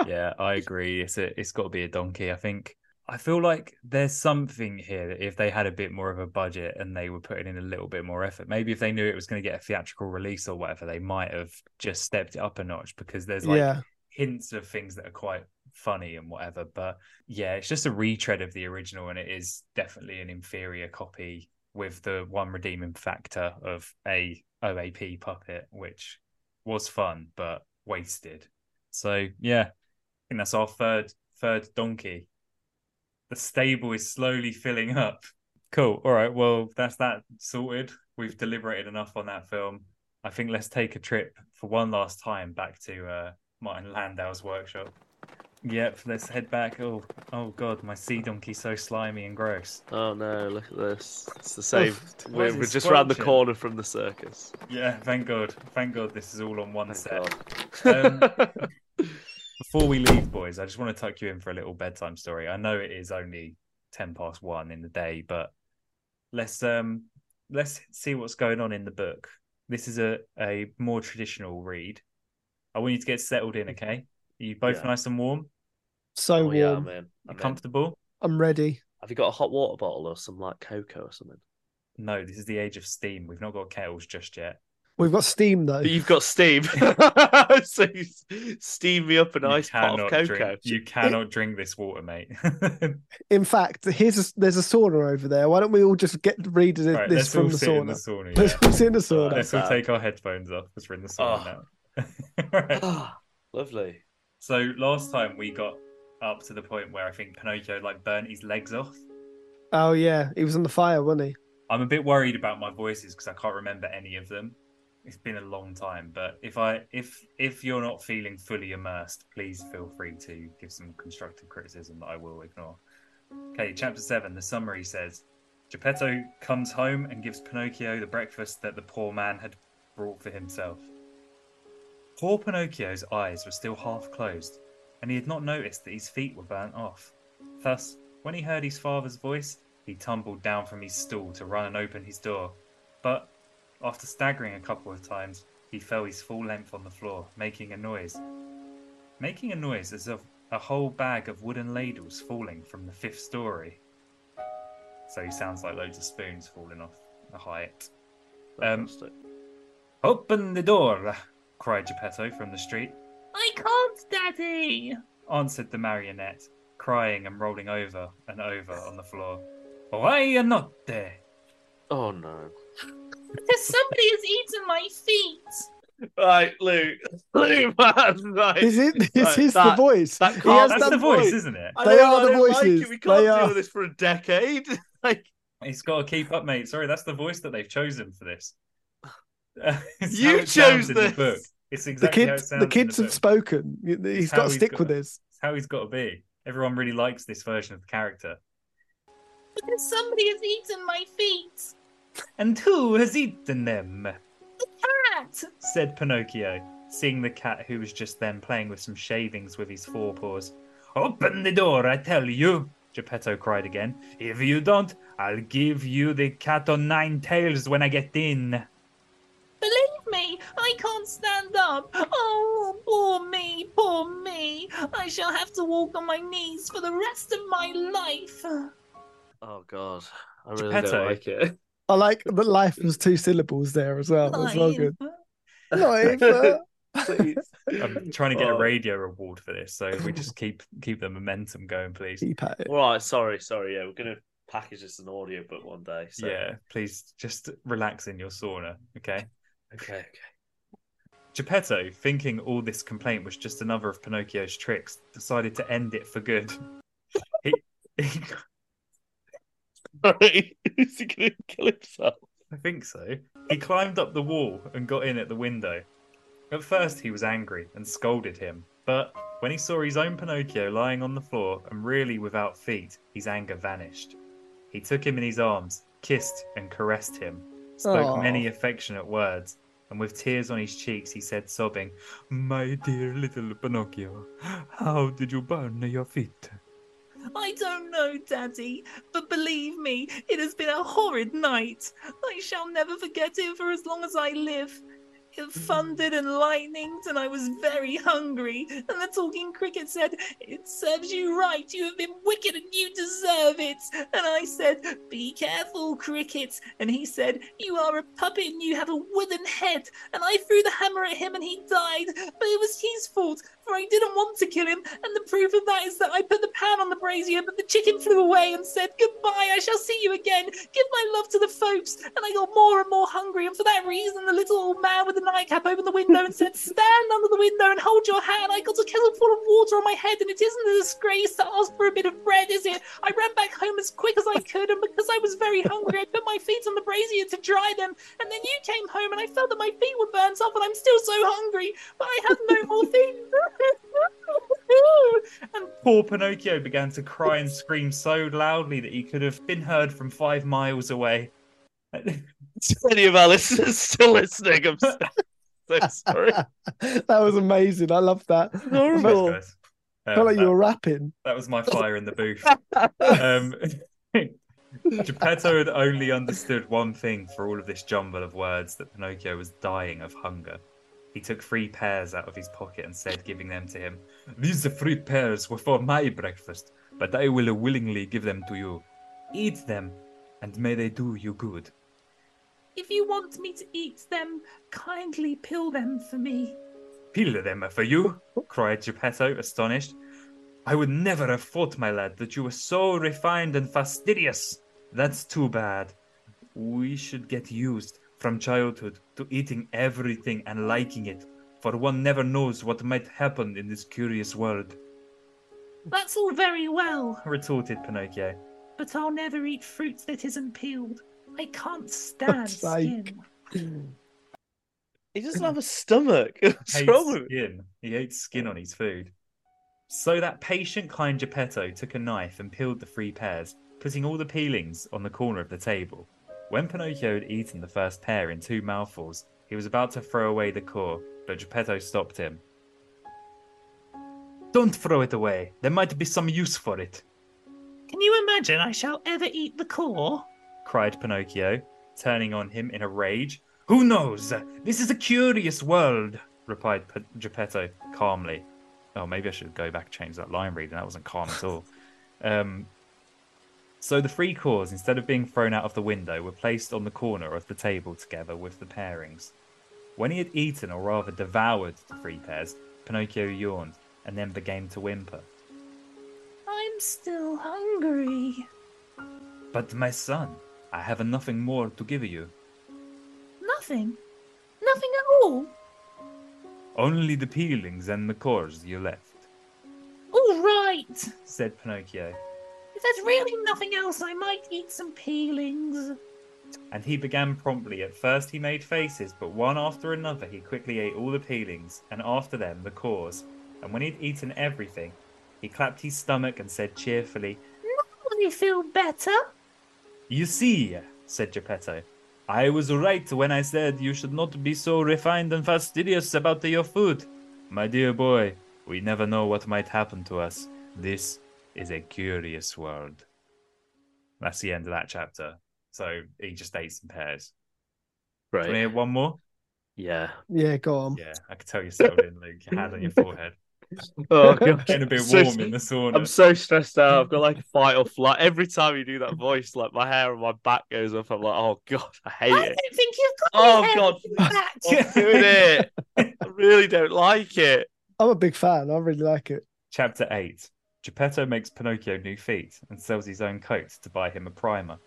S6: yeah, I agree. It's a, it's got to be a donkey. I think I feel like there's something here that if they had a bit more of a budget and they were putting in a little bit more effort, maybe if they knew it was going to get a theatrical release or whatever, they might have just stepped it up a notch because there's like
S5: yeah,
S6: hints of things that are quite funny and whatever. But yeah, it's just a retread of the original, and it is definitely an inferior copy with the one redeeming factor of a OAP puppet, which was fun but wasted. So yeah, I think that's our third third donkey. The stable is slowly filling up. Cool. All right. Well, that's that sorted. We've deliberated enough on that film. I think let's take a trip for one last time back to uh, Martin Landau's workshop. Yep, let's head back. Oh, oh God, my sea donkey's so slimy and gross.
S4: Oh no, look at this. It's the same.
S6: Oof. Why
S4: we're
S6: is it
S4: we're just round the
S6: squelching?
S4: corner from the circus.
S6: Yeah, thank God, thank God, this is all on one
S4: Thank
S6: set. Um,
S4: God.
S6: Before we leave, boys, I just want to tuck you in for a little bedtime story. I know it is only ten past one in the day, but let's um let's see what's going on in the book. This is a a more traditional read. I want you to get settled in, okay? Are you both
S4: Yeah.
S6: nice and warm?
S5: so
S4: oh
S5: warm.
S4: yeah, man.
S6: You comfortable?
S5: I'm ready.
S4: Have you got a hot water bottle or some like cocoa or something?
S6: No, this is the age of steam. We've not got kettles just yet.
S5: We've got steam though.
S4: But you've got steam, so you s- steam me up an
S6: You
S4: ice pot of
S6: cannot
S4: cocoa.
S6: Drink, you cannot drink this water, mate.
S5: In fact, here's a, there's a sauna over there. Why don't we all just get read this
S6: Right, let's
S5: this
S6: all
S5: from the
S6: sit in the
S5: sauna?
S6: sauna.
S5: Let's
S6: yeah.
S5: all sit in the
S4: Alright.
S5: sauna.
S6: Let's all
S4: Bad.
S6: take our headphones off because we're in the
S4: Oh.
S6: sauna now. Right.
S4: Ah, lovely.
S6: So last time we got up to the point where I think Pinocchio like burnt his legs off.
S5: Oh yeah, he was on the fire, wasn't he?
S6: I'm a bit worried about my voices because I can't remember any of them. It's been a long time, but if I if if you're not feeling fully immersed, please feel free to give some constructive criticism that I will ignore. Okay, chapter seven. The summary says Geppetto comes home and gives Pinocchio the breakfast that the poor man had brought for himself. Poor Pinocchio's eyes were still half closed, and he had not noticed that his feet were burnt off. Thus, when he heard his father's voice, he tumbled down from his stool to run and open his door. But, after staggering a couple of times, he fell his full length on the floor, making a noise. Making a noise as of a whole bag of wooden ladles falling from the fifth story. So he sounds like loads of spoons falling off the height. Um,
S4: Fantastic.
S6: Open the door! cried Geppetto from the street.
S3: I can't, Daddy.
S6: answered the marionette, crying and rolling over and over on the floor. Why are not there?
S4: oh no.
S3: Because somebody has eaten my feet.
S4: Right, Luke. Luke, man. Right.
S5: Is it? This
S4: Right,
S5: is the
S4: that-
S5: voice.
S4: that
S5: He
S4: can't-
S5: has
S6: That's,
S5: that
S6: the voice,
S5: voice.
S6: isn't it?
S4: I
S5: They
S4: know,
S5: are
S4: I
S5: the
S4: don't like it.
S5: voices.
S4: We
S5: They
S4: can't deal
S5: are-
S4: with this for a decade. like
S6: It's got to keep up, mate. Sorry, that's the voice that they've chosen for this. It's how
S4: You
S6: it sounds
S4: chose
S6: in the
S4: this.
S6: book. It's
S5: The
S6: exactly how it
S5: kids,
S6: sounds
S5: the
S6: in
S5: kids
S6: book.
S5: have spoken. He's
S6: It's
S5: got
S6: how
S5: to
S6: he's
S5: stick with
S6: gotta-
S5: this.
S6: It's how he's got to be. Everyone really likes this version of the character.
S3: Because somebody has eaten my feet.
S6: And who has eaten them?
S3: Cat.
S6: said Pinocchio, seeing the cat who was just then playing with some shavings with his forepaws. Open the door, I tell you! Geppetto cried again. If you don't, I'll give you the cat on nine tails when I get in.
S3: Believe me, I can't stand up. Oh, poor me, poor me. I shall have to walk on my knees for the rest of my life.
S4: Oh god. I really
S6: Geppetto.
S4: don't like it.
S5: I like that life was two syllables there as well. That's well good. Life. uh,
S4: Please.
S6: I'm trying to get a
S4: Oh.
S6: radio award for this, so we just keep keep the momentum going, please.
S5: keep at it.
S4: All right, sorry, sorry. Yeah, we're gonna package this as an audiobook one day. So.
S6: Yeah, please just relax in your sauna, okay?
S4: Okay. okay.
S6: Geppetto, thinking all this complaint was just another of Pinocchio's tricks, decided to end it for good. he, he-
S4: Sorry. Is he gonna kill himself?
S6: I think so. He climbed up the wall and got in at the window. At first, he was angry and scolded him, but when he saw his own Pinocchio lying on the floor and really without feet, his anger vanished. He took him in his arms, kissed, and caressed him. spoke
S5: Aw.
S6: many affectionate words, and with tears on his cheeks, he said, sobbing, My dear little Pinocchio, how did you burn your feet?
S3: I don't know, Daddy, but believe me, it has been a horrid night. I shall never forget it for as long as I live. It thundered and lightninged, and I was very hungry. And the talking cricket said, It serves you right, you have been wicked and you deserve it. And I said, Be careful, cricket. And he said, You are a puppet and you have a wooden head. And I threw the hammer at him and he died. But it was his fault, for I didn't want to kill him. And the proof of that is that I put the pan on the brazier, but the chicken flew away and said, Goodbye, I shall see you again. Give my love to the folks. And I got more and more hungry. And for that reason, the little old man with the nightcap opened the window and said, Stand under the window and hold your hand. I got a kettle full of water on my head, and it isn't a disgrace to ask for a bit of bread, is it? I ran back home as quick as I could, and because I was very hungry, I put my feet on the brazier to dry them. And then you came home, and I felt that my feet were burnt off, and I'm still so hungry, but I have no more feet. and
S6: Poor Pinocchio began to cry and scream so loudly that he could have been heard from five miles away.
S4: Any of our listeners still listening? I'm so, so sorry.
S5: that was amazing. I love that. I
S6: Thanks,
S5: felt,
S6: guys. Um,
S5: felt like
S6: that-
S5: you were rapping.
S6: That was my fire in the booth. um, Geppetto had only understood one thing for all of this jumble of words that Pinocchio was dying of hunger. He took three pears out of his pocket and said, giving them to him, These three pears were for my breakfast, but I will willingly give them to you. Eat them, and may they do you good.
S3: if you want me to eat them, kindly peel them for me.
S6: Peel them for you, cried Geppetto, astonished. I would never have thought, my lad, that you were so refined and fastidious. That's too bad. We should get used from childhood to eating everything and liking it, for one never knows what might happen in this curious world,
S3: That's all very well,
S6: retorted Pinocchio.
S3: but I'll never eat fruit that isn't peeled. I can't stand
S5: God's sake.
S3: skin.
S4: He doesn't have a stomach. What's
S6: hates
S4: wrong with
S6: skin. He ate skin on his food. So that patient, kind Geppetto took a knife and peeled the three pears, putting all the peelings on the corner of the table. When Pinocchio had eaten the first pear in two mouthfuls, he was about to throw away the core, but Geppetto stopped him. Don't throw it away. There might be some use for it,
S3: Can you imagine I shall ever eat the core?
S6: cried Pinocchio, turning on him in a rage. Who knows? This is a curious world, replied P- Geppetto calmly. Oh, maybe I should go back and change that line reading. That wasn't calm at all. um, so the three cores, instead of being thrown out of the window, were placed on the corner of the table together with the pairings. When he had eaten, or rather devoured, the three pears, Pinocchio yawned and then began to whimper.
S3: I'm still hungry.
S6: But my son, I have nothing more to give you.
S3: Nothing. Nothing at all.
S6: Only the peelings and the cores you left,
S3: All right.
S6: said Pinocchio,
S3: If there's really nothing else, I might eat some peelings.
S6: and he began promptly. At first he made faces, but one after another he quickly ate all the peelings, and after them the cores. And when he'd eaten everything, he clapped his stomach and said cheerfully,
S3: Will you feel better?
S6: You see, said Geppetto, I was right when I said you should not be so refined and fastidious about your food. My dear boy, we never know what might happen to us. This is a curious world. That's the end of that chapter. So he just ate some pears.
S4: him?
S6: Do you want to hear one more?
S4: Yeah.
S5: Yeah, go on.
S6: Yeah, I could tell you settled in, Luke. Your hand on your forehead.
S4: Oh god.
S6: Getting a bit
S4: I'm so-
S6: warm in the sauna.
S4: I'm so stressed out. I've got like fight or flight. Every time you do that voice, like my hair on my back goes up. I'm like, oh god, I
S3: I
S4: hate it.
S3: don't think you've got
S4: Oh,
S3: any hair
S4: God,
S3: on your back.
S4: Stop doing it. I really don't like it.
S5: I'm a big fan. I really like it.
S6: Chapter 8 Geppetto makes Pinocchio new feet and sells his own coat to buy him a primer.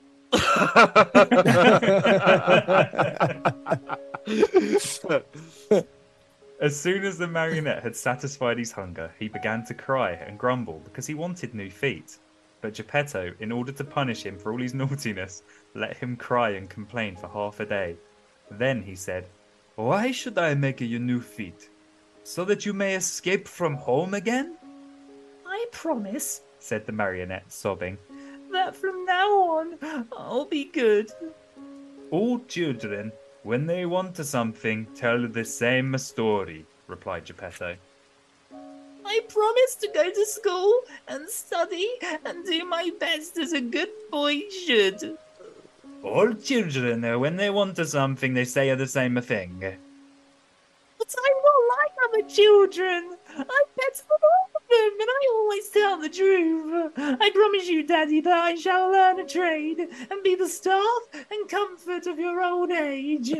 S6: As soon as the marionette had satisfied his hunger, he began to cry and grumble because he wanted new feet. But Geppetto, in order to punish him for all his naughtiness, let him cry and complain for half a day. Then he said, Why should I make you new feet? So that you may escape from home again?
S3: I promise
S6: said the marionette, sobbing.
S3: that from now on, I'll be good.
S6: All children, when they want something, tell the same story, replied Geppetto.
S3: I promise to go to school and study and do my best as a good boy should.
S6: All children, uh, when they want something, they say the same thing.
S3: But I'm not like other children. I'm better than all of them, and I always tell the truth. I promise you, Daddy, that I shall learn a trade and be the staff and comfort of your old age.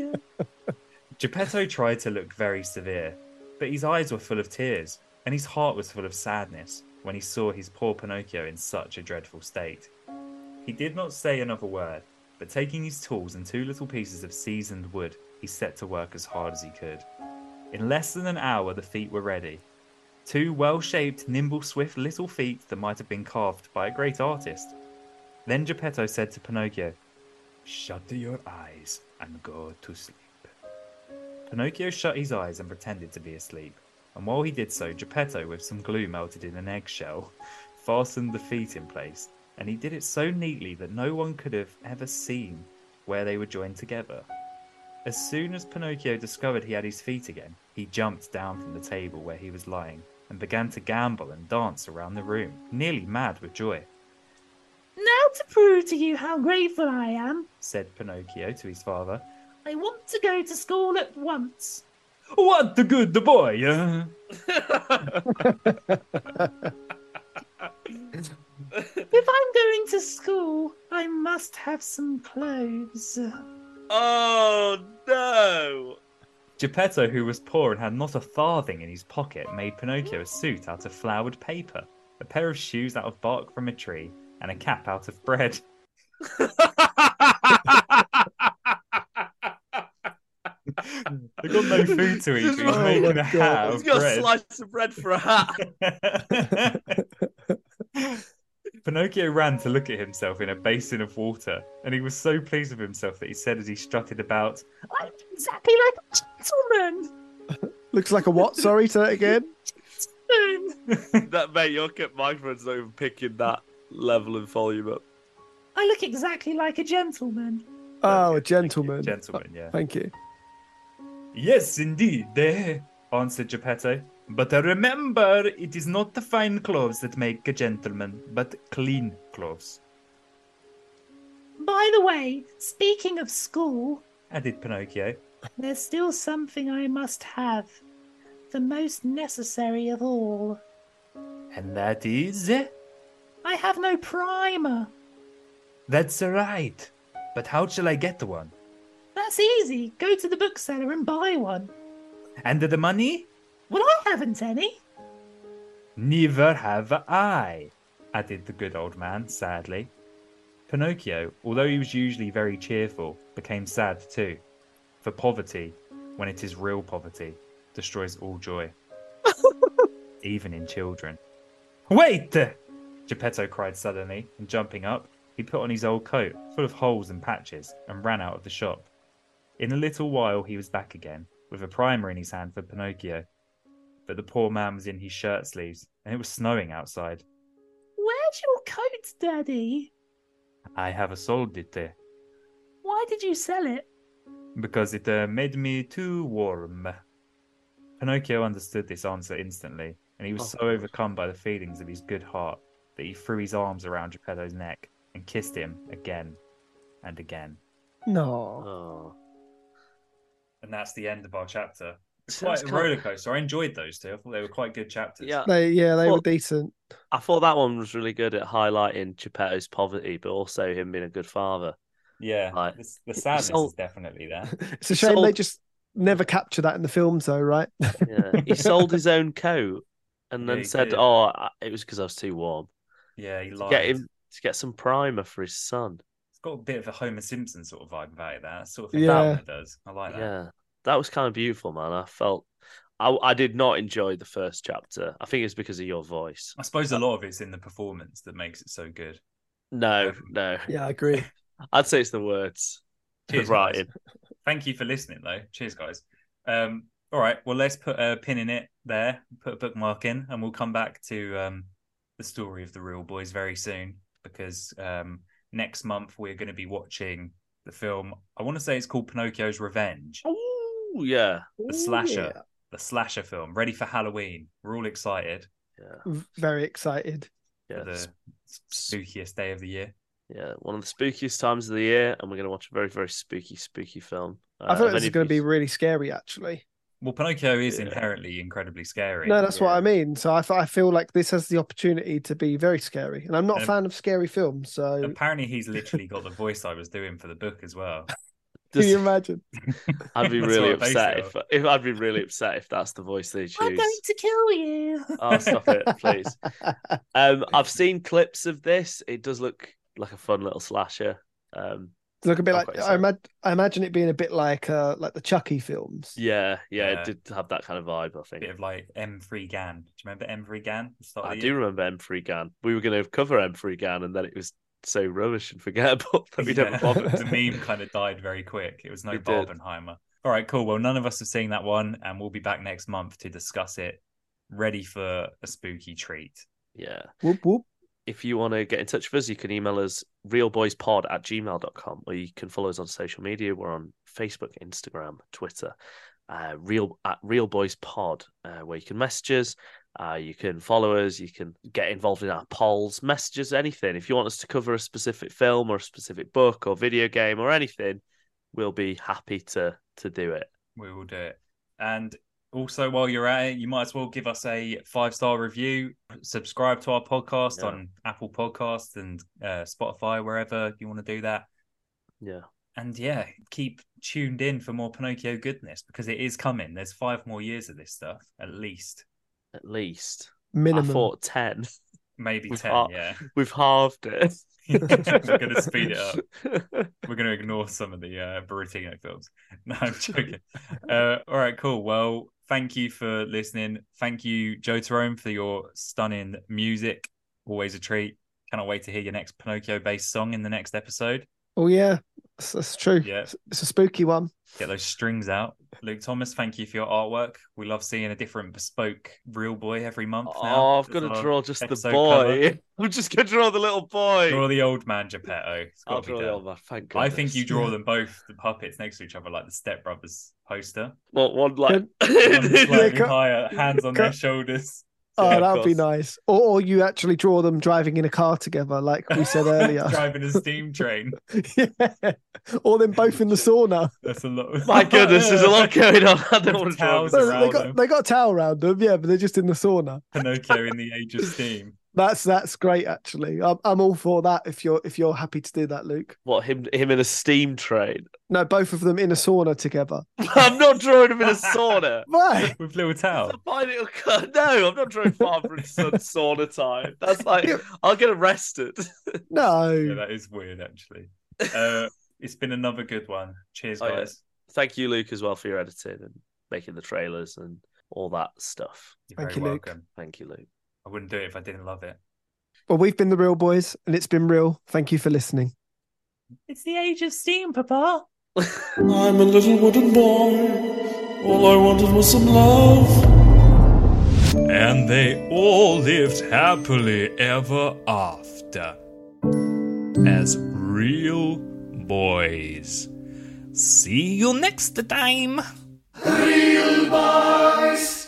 S6: Geppetto tried to look very severe, but his eyes were full of tears, and his heart was full of sadness when he saw his poor Pinocchio in such a dreadful state. He did not say another word, but taking his tools and two little pieces of seasoned wood, he set to work as hard as he could. In less than an hour, the feet were ready. Two well shaped, nimble, swift little feet that might have been carved by a great artist. Then Geppetto said to Pinocchio, Shut your eyes and go to sleep. Pinocchio shut his eyes and pretended to be asleep, and while he did so, Geppetto, with some glue melted in an eggshell, fastened the feet in place, and he did it so neatly that no one could have ever seen where they were joined together. As soon as Pinocchio discovered he had his feet again, he jumped down from the table where he was lying and began to gamble and dance around the room, nearly mad with joy.
S3: Now to prove to you how grateful I am,
S6: Said Pinocchio to his father,
S3: I want to go to school at once.
S6: What the good the boy! eh?"
S3: If I'm going to school, I must have some clothes.
S4: Oh no!
S6: Geppetto, who was poor and had not a farthing in his pocket, made Pinocchio a suit out of flowered paper, a pair of shoes out of bark from a tree, and a cap out of bread. They got no food to eat,
S4: Just oh
S6: but he's
S4: my-
S6: making a hat out
S4: He's
S6: of
S4: got
S6: bread.
S4: a slice of bread for a hat.
S6: Pinocchio ran to look at himself in a basin of water, and he was so pleased with himself that he said as he strutted about,
S3: I'm exactly like a gentleman.
S5: Looks like a what? Sorry, say that again.
S3: Um,
S4: that mate, your kit microphone's not even picking that level and volume up.
S3: I look exactly like a gentleman.
S5: Oh, a
S6: "Thank you,
S5: gentleman.
S6: Gentleman, yeah.
S5: Thank you.
S6: Yes, indeed, eh, answered Geppetto. But remember, it is not the fine clothes that make a gentleman, but clean clothes,
S3: By the way, speaking of school,
S6: added Pinocchio.
S3: there's still something I must have. The most necessary of all.
S6: And that is.
S3: I have no primer.
S6: That's right. But how shall I get one?
S3: That's easy. Go to the bookseller and buy one.
S6: And the money?
S3: Well, I haven't any.
S6: Neither have I, added the good old man sadly. Pinocchio, although he was usually very cheerful, became sad too. For poverty, when it is real poverty, destroys all joy, even in children. Wait! Geppetto cried suddenly, and jumping up, he put on his old coat, full of holes and patches, and ran out of the shop. In a little while he was back again, with a primer in his hand for Pinocchio but the poor man was in his shirt sleeves and it was snowing outside.
S3: Where's your coat, Daddy?
S6: I have sold it uh,
S3: Why did you sell it?
S6: because it uh, made me too warm. Pinocchio understood this answer instantly, and
S4: Oh,
S6: he was so overcome by the feelings of his good heart that he threw his arms around Geppetto's neck and kissed him again and again.
S5: No.
S4: Oh.
S6: And that's the end of our chapter. It's
S4: Sounds kind
S6: quite a
S4: of-
S6: rollercoaster. I enjoyed those two. I thought they were quite good chapters.
S4: Yeah,
S5: They, yeah, they
S4: Well-
S5: were decent.
S4: I thought that one was really good at highlighting Geppetto's poverty, but also him being a good father.
S6: yeah.
S4: Right.
S6: The, the sadness
S4: sold-
S6: is definitely there.
S5: It's a shame
S4: So-
S5: they just never capture that in the films, though, right?
S4: Yeah, he sold his own coat and
S6: Yeah,
S4: then
S6: he
S4: said,
S6: did.
S4: "Oh, I- it was because I was too warm."
S6: Yeah, he
S4: To
S6: lied.
S4: get him to get some primer for his son.
S6: It's got a bit of a Homer Simpson sort of vibe about it. That sort of
S5: Yeah.
S6: yeah. does. I like that.
S4: Yeah, that was kind of beautiful, man. I felt I, I did not enjoy the first chapter. I think it's because of your voice.
S6: I suppose a lot of it's in the performance that makes it so good.
S4: No,
S6: Um,
S4: no,
S5: Yeah, I agree.
S4: I'd say it's the words, the
S6: Cheers,
S4: writing.
S6: guys. Thank you for listening, though. Cheers, guys. Um, all right, well, let's put a pin in it there, put a bookmark in, and we'll come back to um, the story of the Real Boys very soon because um, next month we're going to be watching the film. I want to say it's called Pinocchio's Revenge,
S4: Oh yeah,
S6: the slasher, the slasher film. Ready for Halloween. We're all excited
S5: V- Very excited.
S4: yeah,
S6: for the
S4: s-
S6: spookiest day of the year.
S4: yeah. One of the spookiest times of the year, and we're gonna watch a very very spooky spooky film. Uh,
S5: I thought
S4: have
S5: it was
S4: any of
S5: going to be
S4: you-
S5: really scary, actually.
S6: Well, Pinocchio is
S4: Yeah.
S6: inherently incredibly scary.
S5: No, that's what
S4: Yeah.
S5: I mean. So I, f- I feel like this has the opportunity to be very scary, and I'm not a
S6: Um,
S5: fan of scary films. So
S6: Apparently, he's literally got the voice I was doing for the book as well.
S5: can
S4: Does-
S5: you imagine?
S4: I'd be
S6: That's
S4: really
S6: what I based
S4: upset
S6: it
S4: if, if I'd be really upset if that's the voice they
S3: I'm
S4: choose.
S3: going to kill you.
S4: Oh, stop it, please. Um, I've seen clips of this. It does look like a fun little slasher. Um,
S5: Look a bit
S4: I'm
S5: like
S4: quite
S5: I, imag- I imagine it being a bit like uh, like the Chucky films.
S4: yeah, yeah,
S6: Yeah.
S4: it did have that kind of vibe. I think.
S6: bit of like M3 Gan. Do you remember M3 Gan? The start of
S4: I
S6: the
S4: do
S6: year?
S4: remember M3 Gan. We were going to cover M3 Gan, and then it was so rubbish and forgettable that we
S6: Yeah.
S4: never bothered.
S6: the meme kind of died very quick. It was no
S4: It did.
S6: Barbenheimer. All right, cool. Well, none of us have seen that one, and we'll be back next month to discuss it. Ready for a spooky treat.
S4: yeah.
S5: Whoop whoop.
S4: If you want to get in touch with us, you can email us realboyspod at gmail.com or you can follow us on social media. We're on Facebook, Instagram, Twitter, uh, real at Real Boys Pod, uh, where you can message us. Uh, you can follow us. You can get involved in our polls, messages, anything. If you want us to cover a specific film or a specific book or video game or anything, we'll be happy to to do it.
S6: We will do it. And also, while you're at it, you might as well give us a five star review. Subscribe to our podcast
S4: Yeah.
S6: on Apple Podcasts and uh, Spotify, wherever you want to do that.
S4: Yeah.
S6: And yeah, keep tuned in for more Pinocchio goodness because it is coming. There's five more years of this stuff, at least,
S4: At least. I
S5: Minimum.
S4: thought 10.
S6: maybe
S4: We've
S6: ten.
S4: got-
S6: Yeah,
S4: We've halved it.
S6: we're gonna speed it up. We're gonna ignore some of the uh, Baratino films. No, I'm joking. Uh, all right, cool. Well, thank you for listening. Thank you, Joe Terome, for your stunning music. Always a treat. Cannot wait to hear your next Pinocchio-based song in the next episode.
S5: Oh yeah, that's, that's true.
S6: Yeah.
S5: It's- It's a spooky one.
S6: Get those strings out. Luke Thomas, thank you for your artwork. We love seeing a different bespoke real boy every month now.
S4: Oh, I've got to
S6: That's
S4: draw just the
S6: episode
S4: boy. I'm just going to draw the little boy.
S6: our- Draw the old man, Geppetto. It's gotta
S4: I'll
S6: be
S4: draw the
S6: done.
S4: old man. Thank
S6: I think
S4: goodness.
S6: you draw them both, the puppets next to each other, like the Step Brothers poster.
S4: What, one like.
S6: One slightly
S5: cut-
S6: higher, hands on their
S5: cut-
S6: shoulders.
S5: Oh,
S4: Yeah, of
S5: that would be
S4: course.
S5: nice. Or, or you actually draw them driving in a car together, like we said earlier.
S6: Driving a steam train.
S5: yeah. Or them both in the sauna.
S6: That's a lot.
S4: My goodness, there's a lot going on. I
S6: With
S4: don't want to draw.
S6: towels
S4: this.
S6: around.
S5: They
S6: Around
S5: got,
S6: them.
S5: they got a towel around them, yeah, but they're just in the sauna.
S6: Pinocchio in the age of steam.
S5: That's that's great actually. Um, I'm, I'm all for that if you're if you're happy to do that, Luke.
S4: What, him, him in a steam train?
S5: No, both of them in a sauna together.
S4: I'm not drawing him in a sauna.
S5: Right.
S6: With little
S4: I
S6: towel.
S4: find it'll cut- No, I'm not drawing father and son sauna time. That's like, I'll get arrested.
S6: Yeah,
S5: No.
S6: that is weird, actually. Uh, it's been another good one. Cheers,
S4: Oh, yeah.
S6: guys.
S4: Thank you, Luke, as well, for your editing and making the trailers and all that stuff.
S6: You're
S5: Thank
S6: very
S5: you, Luke.
S6: welcome.
S4: Thank you, Luke.
S6: I wouldn't do it if I didn't love it.
S5: Well, we've been the real boys and it's been real. Thank you for listening.
S3: It's the age of steam, Papa.
S7: I'm a little wooden boy. All I wanted was some love. And they all lived happily ever after. As real boys. See you next time. Real boys.